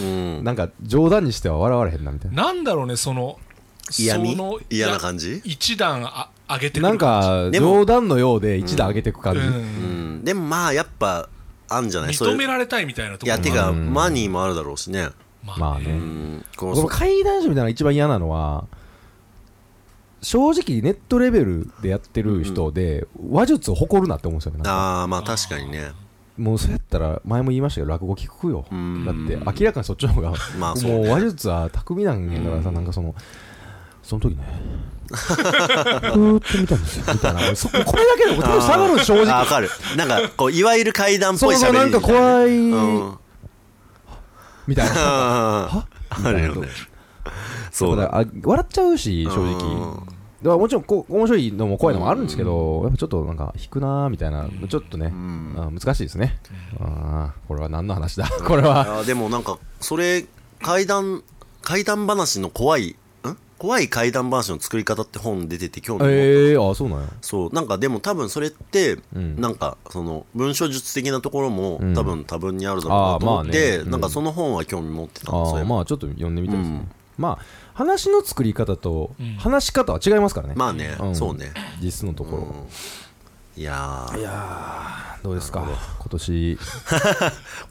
Speaker 2: うん
Speaker 1: なんか冗談にしては笑われへんなみたいな
Speaker 3: なんだろうねその
Speaker 2: 嫌味
Speaker 3: その
Speaker 2: 嫌な感じ
Speaker 3: 一段あ上げてくる
Speaker 1: なんか
Speaker 2: でも
Speaker 1: 冗談のようで一段上げていく感
Speaker 3: う
Speaker 1: じ、
Speaker 2: うんんでもまあやっぱあんじゃないそう
Speaker 3: 認
Speaker 2: い
Speaker 3: め
Speaker 2: う
Speaker 3: られたいみたいな
Speaker 2: い
Speaker 3: ところ
Speaker 2: やてか
Speaker 1: うん
Speaker 2: マニーもあるだろうしね
Speaker 1: まあね、
Speaker 2: うんこ
Speaker 1: この
Speaker 2: の
Speaker 1: 怪談師みたいなのが一番嫌なのは正直ネットレベルでやってる人で話術を誇るなって思うんですよねなんか
Speaker 2: ああまあ確かにね
Speaker 1: もうそうやったら前も言いましたけど落語聞くよ
Speaker 2: うん
Speaker 1: だって明らかにそっちの方が
Speaker 2: まあそう
Speaker 1: もう
Speaker 2: ね
Speaker 1: 話術は巧みなんやからさなんかそのその時ねふーって見たんですよみたいなそここれだけでも多分下がるの正
Speaker 2: あー
Speaker 1: 直
Speaker 2: わかるなんかこういわゆる怪談っぽ
Speaker 1: そう
Speaker 2: い
Speaker 1: そう
Speaker 2: 喋り
Speaker 1: なんか怖い
Speaker 2: うん
Speaker 1: みたいな
Speaker 2: あーあるよねそ
Speaker 1: だ
Speaker 2: う
Speaker 1: か
Speaker 2: だ
Speaker 1: らあ笑っちゃうし正直
Speaker 2: うん
Speaker 1: だからもちろんこう面白いのも怖いのもあるんですけどやっぱちょっとなんか引くなーみたいなちょっとねあー難しいですねあーこれは何の話だこれは
Speaker 2: あーでもなんかそれ怪談怪談話の怖いん怖い怪談話の作り方って本出てて興味持った
Speaker 1: ええあーそうなんや
Speaker 2: そうなんかでも多分それって、
Speaker 1: うん
Speaker 2: なんかその文章術的なところも
Speaker 1: うん
Speaker 2: 多分多分にあるだろうなと思って、
Speaker 1: あーまあねうん
Speaker 2: なんかその本は興味持ってたんです
Speaker 1: ああ
Speaker 2: よ、
Speaker 1: まあちょっと読んでみたいですね、
Speaker 2: うん
Speaker 1: まあ話の作り方と
Speaker 3: うん
Speaker 1: 話し方は違いますからね、
Speaker 2: まあね、
Speaker 1: うん
Speaker 2: そうね、
Speaker 1: 実質のとこ
Speaker 2: う
Speaker 1: ろ、
Speaker 2: ん、いやー
Speaker 1: どうですか今年
Speaker 2: 今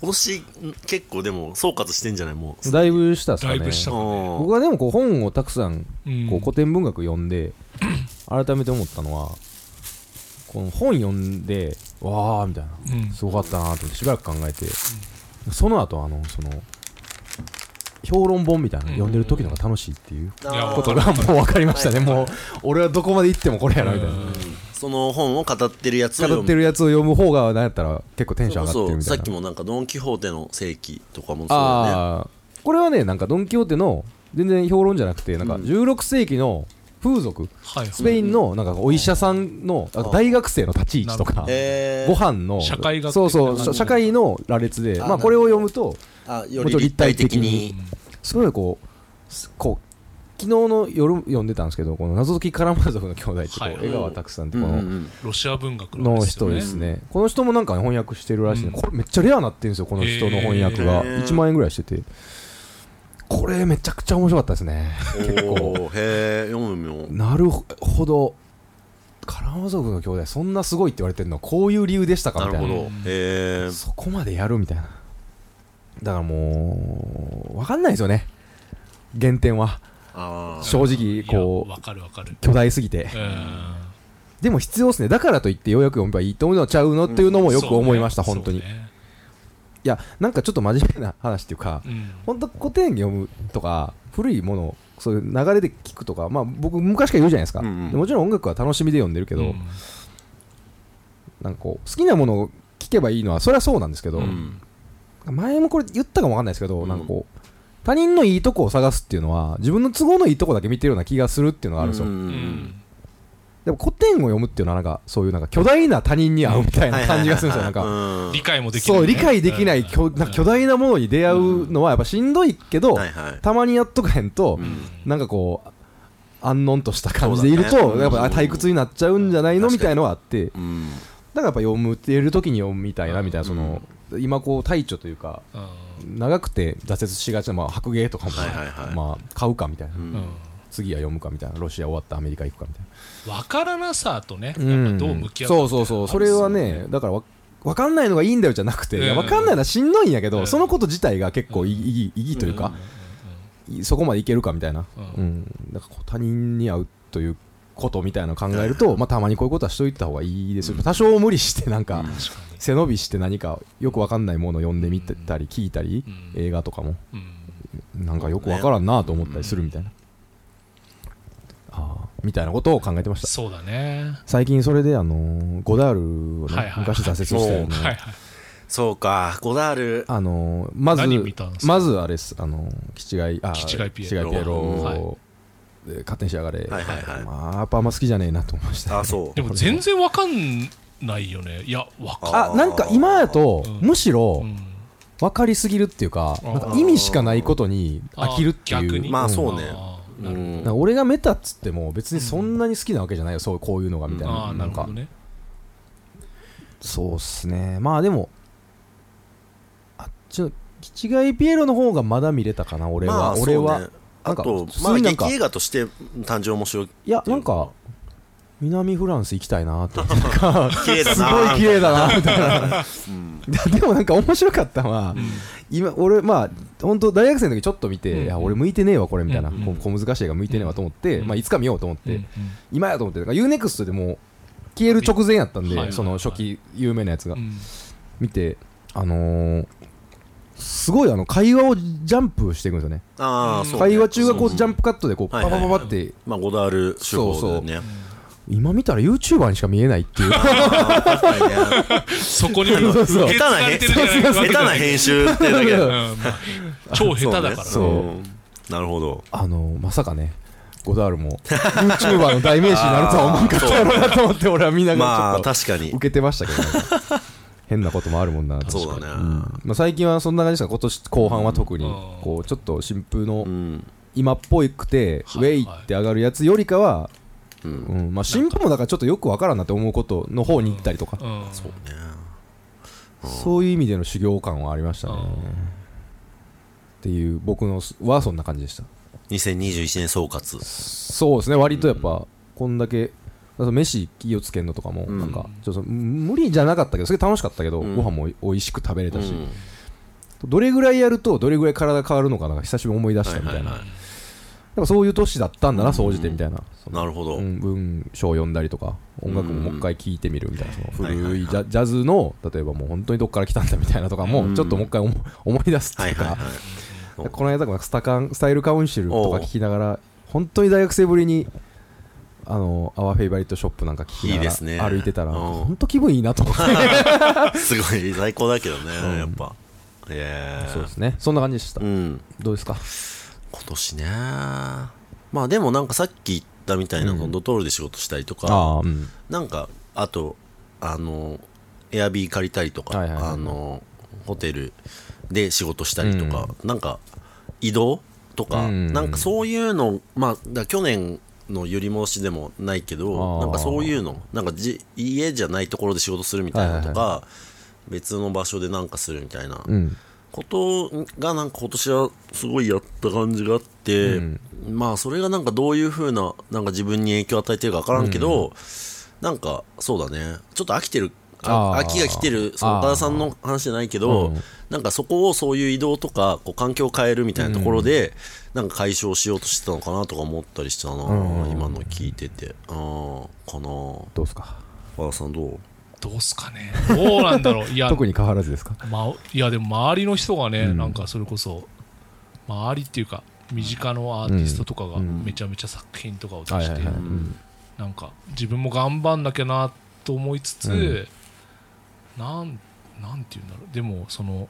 Speaker 2: 年結構でも総括してんじゃないもう
Speaker 1: だいぶしたっすか
Speaker 3: だい
Speaker 1: ね
Speaker 3: ぶした
Speaker 1: 僕
Speaker 2: 僕
Speaker 1: はでもこう本をたくさん
Speaker 3: うん
Speaker 1: こう古典文学読んで、改めて思ったのはこの本読んでわあみたいな、
Speaker 3: うん
Speaker 1: すごかったなと思ってしばらく考えて、その後あのその評論本みたいなの読んでる時の方が楽しいっていう
Speaker 3: いや
Speaker 2: あー
Speaker 1: ことがもう分かりましたねもう俺はどこまで行ってもこれやなみたいな
Speaker 2: その本を語ってるやつを
Speaker 1: 語
Speaker 2: 読
Speaker 1: ってるやつを読む方がなんやったら結構テンション上が
Speaker 2: そ
Speaker 1: っ
Speaker 2: う
Speaker 1: てる
Speaker 2: そ
Speaker 1: みた
Speaker 2: うさ
Speaker 1: い
Speaker 2: っ
Speaker 1: な
Speaker 2: きもなんか「ドン・キホーテの世紀」とかもそうだね
Speaker 1: ああこれはねなんかドン・キホーテの全然評論じゃなくてなんか16世紀の風俗
Speaker 3: はい
Speaker 1: スペインのなんかお医者さんのあと大学生の立ち位置とか
Speaker 2: えー
Speaker 1: ご飯の
Speaker 3: 社会学的な
Speaker 1: そうそう社社会の羅列で
Speaker 2: あ
Speaker 1: まあこれを読むと
Speaker 2: あよ
Speaker 1: もうちょ
Speaker 2: り
Speaker 1: っと
Speaker 2: 立
Speaker 1: 立
Speaker 2: 体
Speaker 1: 体
Speaker 2: 的
Speaker 1: 的
Speaker 2: に
Speaker 1: にすごいこうすこう昨日の夜読んでたんですけどこの謎解きカラマー族の兄弟ってこ
Speaker 3: はいう
Speaker 1: 江川拓さんって
Speaker 2: うん
Speaker 1: こ
Speaker 2: う
Speaker 1: の
Speaker 2: ん
Speaker 3: ロシア文学
Speaker 1: の
Speaker 3: ですよ
Speaker 1: 人ですね、この人もなんかね翻訳してるらしいね、
Speaker 3: うん
Speaker 1: これめっちゃレアなってるんですよこの人の翻訳が、
Speaker 2: へー
Speaker 1: 1万円ぐらいしててこれめちゃくちゃ面白かったですね
Speaker 2: うんおーへえ読むよ
Speaker 1: なるほどカラマ族の兄弟そんなすごいって言われてるのはこういう理由でしたか
Speaker 2: な
Speaker 1: み
Speaker 2: る
Speaker 1: たい
Speaker 2: ほ
Speaker 1: な
Speaker 2: どへえ
Speaker 1: そこまでやるみたいなだからもう分かんないですよね原点は
Speaker 2: あー
Speaker 1: 正直こ
Speaker 3: いやわかるわかる
Speaker 1: う巨大すぎて
Speaker 3: うん
Speaker 1: でも必要ですねだからといってようやく読めばいいと思うのちゃうのっていうのもよく思いました、
Speaker 3: そうね
Speaker 1: 本当に、
Speaker 3: そうね
Speaker 1: いやなんかちょっと真面目な話っていうか、
Speaker 3: うん
Speaker 1: 本当古典読むとか古いものそういう流れで聞くとかまあ僕昔から言うじゃないですか、
Speaker 2: うんうん
Speaker 1: でもちろん音楽は楽しみで読んでるけど、
Speaker 3: うん
Speaker 1: なんかこう好きなものを聞けばいいのはそれはそうなんですけど、
Speaker 2: うん
Speaker 1: 前もこれ言ったかもわかんないですけど、
Speaker 2: うん
Speaker 1: なんかこう他人のいいとこを探すっていうのは自分の都合のいいとこだけ見てるような気がするっていうのがあるんですよ、
Speaker 3: うん
Speaker 2: うん
Speaker 1: でも古典を読むっていうのはなんかそういうなんか巨大な他人に会うみたいな感じがするんですよなんか、
Speaker 2: うん
Speaker 3: 理解もできない
Speaker 1: そう理解できない
Speaker 3: うん
Speaker 1: 巨なんか巨大なものに出会うのはやっぱしんどいけど、
Speaker 2: はいはい
Speaker 1: たまにやっとかへんと、なんかこう安穏とした感じでいる
Speaker 2: そうだ
Speaker 1: と、
Speaker 2: ね
Speaker 1: やっぱ
Speaker 2: うん
Speaker 1: 退屈になっちゃうんじゃないの
Speaker 2: 確
Speaker 1: み
Speaker 2: かに
Speaker 1: たいのはあってだか
Speaker 2: うん
Speaker 1: らやっぱ読むっている時に読むみたいなみたいなその、今こう大著というか
Speaker 3: うん
Speaker 1: 長くて挫折しがちな、まあ、白芸とかも、
Speaker 2: はいはいはい
Speaker 1: まあ、買うかみたいな、
Speaker 2: うん
Speaker 3: うん
Speaker 1: 次は読むかみたいなロシア終わったアメリカ行くかみたいな。
Speaker 3: わからなさとね、
Speaker 1: うん
Speaker 3: やっぱどう向き合
Speaker 1: そうう
Speaker 3: か
Speaker 1: そうそうそれはねだからわ分かんないのがいいんだよじゃなくて、
Speaker 3: うん
Speaker 1: いや分かんないのはしんどいんやけど、
Speaker 3: うん
Speaker 1: そのこと自体が結構意義意義というか、そこまでいけるかみたいな、
Speaker 3: う
Speaker 1: うんんだからこう他人に会うということみたいなのを考えると、まあ、たまにこういうことはしといた方がいいですよ、多少無理してなんか、
Speaker 3: 確かに
Speaker 1: 背伸びして何かよく分かんないものを読んでみたり聞いたり、
Speaker 3: うん
Speaker 1: 映画とかも
Speaker 3: うん
Speaker 1: なんかよく分からんなと思ったりするみたいな、ああみたいなことを考えてました
Speaker 3: そうだね
Speaker 1: 最近それであのーゴダールをね、
Speaker 3: はいはい
Speaker 1: 昔挫折してるの、
Speaker 3: はいはい
Speaker 2: そうかゴダール
Speaker 1: あのーま
Speaker 3: 何見たんです
Speaker 1: ず
Speaker 3: か
Speaker 1: まずあれですあのーキチガイあ
Speaker 3: キチガイピエ
Speaker 1: キチガ
Speaker 2: ロ
Speaker 1: イピエロ
Speaker 2: はい
Speaker 1: で勝手に仕上がれ、
Speaker 2: はいはいはい
Speaker 1: まあやっぱあんま好きじゃねえなと思いました
Speaker 2: あそう
Speaker 3: でも全然わかんないよねいやわか
Speaker 1: あなんか今やと
Speaker 3: うん
Speaker 1: むしろ
Speaker 3: うん
Speaker 1: 分かりすぎるっていうか
Speaker 3: あー
Speaker 1: なんか意味しかないことに飽きるって
Speaker 3: あー
Speaker 1: い
Speaker 3: 逆に
Speaker 1: う
Speaker 2: まあそう
Speaker 1: ね
Speaker 2: ね
Speaker 3: あー
Speaker 2: う
Speaker 3: なるほど
Speaker 2: ん
Speaker 1: 俺がメタっつっても別にそんなに好きなわけじゃないよそうこういうのがみたい
Speaker 3: あ
Speaker 1: な
Speaker 3: ー
Speaker 1: な
Speaker 3: なる
Speaker 1: ん
Speaker 3: ほ
Speaker 1: か
Speaker 3: どね
Speaker 1: そうっすねまあでもあっちのキチガイピエロの方がまだ見れたかな俺は、
Speaker 2: まあそう
Speaker 1: 俺
Speaker 2: ね
Speaker 1: はなん
Speaker 2: あ
Speaker 1: か
Speaker 2: と
Speaker 1: 普通
Speaker 2: まあ
Speaker 1: になん
Speaker 2: 劇
Speaker 1: か
Speaker 2: 映画として誕生面 白い
Speaker 1: いやなんか南フランス行きたいなって なんか
Speaker 2: 綺麗だ
Speaker 1: す
Speaker 2: な
Speaker 1: ごい綺麗だなみたいな
Speaker 2: うん
Speaker 1: でもなんか面白かったのは、今俺まあ本当大学生の時ちょっと見て、
Speaker 3: うん
Speaker 1: いや俺向いてねえわこれみたいな、
Speaker 3: うん
Speaker 1: こう小難しい映画向いてねえわと思って、
Speaker 3: うん
Speaker 1: まあ、いつか見ようと思って、
Speaker 3: うん
Speaker 1: 今やと思ってだから UNEXT でもう消える直前やったんで、
Speaker 3: はい
Speaker 1: その初期有名なやつが、
Speaker 3: うん
Speaker 1: 見てあのーすごいあの会話をジャンプしていくんですよね
Speaker 2: ああそうね
Speaker 1: 会話中がこうジャンプカットでこう
Speaker 2: は
Speaker 1: パ
Speaker 2: い
Speaker 1: パ
Speaker 2: はいはい
Speaker 1: パパって
Speaker 2: まあゴダール手法でね
Speaker 1: 今見たら YouTuber にしか見えない っていう
Speaker 2: あー確かにね
Speaker 3: そこにも
Speaker 1: そうそう
Speaker 3: 受け継がれてるじゃない
Speaker 2: 下手な編集ってだけだ
Speaker 3: うんまあ超下手だからね
Speaker 1: そう
Speaker 2: うなるほど
Speaker 1: あのーまさかねゴダールも YouTuber の代名詞になるとは思わんかったやろうなと思って俺はみんな
Speaker 2: ま
Speaker 1: が
Speaker 2: あ
Speaker 1: ちょっ
Speaker 2: 確か
Speaker 1: と
Speaker 2: に
Speaker 1: 受けてましたけどね変なこともあるもんな確かに
Speaker 2: そうだね
Speaker 1: んまあ、最近はそんな感じですか今年後半は特に
Speaker 3: うん
Speaker 1: こうちょっと新風の
Speaker 2: うん
Speaker 1: 今っぽいくて、
Speaker 3: はいはい
Speaker 1: ウェイって上がるやつよりかは、
Speaker 2: う
Speaker 1: うんんまあ、新婦もだからちょっとよくわからんなって思うことの方に行ったりとか、
Speaker 3: うん
Speaker 2: そうね
Speaker 1: そういう意味での修行感はありましたね、
Speaker 3: うん
Speaker 1: っていう僕のすはそんな感じでした
Speaker 2: 2021年総括
Speaker 1: そうですね割とやっぱ、こんだけあと飯気をつけんのとかも
Speaker 2: うん
Speaker 1: なんかちょっと無理じゃなかったけどそれ楽しかったけど、
Speaker 2: うん
Speaker 1: ご飯も美味しく食べれたし、
Speaker 2: うん
Speaker 1: どれぐらいやるとどれぐらい体変わるのかなんか久しぶりに思い出したみたいな、
Speaker 2: はいはいはい
Speaker 1: やっぱそういう年だったんだな総じてみたいな、その
Speaker 2: なるほど
Speaker 1: うん文章を読んだりとか音楽ももう一回聴いてみるみたいなその
Speaker 2: はいはいは
Speaker 1: 古
Speaker 2: い
Speaker 1: いジャジャズの例えばもう本当にどっから来たんだみたいなとか
Speaker 2: う
Speaker 1: も
Speaker 2: ん
Speaker 1: ちょっともう一回思思い出すって
Speaker 2: はいいうはいは
Speaker 1: か
Speaker 2: いうん
Speaker 1: この間もスタカンスタイルカウンシルとか聞きながら本当に大学生ぶりにあのアワーフェイバリットショップなんか聞きない
Speaker 2: い
Speaker 1: が
Speaker 2: ですね
Speaker 1: ら歩いてたら
Speaker 2: うん
Speaker 1: 本当気分いいなと思って
Speaker 2: すごい最高だけどね、
Speaker 1: ん
Speaker 2: やっぱえ え
Speaker 1: そうですねそんな感じでした
Speaker 2: うん
Speaker 1: どうですか
Speaker 2: 今年ねまあでもなんかさっき言ったみたいな、
Speaker 1: うん
Speaker 2: このドトールで仕事したりとか
Speaker 1: ああうん
Speaker 2: なんかあとあのエアビー借りたりとか、
Speaker 1: はいはいはい
Speaker 2: あのホテルで仕事したりとか、なんか移動とか、
Speaker 1: うん
Speaker 2: なんかそういうのまあだから去年の寄り戻しでもないけ
Speaker 1: あ
Speaker 2: ど
Speaker 1: ー
Speaker 2: なんかそういうのなんかじ家じゃないところで仕事するみたいなのとか、別の場所でなんかするみたいな、
Speaker 1: うん
Speaker 2: ことがなんか今年はすごいやった感じがあって、
Speaker 1: うん
Speaker 2: まあそれがなんかどういう風ななんか自分に影響を与えてるか分からんけど、なんかそうだねちょっと飽きてるあ
Speaker 1: あー
Speaker 2: 秋が来てるその
Speaker 1: あー
Speaker 2: 岡田さんの話じゃないけど、
Speaker 1: うん
Speaker 2: なんかそこをそういう移動とかこう環境を変えるみたいなところで、なんか解消しようとしてたのかなとか思ったりしたな、
Speaker 1: うん
Speaker 2: 今の聞いててあーかな
Speaker 1: どうですか
Speaker 2: 岡田さんどう
Speaker 3: どうすかねどうなんだろういや
Speaker 1: 特に変わらずですか
Speaker 3: まあ、いやでも周りの人がね、
Speaker 1: うん
Speaker 3: なんかそれこそ周りっていうか身近のアーティストとかがめちゃめちゃ作品とかを出して、
Speaker 1: はいうん
Speaker 3: なんか自分も頑張んなきゃなと思いつつ、
Speaker 1: うん
Speaker 3: なんなんていうんだろうでもその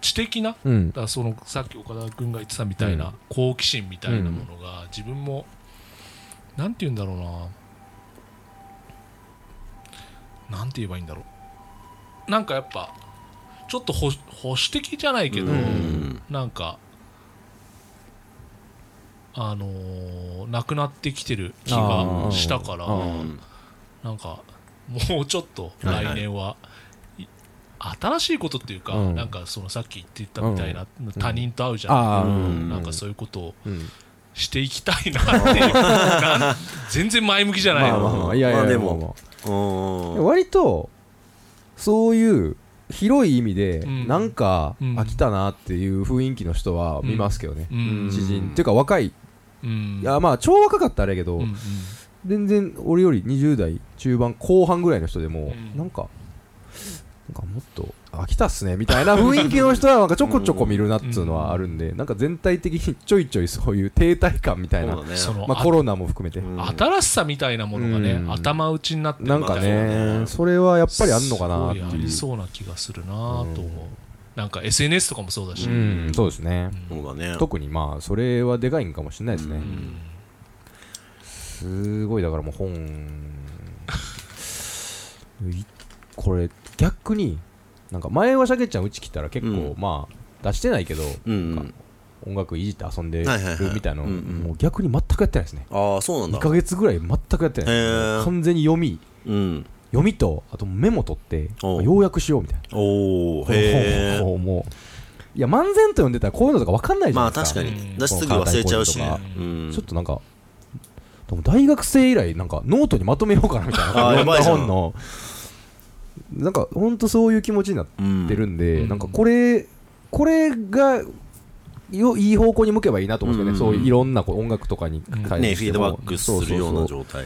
Speaker 3: 知的な
Speaker 1: うん
Speaker 3: だからそのさっき岡田君が言ってたみたいな、
Speaker 1: うん
Speaker 3: 好奇心みたいなものが自分も、なんて言うんだろうななんて言えばいいんだろうなんかやっぱちょっと保保守的じゃないけど、
Speaker 2: うん
Speaker 3: なんかあのーなくなってきてる気がしたから
Speaker 1: あー
Speaker 2: うん
Speaker 3: なんかもうちょっと来年は、い新しいことっていうか、
Speaker 1: うん
Speaker 3: なんかそのさっき言ってたみたいな、他人と会うじ
Speaker 1: あ
Speaker 3: ゃ
Speaker 1: あ
Speaker 3: ん、
Speaker 2: うん
Speaker 3: なんかそういうことを
Speaker 1: うん
Speaker 3: していきたいなっていうなん 全然前向きじゃない
Speaker 1: まあ
Speaker 3: の、
Speaker 1: まあまあいやいや
Speaker 2: まあで
Speaker 1: で
Speaker 2: も
Speaker 1: も
Speaker 2: うん
Speaker 1: 割とそういう広い意味で
Speaker 3: うん
Speaker 1: なんか
Speaker 3: うん
Speaker 1: 飽きたなっていう雰囲気の人は見ますけどね
Speaker 3: う
Speaker 2: うん
Speaker 3: ん
Speaker 1: 知人っていうか若いい
Speaker 3: うん
Speaker 1: やまあ超若かったらあれやけど
Speaker 3: うん
Speaker 1: 全然俺より20代中盤後半ぐらいの人でも
Speaker 3: うん
Speaker 1: なんかなんかもっと飽きたっすねみたいな雰囲気の人はなんかちょこちょこ見るなっつうのはあるんでなんか全体的にちょいちょいそういう停滞感みたいな
Speaker 2: そうだね
Speaker 3: その
Speaker 1: まあコロナも含めて
Speaker 2: うん
Speaker 3: あ新しさみたいなものがね、
Speaker 1: うん
Speaker 3: 頭打ちになってる
Speaker 1: なんかねそれはやっぱりあんのかなって
Speaker 3: すごいあ
Speaker 1: い
Speaker 3: り
Speaker 1: う
Speaker 3: そうな気がするなと思う、なんか SNS とかもそうだし、
Speaker 1: うんそうですね
Speaker 2: そうだね
Speaker 1: 特にまあそれはでかいんかもしれないですね、
Speaker 3: うん
Speaker 1: すごいだからもう本 いこれ逆になんか前はシャケちゃんうち来たら結構、
Speaker 2: うん
Speaker 1: まあ出してないけど
Speaker 2: うんうん
Speaker 1: 音楽いじって遊んでる
Speaker 2: はいはいはい
Speaker 1: みたいなの
Speaker 2: うんうん
Speaker 1: もう逆に全くやってないですね
Speaker 2: ああそうなんだ
Speaker 1: 2ヶ月ぐらい全くやってない
Speaker 2: へー
Speaker 1: もう完全に読み
Speaker 2: うん
Speaker 1: 読みとあとメモ取って
Speaker 2: おう
Speaker 1: 要約しようみたいな
Speaker 2: おお
Speaker 1: この
Speaker 2: へ
Speaker 1: 本
Speaker 2: え
Speaker 1: をもういや漫然と読んでたらこういうのとか分かんないじゃ
Speaker 2: ま
Speaker 1: ない
Speaker 2: あ
Speaker 1: です
Speaker 2: 確
Speaker 1: か
Speaker 2: か
Speaker 3: う
Speaker 2: に
Speaker 3: ん
Speaker 2: だしすぐ忘れちゃうしね
Speaker 1: この
Speaker 3: 簡単に
Speaker 2: うん
Speaker 1: ちょっとなんか、でも大学生以来、なんかノートにまとめようかなみたいな、
Speaker 2: あー
Speaker 1: いろん
Speaker 2: やばい
Speaker 1: な
Speaker 2: じゃん
Speaker 1: 本の、なんか本当そういう気持ちになっ
Speaker 2: うん
Speaker 1: てるんで、
Speaker 3: うん
Speaker 1: なんかこれ、これがよいい方向に向けばいいなと思うんですよね、そ
Speaker 2: うん
Speaker 1: ういういろんなこう音楽とかに対しても、
Speaker 2: ねフィードバックするよう
Speaker 1: そ
Speaker 2: な
Speaker 1: そそ
Speaker 2: 状態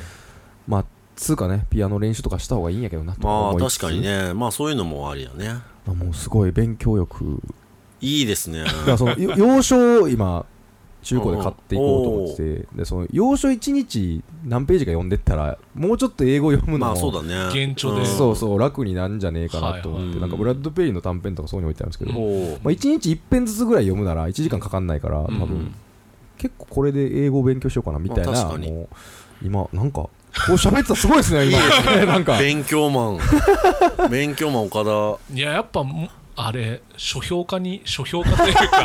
Speaker 1: まあ、つうかね、ピアノ練習とかした方がいいんやけどなと
Speaker 2: まあ
Speaker 1: 思いつつ
Speaker 2: 確かに、ねまあそういうのもありやね
Speaker 1: あもうすごい勉強欲、
Speaker 2: いいですね
Speaker 1: だからそのよ洋書を今、中古で買っていこうと思ってて、でその洋書1日何ページか読んでったら、 もうちょっと英語読むの
Speaker 2: まあそう
Speaker 1: も、
Speaker 2: だね
Speaker 3: 現状で
Speaker 2: ん
Speaker 1: そうそう、楽になんじゃねえかなと
Speaker 3: は
Speaker 1: 思
Speaker 3: い
Speaker 1: っ
Speaker 2: は
Speaker 1: て、
Speaker 2: い
Speaker 1: なんかブラッド・ペリーの短編とかそういうの置いてあるんですけど、
Speaker 3: うん
Speaker 1: ま
Speaker 2: お
Speaker 1: あ、1日1編ずつぐらい読むなら1時間かかんないから、多
Speaker 3: うん
Speaker 1: 分結構これで英語を勉強しようかなみたい
Speaker 2: まあ
Speaker 1: な、
Speaker 2: 確かに
Speaker 1: もう今、なんか、こう喋ってたらすごいですね、 今、なんか
Speaker 2: お。勉強マ ン勉強マン岡田
Speaker 3: いややっぱもあれ書評家に書評家という か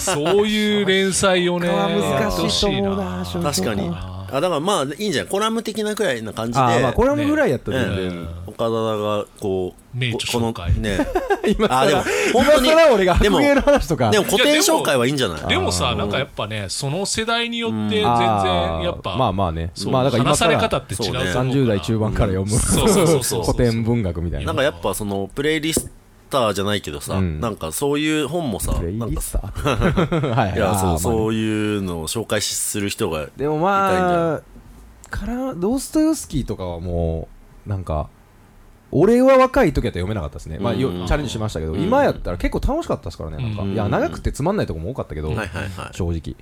Speaker 3: そういう連載をね
Speaker 1: は
Speaker 2: 難しい
Speaker 1: と思うな
Speaker 3: やってほしい
Speaker 2: 確かに
Speaker 3: あ
Speaker 2: あだからまあいいんじゃないコラム的なくらいな感じで
Speaker 1: あーまあこれもぐらいやったら全
Speaker 2: ね
Speaker 1: 然、
Speaker 2: 岡田がこう
Speaker 3: 名
Speaker 2: こ
Speaker 3: 著
Speaker 2: この
Speaker 3: 紹介
Speaker 2: ね
Speaker 1: 今
Speaker 2: あーでも
Speaker 1: 更
Speaker 2: 本
Speaker 1: 今
Speaker 2: 当に
Speaker 1: 更俺が
Speaker 2: で
Speaker 1: 白
Speaker 2: も
Speaker 1: 芸の話とか
Speaker 2: でも古
Speaker 3: いや
Speaker 2: 典
Speaker 3: でも
Speaker 2: 紹介はいいんじゃない
Speaker 3: でもさなんかやっぱねその世代によって全然
Speaker 1: あー
Speaker 3: やっぱ、
Speaker 1: まあまあね
Speaker 3: そう
Speaker 1: まあだから今
Speaker 3: 話さ
Speaker 1: か
Speaker 3: れ
Speaker 1: ら
Speaker 3: 方って違うと思うから
Speaker 1: 30代中盤から読む
Speaker 3: そうそうそうそう
Speaker 1: 古典文学みたい
Speaker 2: な
Speaker 1: なん
Speaker 2: かやっぱそのプレイリスターじゃないけどさ、
Speaker 1: うん
Speaker 2: なんかそういう本もさ
Speaker 1: プレイ
Speaker 2: なん
Speaker 1: リ
Speaker 2: か
Speaker 1: スタ はい
Speaker 2: いや
Speaker 1: あーまあ
Speaker 2: そ
Speaker 1: ね
Speaker 2: うそういうのを紹介する人が
Speaker 1: でも
Speaker 2: みたいんじゃ
Speaker 1: まあからドストヨフスキーとかはもうなんか俺は若い時だったら読めなかったですね、まあ、よ
Speaker 2: うん
Speaker 1: チャレンジしましたけど、
Speaker 2: うん
Speaker 1: 今やったら結構楽しかったですからね、なんか
Speaker 3: うん
Speaker 1: いや長くてつまんないとこも多かったけど、
Speaker 2: はいはいはい
Speaker 1: 正直。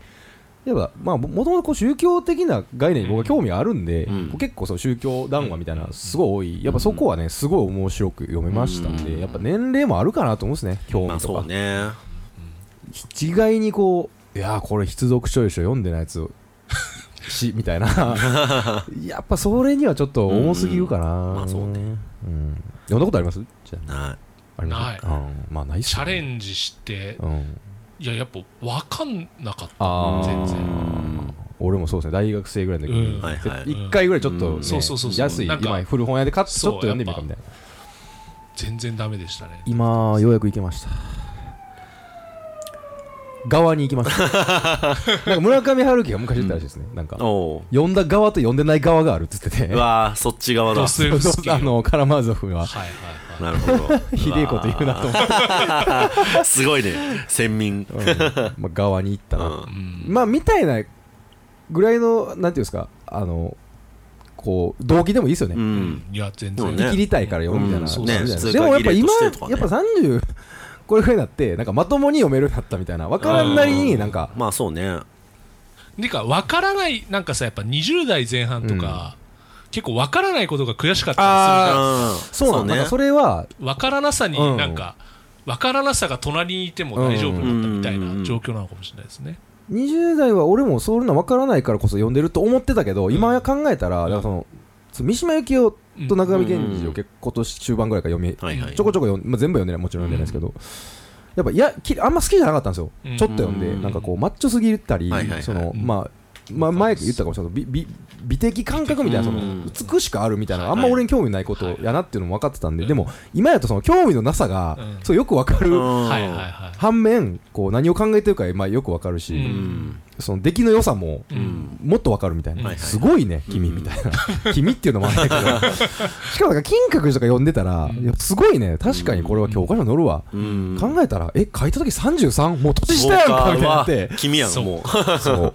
Speaker 1: やっぱまあ、ももともとこう宗教的な概念に僕は興味があるんで、
Speaker 2: うん
Speaker 1: こう結構そう宗教談話みたいなのすごい多いやっぱそこはねすごい面白く読めましたんで、
Speaker 2: うん
Speaker 1: やっぱ年齢もあるかなと思うんですね興
Speaker 2: まあ
Speaker 1: 味と
Speaker 2: そ
Speaker 1: か
Speaker 2: う、ね
Speaker 1: 一概にこういやーこれ必読書でしょ読んでないやつ をしみたいなやっぱそれにはちょっと重すぎるかな、
Speaker 2: んまあそうね
Speaker 1: うん読んだことありますじゃ
Speaker 2: は
Speaker 1: ああります
Speaker 3: な
Speaker 1: うんまあないっ
Speaker 3: チ
Speaker 1: す
Speaker 3: ャ
Speaker 1: よ
Speaker 3: レ
Speaker 1: ね
Speaker 3: ンジして
Speaker 1: うん
Speaker 3: いややっぱ分かんなかった
Speaker 1: あー
Speaker 3: 全然
Speaker 1: 俺もそうですね大学生ぐらいの時に、
Speaker 3: うん
Speaker 2: はいはい
Speaker 1: 一回ぐらいちょっとね、
Speaker 2: うん
Speaker 3: そうそうそうそう
Speaker 1: 安い
Speaker 3: なんか
Speaker 1: 今古本屋で買ってち
Speaker 3: そう
Speaker 1: ょっと読んでみるかみたいな
Speaker 3: 全然ダメでしたね
Speaker 1: 今ようやく行けました側に行きましたなんか村上春樹が昔言ったらしいですね、なんか
Speaker 2: いおう
Speaker 1: 読んだ側と読んでない側があるって言ってて
Speaker 2: うわーそっち側だ
Speaker 3: ドスエフスキー
Speaker 1: あのカラマーゾフは
Speaker 3: はいは
Speaker 2: な
Speaker 3: いはい
Speaker 2: るほ ど
Speaker 1: ひでえこと言うなと思って、
Speaker 2: とすごいね先民
Speaker 1: うんまあ、側に行ったな、
Speaker 2: う
Speaker 3: うん
Speaker 1: まあみたいなぐらいのなんていうんですかあのこう動機でもいいですよね、
Speaker 2: んうん
Speaker 3: いや全
Speaker 2: でも
Speaker 3: 然
Speaker 2: ね
Speaker 1: 切りたいから読むみたいな、
Speaker 3: うんそう
Speaker 1: あ
Speaker 3: ね
Speaker 1: るじゃない
Speaker 2: 普
Speaker 1: で
Speaker 2: 通
Speaker 1: もやっぱ
Speaker 2: 限り
Speaker 1: 今
Speaker 2: としてとかね
Speaker 1: やっぱ30これぐらいになってなんかまともに読めるようになったみたいなわからんなりになんか
Speaker 2: まあそうね
Speaker 3: てか分からないなんかさやっぱ20代前半とか、結構分からないことが悔しかったりする
Speaker 1: そ
Speaker 2: あ
Speaker 3: じゃん
Speaker 1: うなんだからそれは
Speaker 3: 分からなさに
Speaker 1: うん
Speaker 3: なんか、分からなさが隣にいても大丈夫だったみたいな状況なのかもしれないですね。
Speaker 1: 20代は俺もそういうのわからないからこそ読んでると思ってたけど、今考えたらだからそのその三島由紀夫と中上健二を結構今年中盤ぐらいから読み、
Speaker 2: はいはい
Speaker 1: ちょこちょこ読ん、まあ、全部読んでないもちろん読んでないですけど、やっぱいやきあんま好きじゃなかったんですよ、
Speaker 3: うん
Speaker 1: ちょっと読んで、
Speaker 2: うん
Speaker 1: なんかこうマッチョすぎたり、
Speaker 2: はいはいはい
Speaker 1: その
Speaker 3: うん
Speaker 1: まあまあ、前言ったかもしれないけど美美美的感覚みたいなその
Speaker 2: うん
Speaker 1: 美しくあるみたいなあんま
Speaker 2: はい
Speaker 1: 俺に興味ないことやなっていうのも分かってたんで、
Speaker 3: うん
Speaker 1: でも今やとその興味のなさが、
Speaker 3: うん
Speaker 1: そうよく分かる、
Speaker 2: うん
Speaker 3: はいはいはい。
Speaker 1: 反面こう何を考えてるか、まあ、よく分かるし、
Speaker 3: う
Speaker 2: うんん
Speaker 1: その出来の良さも
Speaker 3: うん
Speaker 1: もっと分かるみたいな、
Speaker 2: はいはい
Speaker 1: すごいね君みたいな、君っていうのもあんだけ どしかもなんか金閣寺とか読んでたら、
Speaker 3: うん
Speaker 1: いやすごいね確かにこれは教科書に載るわ、
Speaker 2: うん
Speaker 1: 考えたらえ書いた時33もう年下やんかみたいになって
Speaker 2: そうか君やんもう
Speaker 1: そ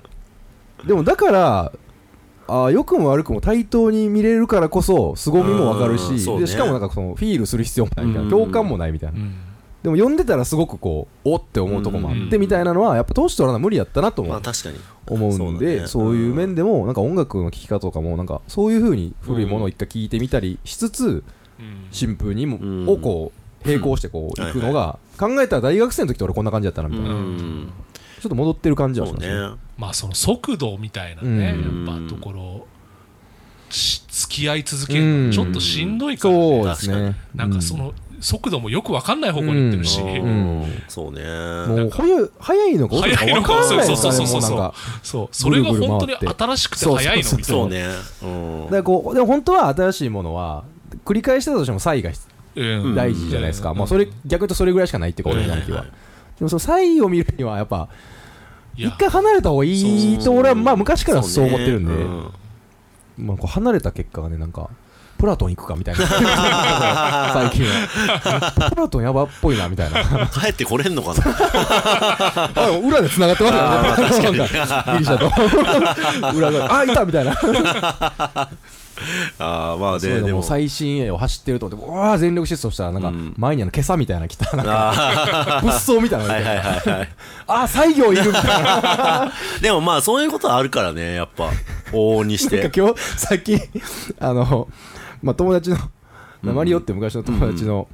Speaker 1: うでもだからあー良くも悪くも対等に見れるからこそ凄みも分かる
Speaker 2: うん
Speaker 1: し、
Speaker 2: そうね
Speaker 1: でしかもなんかそのフィールする必要もないみたいな
Speaker 2: うん
Speaker 1: 共感もないみたいな、
Speaker 3: うん
Speaker 1: でも読んでたらすごくこうおって思うとこもあってみたいなのはやっぱ年取らな無理やったなとも
Speaker 2: まあ確かに
Speaker 1: 思うんで、
Speaker 2: だね
Speaker 1: そういう面でもなんか音楽の聴き方とかもなんかそういう風に古いものを一回聴いてみたりしつつ
Speaker 3: うん
Speaker 1: 新風にも、
Speaker 2: うん
Speaker 1: をこう並行してこう
Speaker 2: うん
Speaker 1: 行くのが、考えたら大学生の時って俺こんな感じだったなみたいな、ち
Speaker 2: う
Speaker 1: ょ
Speaker 2: ん
Speaker 1: っと戻ってる感じはし
Speaker 2: そう
Speaker 1: ます
Speaker 2: ね
Speaker 1: ね
Speaker 3: まあその速度みたいなね、
Speaker 2: うん
Speaker 3: やっぱところし付き合い続けるの
Speaker 1: う
Speaker 3: は
Speaker 1: ん
Speaker 3: ちょっとしんどいからね、
Speaker 1: そうですね
Speaker 3: なんかその速度もよく分かんない方向に行ってるし、
Speaker 1: うん
Speaker 2: うんそうね
Speaker 1: うんもうほゆ早いのか遅いのか
Speaker 3: 早いの
Speaker 1: 分
Speaker 3: か
Speaker 1: かんないです
Speaker 2: そ
Speaker 1: よ
Speaker 2: うそう
Speaker 1: ねも
Speaker 3: そ
Speaker 1: う
Speaker 3: う
Speaker 1: なん
Speaker 3: そう
Speaker 1: か
Speaker 3: そうそれが本当に
Speaker 1: ぐるぐる回って
Speaker 3: 新しくて早いのみたいな
Speaker 2: そうねう
Speaker 1: だ
Speaker 2: ん
Speaker 1: からこうでも本当は新しいものは繰り返してたとしても差異が必
Speaker 3: うん
Speaker 1: 大事じゃないですか、
Speaker 3: うん
Speaker 1: まあ、それ逆に言うとそれぐらいしかないってこと
Speaker 2: はい
Speaker 1: にな
Speaker 2: は
Speaker 1: る
Speaker 2: い
Speaker 1: 気
Speaker 2: は
Speaker 1: は。
Speaker 2: い
Speaker 1: でもその差異を見るにはやっぱ
Speaker 3: い
Speaker 1: 一
Speaker 3: や
Speaker 1: 回離れた方がいいと俺はまあ昔からそう思ってるんで、
Speaker 2: そうねうん
Speaker 1: まあ、こう離れた結果がねなんかプラトン行くかみ たいな最近はプラトンやばっぽいなみたいな
Speaker 2: 帰ってこれんのか な
Speaker 1: あ裏で繋がってますよねなん かギリシャと 裏があいたみたいな
Speaker 2: ああまあ
Speaker 1: そういう
Speaker 2: で
Speaker 1: の
Speaker 2: で
Speaker 1: も
Speaker 2: も
Speaker 1: う最新鋭を走ってると思ってうわー全力疾走したらなんか
Speaker 2: うん
Speaker 1: 前にあの今朝みたいなの来たなんか
Speaker 2: あ
Speaker 1: 物騒みたいな
Speaker 2: あ
Speaker 1: の
Speaker 2: はい
Speaker 1: 来
Speaker 2: はい
Speaker 1: て
Speaker 2: はいはい
Speaker 1: あ西行いるみたいな
Speaker 2: でもまあそういうことはあるからねやっぱ往々にし
Speaker 1: な
Speaker 2: て
Speaker 1: んか今日さっきあの、まあ、友達のマリオって昔の友達の,、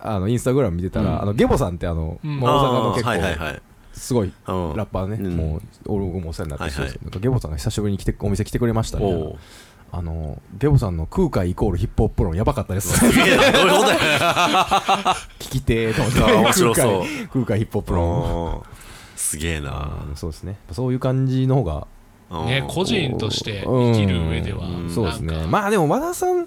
Speaker 1: あのインスタグラム見てたら、あのゲボさんってあの、
Speaker 3: うん
Speaker 1: まあ大阪の結
Speaker 2: ああはいはい
Speaker 1: 構
Speaker 2: はい
Speaker 1: すごいラ
Speaker 2: うん
Speaker 1: ッパーね、
Speaker 2: うん
Speaker 1: もう俺もお世話になってる人ですけどなん
Speaker 2: は
Speaker 1: かゲボさんが久しぶりに来てお店来てくれましたみたいな
Speaker 2: おう
Speaker 1: あのゲボさんの空海イコールヒップホップ論やばかった です
Speaker 2: いやどういうことや
Speaker 1: 聞きてーと思って
Speaker 2: あー面白そう
Speaker 1: 空海空海ヒップホップ論
Speaker 2: すげえな
Speaker 1: うんそうですねそういう感じの方が
Speaker 3: ね
Speaker 2: うん
Speaker 3: 個人として生きる上では、
Speaker 1: うんそうです
Speaker 3: なん
Speaker 1: ね
Speaker 3: か
Speaker 1: まあでも和田さん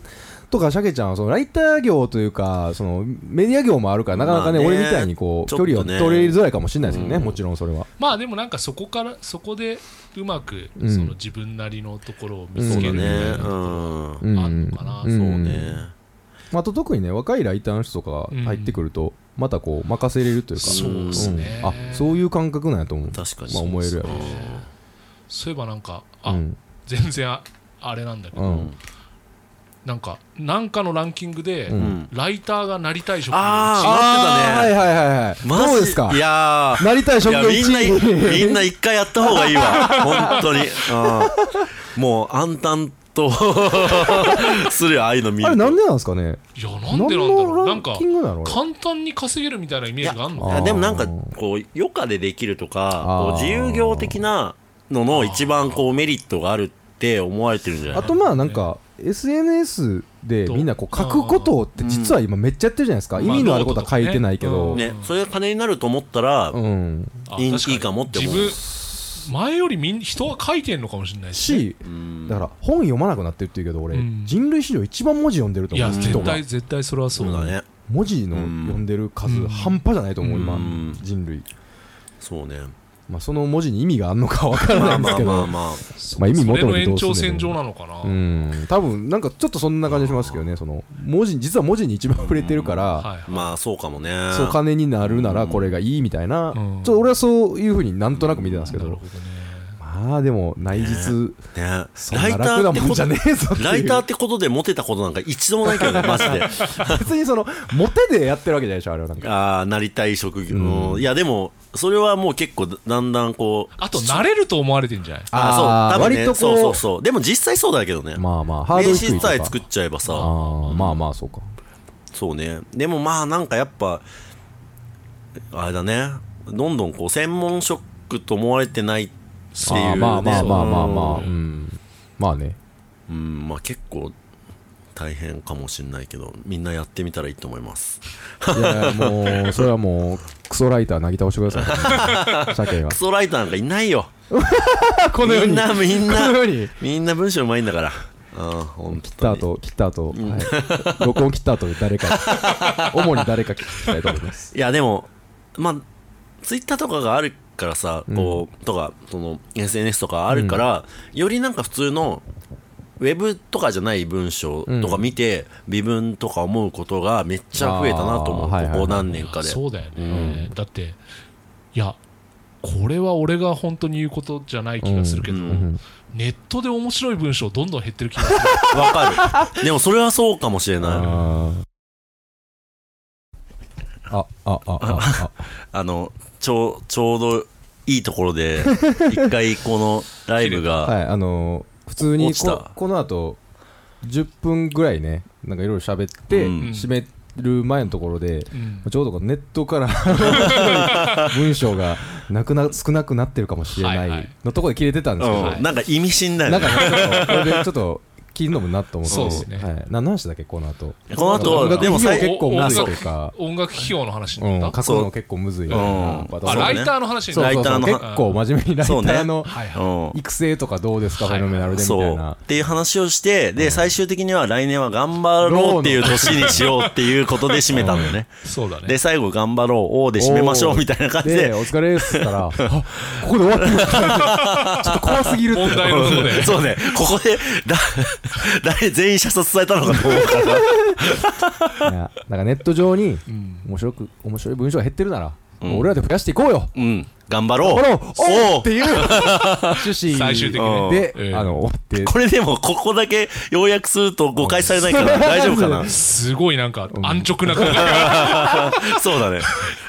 Speaker 1: とかシャケちゃんはそのライター業というかそのメディア業もあるからなかなかね,、
Speaker 2: まあね
Speaker 1: 俺みたいにこう
Speaker 2: ち
Speaker 1: 距
Speaker 2: ょっとね
Speaker 1: 離を取りづらいかもしれないですけどね、
Speaker 2: うん
Speaker 1: もちろんそれは
Speaker 3: まあでもなんかそこからそこでうまくそ
Speaker 1: うん
Speaker 3: の自分なりのところを見つ
Speaker 2: そう
Speaker 3: け
Speaker 2: だ
Speaker 3: るみ
Speaker 2: ね
Speaker 3: たいなと
Speaker 2: う
Speaker 3: こ
Speaker 2: ん
Speaker 1: うん
Speaker 3: あんのかな
Speaker 1: うん
Speaker 2: そうね
Speaker 1: まああと特にね若いライターの人とかが入ってくると、またこう任せれるというか
Speaker 3: そう
Speaker 2: っ
Speaker 3: すね
Speaker 1: んあそういう感覚なんやと思う
Speaker 2: 確かに
Speaker 1: まあ思えるやろうし
Speaker 3: そういえばなんかあ、
Speaker 1: うん
Speaker 3: 全然ああれなんだけ
Speaker 1: う
Speaker 3: ど、
Speaker 1: ん
Speaker 3: なんかなんかのランキングで、
Speaker 2: ん
Speaker 3: ライターがなりたい職業1位
Speaker 1: あ
Speaker 2: あ
Speaker 1: ーは
Speaker 2: ー
Speaker 1: いはいはいはい
Speaker 2: マジ
Speaker 1: どうですか
Speaker 2: いやー
Speaker 1: なりたい職
Speaker 2: いや
Speaker 1: 業
Speaker 2: み んな
Speaker 1: 1位
Speaker 2: みんな一回やった方がいいわ本当にうんもう暗淡と するよああいうの見ると
Speaker 1: あれなんでなんですかね
Speaker 3: いやなんでなんだろう
Speaker 1: 何の
Speaker 3: なん
Speaker 1: ラ
Speaker 3: か
Speaker 1: ンキングなのあれ
Speaker 3: 簡単に稼げるみたいなイメージがあるの
Speaker 1: い
Speaker 3: か
Speaker 1: や
Speaker 2: あでもなんか
Speaker 1: あー
Speaker 2: こう余暇でできると
Speaker 1: あ
Speaker 2: か
Speaker 1: ー
Speaker 2: こう自由業的なのの一番こうメリットがあるって思われてるんじゃな い
Speaker 1: あとまあなんか SNS でみんなこう書くことって実は今めっちゃやってるじゃないですか
Speaker 3: うん
Speaker 1: 意味のあることは書いてないけ
Speaker 3: まあノートと
Speaker 1: ど
Speaker 3: か
Speaker 2: ねそれが金になると思ったら
Speaker 1: うん
Speaker 3: あ
Speaker 2: いい
Speaker 3: 確に
Speaker 2: いいかもって思う
Speaker 3: 自分前よりみん人は書いてんのかもしれないしね、
Speaker 1: し
Speaker 2: うん
Speaker 1: だから本読まなくなってるって言うけど俺
Speaker 3: うん
Speaker 1: 人類史上一番文字読んでると
Speaker 3: い
Speaker 1: 思
Speaker 3: や
Speaker 1: う人
Speaker 3: 絶
Speaker 1: が
Speaker 3: 対絶対それはそ
Speaker 2: そううだね
Speaker 1: 文字の読んでる数
Speaker 3: うん
Speaker 1: 半端じゃないと思う
Speaker 3: う
Speaker 1: 今
Speaker 2: ん
Speaker 1: 人類
Speaker 2: そうね
Speaker 1: まあその文字に意味があるのかわから
Speaker 2: ま
Speaker 1: な
Speaker 2: あ
Speaker 1: いんで
Speaker 2: ますあ
Speaker 1: けど
Speaker 2: まあまあ
Speaker 1: まあ意味求
Speaker 3: それ
Speaker 1: め
Speaker 3: の
Speaker 1: てどうすんね
Speaker 3: 延
Speaker 1: ん
Speaker 3: 長線上なのかな、
Speaker 1: うん多分なんかちょっとそんな感じしますけどねその文字実は文字に一番触れてるから
Speaker 3: はい
Speaker 2: まあそうかもね
Speaker 1: そう金になるならこれがいいみたいなち
Speaker 3: うん
Speaker 1: ょっと俺はそういうふうになんとなく見てたんですけ
Speaker 3: なる
Speaker 1: ど
Speaker 3: ほどね
Speaker 1: まあでも内実
Speaker 2: ね
Speaker 1: そん
Speaker 2: ラ
Speaker 1: な
Speaker 2: イタ
Speaker 1: 楽
Speaker 2: ー
Speaker 1: な
Speaker 2: って
Speaker 1: もん
Speaker 2: こ
Speaker 1: じゃ
Speaker 2: と
Speaker 1: ねえぞっていう
Speaker 2: ライターってことでモテたことなんか一度もないけどねマジで
Speaker 1: 別にそのモテでやってるわけじゃないでしょあれはなんか
Speaker 2: ああなりたい職業
Speaker 1: うん
Speaker 2: うんいやでもそれはもう結構だんだんこう
Speaker 3: あと慣れると思われてんじゃない
Speaker 2: あ
Speaker 1: あ
Speaker 2: あ
Speaker 1: ー
Speaker 2: そう多分ね
Speaker 1: 割とこう
Speaker 2: そうそうそうでも実際そうだけどね
Speaker 1: まあまあハードル
Speaker 2: 名
Speaker 1: 低い
Speaker 2: 刺
Speaker 1: と
Speaker 2: さ
Speaker 1: か
Speaker 2: え作っちゃえばさ
Speaker 1: ああまあまあそうか
Speaker 2: そうね。でもまあなんかやっぱ、あれだね。どんどんこう専門職と思われてないっていう、
Speaker 1: あ
Speaker 2: ね。
Speaker 1: ーまあまあまあまあまあ
Speaker 2: う
Speaker 1: うんんまあね
Speaker 2: うん、まあ結構大変かもしれないけど、みんなやってみたらいいと思います。
Speaker 1: いやいやもうそれはもうクソライターなぎ倒してくだ さい鮭が
Speaker 2: クソライターなんかいないよ。
Speaker 1: このよう
Speaker 2: みん
Speaker 1: に
Speaker 2: な
Speaker 1: こ
Speaker 2: みん
Speaker 1: の
Speaker 2: な、
Speaker 1: ように
Speaker 2: みんな文章うまいんだから。うん、ほん
Speaker 1: 切った
Speaker 2: に。
Speaker 1: 後切った後、はい、録音切った後で誰か主に誰か聞きたいと思います
Speaker 2: いやでも、まあ、ツイッターとかがあるからさ、こう、とか、その SNS とかあるから、よりなんか普通の、ウェブとかじゃない文章とか見て、微分とか思うことがめっちゃ増えたなと思う、
Speaker 1: あーはいはいはい
Speaker 2: ここ何年かで。
Speaker 3: そうだよね、だっていやこれは俺が本当に言うことじゃない気がするけど、
Speaker 1: ん
Speaker 3: ネットで面白い文章どんどん減ってる気がする
Speaker 2: わか る。でもそれはそうかもしれない。
Speaker 1: あーあああああ
Speaker 2: あの、ちょう、ちょうどいいところで、一回このライブ
Speaker 1: あ
Speaker 2: が、
Speaker 1: はいあのー普通に
Speaker 2: 落ちた
Speaker 1: ここの後10分ぐらいねなんかいろいろ喋って、
Speaker 2: うん
Speaker 1: 締める前のところで
Speaker 3: うん
Speaker 1: ちょうどこうネットから文章がなくな少なくなってるかもしれ
Speaker 3: はいは
Speaker 1: ないいのところで切れてたんですけど、
Speaker 3: はい
Speaker 2: うん、なんか意味深だよ
Speaker 1: な
Speaker 2: ね
Speaker 1: ん。 かね、ちょっと、これでちょっと、切るのもなと思って。
Speaker 3: そうですね
Speaker 1: はい。な何の話だっけ、この後。
Speaker 2: この後
Speaker 1: 音楽
Speaker 2: でも
Speaker 1: 企
Speaker 2: 最
Speaker 1: 業結構むずい
Speaker 3: お
Speaker 1: というか、
Speaker 3: 音楽費用の話
Speaker 1: う、
Speaker 3: になんっ
Speaker 1: 書
Speaker 3: た、
Speaker 1: くの結構むずい。
Speaker 2: ん
Speaker 1: やっぱ
Speaker 3: あ
Speaker 2: そうね
Speaker 3: ライターの話に
Speaker 1: そ
Speaker 3: な
Speaker 1: う
Speaker 3: っ
Speaker 1: そ
Speaker 2: ラ
Speaker 1: う
Speaker 2: イ
Speaker 1: そ
Speaker 2: タ
Speaker 1: う。
Speaker 2: ーの
Speaker 1: 結構真面目にライターの
Speaker 3: たはいはい
Speaker 2: うん。
Speaker 1: 育成とかどうですか、フ
Speaker 3: はい
Speaker 1: ェノメナルでみたいな
Speaker 2: そ。う。っていう話をして、で、最終的には来年は頑張ろうっていう年にしようっていうことで締めたのね。
Speaker 3: そうだね
Speaker 2: で、最後頑張ろう、おーで締めましょうみたいな感じ
Speaker 1: で、
Speaker 2: で。
Speaker 1: お疲れですって言ったら、あここで終わってるちょっと怖すぎるって。
Speaker 3: 問題のとこで
Speaker 2: そうね、ここで、だ、 誰全員射殺されたのかと思うから。
Speaker 1: いやなんかネット上に
Speaker 3: ん、
Speaker 1: 面白く、面白い文章が減ってるなら、
Speaker 2: ん
Speaker 1: 俺らで増やしていこうよ
Speaker 2: うん。頑張ろう。
Speaker 1: ほらお
Speaker 2: お
Speaker 1: うっていう趣旨
Speaker 3: 最終的に
Speaker 1: で
Speaker 3: う、ん
Speaker 1: あの、終わって
Speaker 2: これでも、ここだけ要約すると誤解されないから大丈夫かな。
Speaker 3: すごいなんか安直な感じ が、
Speaker 2: そうだね。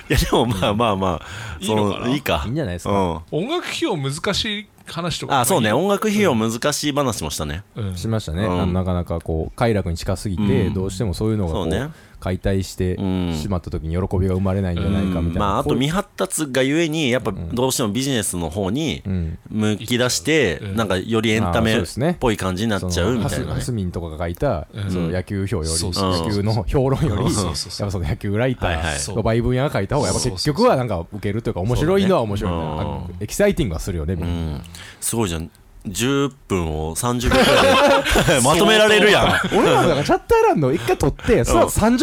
Speaker 2: いや、でもまあまあまあ、
Speaker 3: いいのかない
Speaker 2: いか。
Speaker 1: いいんじゃないですか
Speaker 2: うん。
Speaker 3: 音楽費用難しい話とか
Speaker 2: あ、そうね。音楽費用難しい話もしたね。
Speaker 3: うん
Speaker 1: しましたね、
Speaker 2: うん
Speaker 1: あのなかなかこう快楽に近すぎて、どうしてもそういうのがこ
Speaker 2: そう
Speaker 1: う
Speaker 2: ね
Speaker 1: 解体して
Speaker 2: うん
Speaker 1: しまった時に喜びが生まれないんじゃないかみたいな、
Speaker 2: まあ、あと
Speaker 1: こう
Speaker 2: 未発達がゆえにやっぱどうしてもビジネスの方に
Speaker 1: ん
Speaker 2: 向き出して、
Speaker 3: うん
Speaker 2: なんかよりエンタ
Speaker 1: あー
Speaker 2: メ
Speaker 1: そう
Speaker 2: っ
Speaker 1: ですね
Speaker 2: ぽい感じになっちゃうみたい
Speaker 1: そのハス
Speaker 2: な
Speaker 1: ハ
Speaker 2: ね
Speaker 1: スミンとかが書いた、その野球票より、
Speaker 3: そうそう
Speaker 2: そう
Speaker 1: 野球の評論より、
Speaker 3: そ
Speaker 1: や
Speaker 3: う
Speaker 1: っ
Speaker 3: そ
Speaker 1: ぱ
Speaker 3: うそう
Speaker 1: その野球ライタ
Speaker 2: はいはい
Speaker 1: ー、バイ分野が書いた方が、やっぱ結局はなんか受けるというか、面白いのは面白いみたいな、
Speaker 2: そうね
Speaker 1: あのエキサイティングはするよね、みんな
Speaker 2: すごいじゃん10分を30秒 くらいでまとめられるや
Speaker 1: 俺らもだからチャットアイランド一回撮っ て、その後30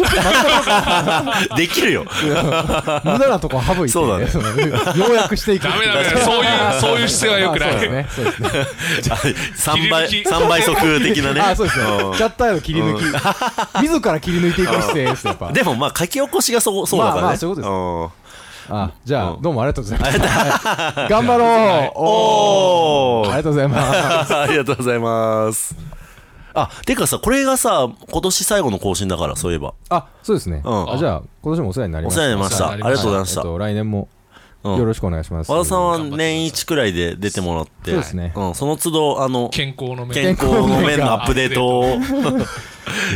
Speaker 1: 分待
Speaker 2: んでき るよ
Speaker 1: って、無駄なとこ省いて、
Speaker 2: そうだね
Speaker 1: その要約していくって
Speaker 3: ダ
Speaker 1: い
Speaker 3: メ
Speaker 1: う
Speaker 3: ダメダメそういうそういう姿勢はよくない、
Speaker 1: まあそうですねそうですね
Speaker 2: 3倍
Speaker 3: 切り抜き
Speaker 2: 三倍速的なね
Speaker 1: あそうですね
Speaker 2: ん
Speaker 1: チャットアイの切り抜き 自ら切り抜いていく姿勢ですやっぱ
Speaker 2: でもまあ書き起こしがそうそうだからね、
Speaker 1: まあまあそういうことです
Speaker 2: ん
Speaker 1: あじゃあ
Speaker 2: うん
Speaker 1: どうもありがとうございま したはい頑張ろうおー
Speaker 2: お
Speaker 1: あり が
Speaker 2: ー
Speaker 1: とうございます
Speaker 2: ありがとうございますあてかさこれがさ今年最後の更新だからそういえば
Speaker 1: あそうですね、
Speaker 2: うん
Speaker 1: あじゃあ今年もお世話になり
Speaker 2: お
Speaker 1: まし
Speaker 2: 世
Speaker 1: た
Speaker 2: 話になりました
Speaker 3: お
Speaker 2: あ
Speaker 3: 世話
Speaker 2: り
Speaker 3: に
Speaker 2: が
Speaker 3: なりまし
Speaker 2: と
Speaker 3: た
Speaker 2: うござ
Speaker 1: えっと、
Speaker 2: いました、
Speaker 1: 来年も
Speaker 2: うん
Speaker 1: よろしくお願いします、
Speaker 2: 和田さんは
Speaker 3: 頑張ってください
Speaker 2: 年一くらいで出てもらって、
Speaker 1: そうですね
Speaker 2: うん、その都度あの
Speaker 3: 健康の面
Speaker 2: 健康の面のアップデートを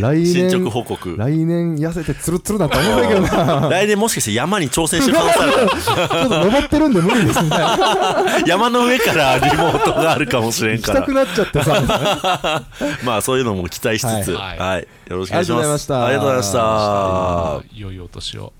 Speaker 1: 来
Speaker 2: 進
Speaker 1: 年
Speaker 2: 捗報告
Speaker 1: 来年痩せてツルツルだと思うんだけどな
Speaker 2: 来年もしかして山に挑戦してる可能性あるか
Speaker 1: ちょっと登ってるんで無理ですね
Speaker 2: ら 山の上からリモートがあるかもしれん
Speaker 1: 行き
Speaker 2: か
Speaker 1: た
Speaker 2: ら
Speaker 1: くなっちゃってさ
Speaker 2: まあそういうのも期待しつつ、は
Speaker 3: はいい
Speaker 2: よろしくお願いし
Speaker 1: ありがとうご
Speaker 2: ます
Speaker 1: ざいました
Speaker 2: ありがとうございました
Speaker 3: 良いお年を。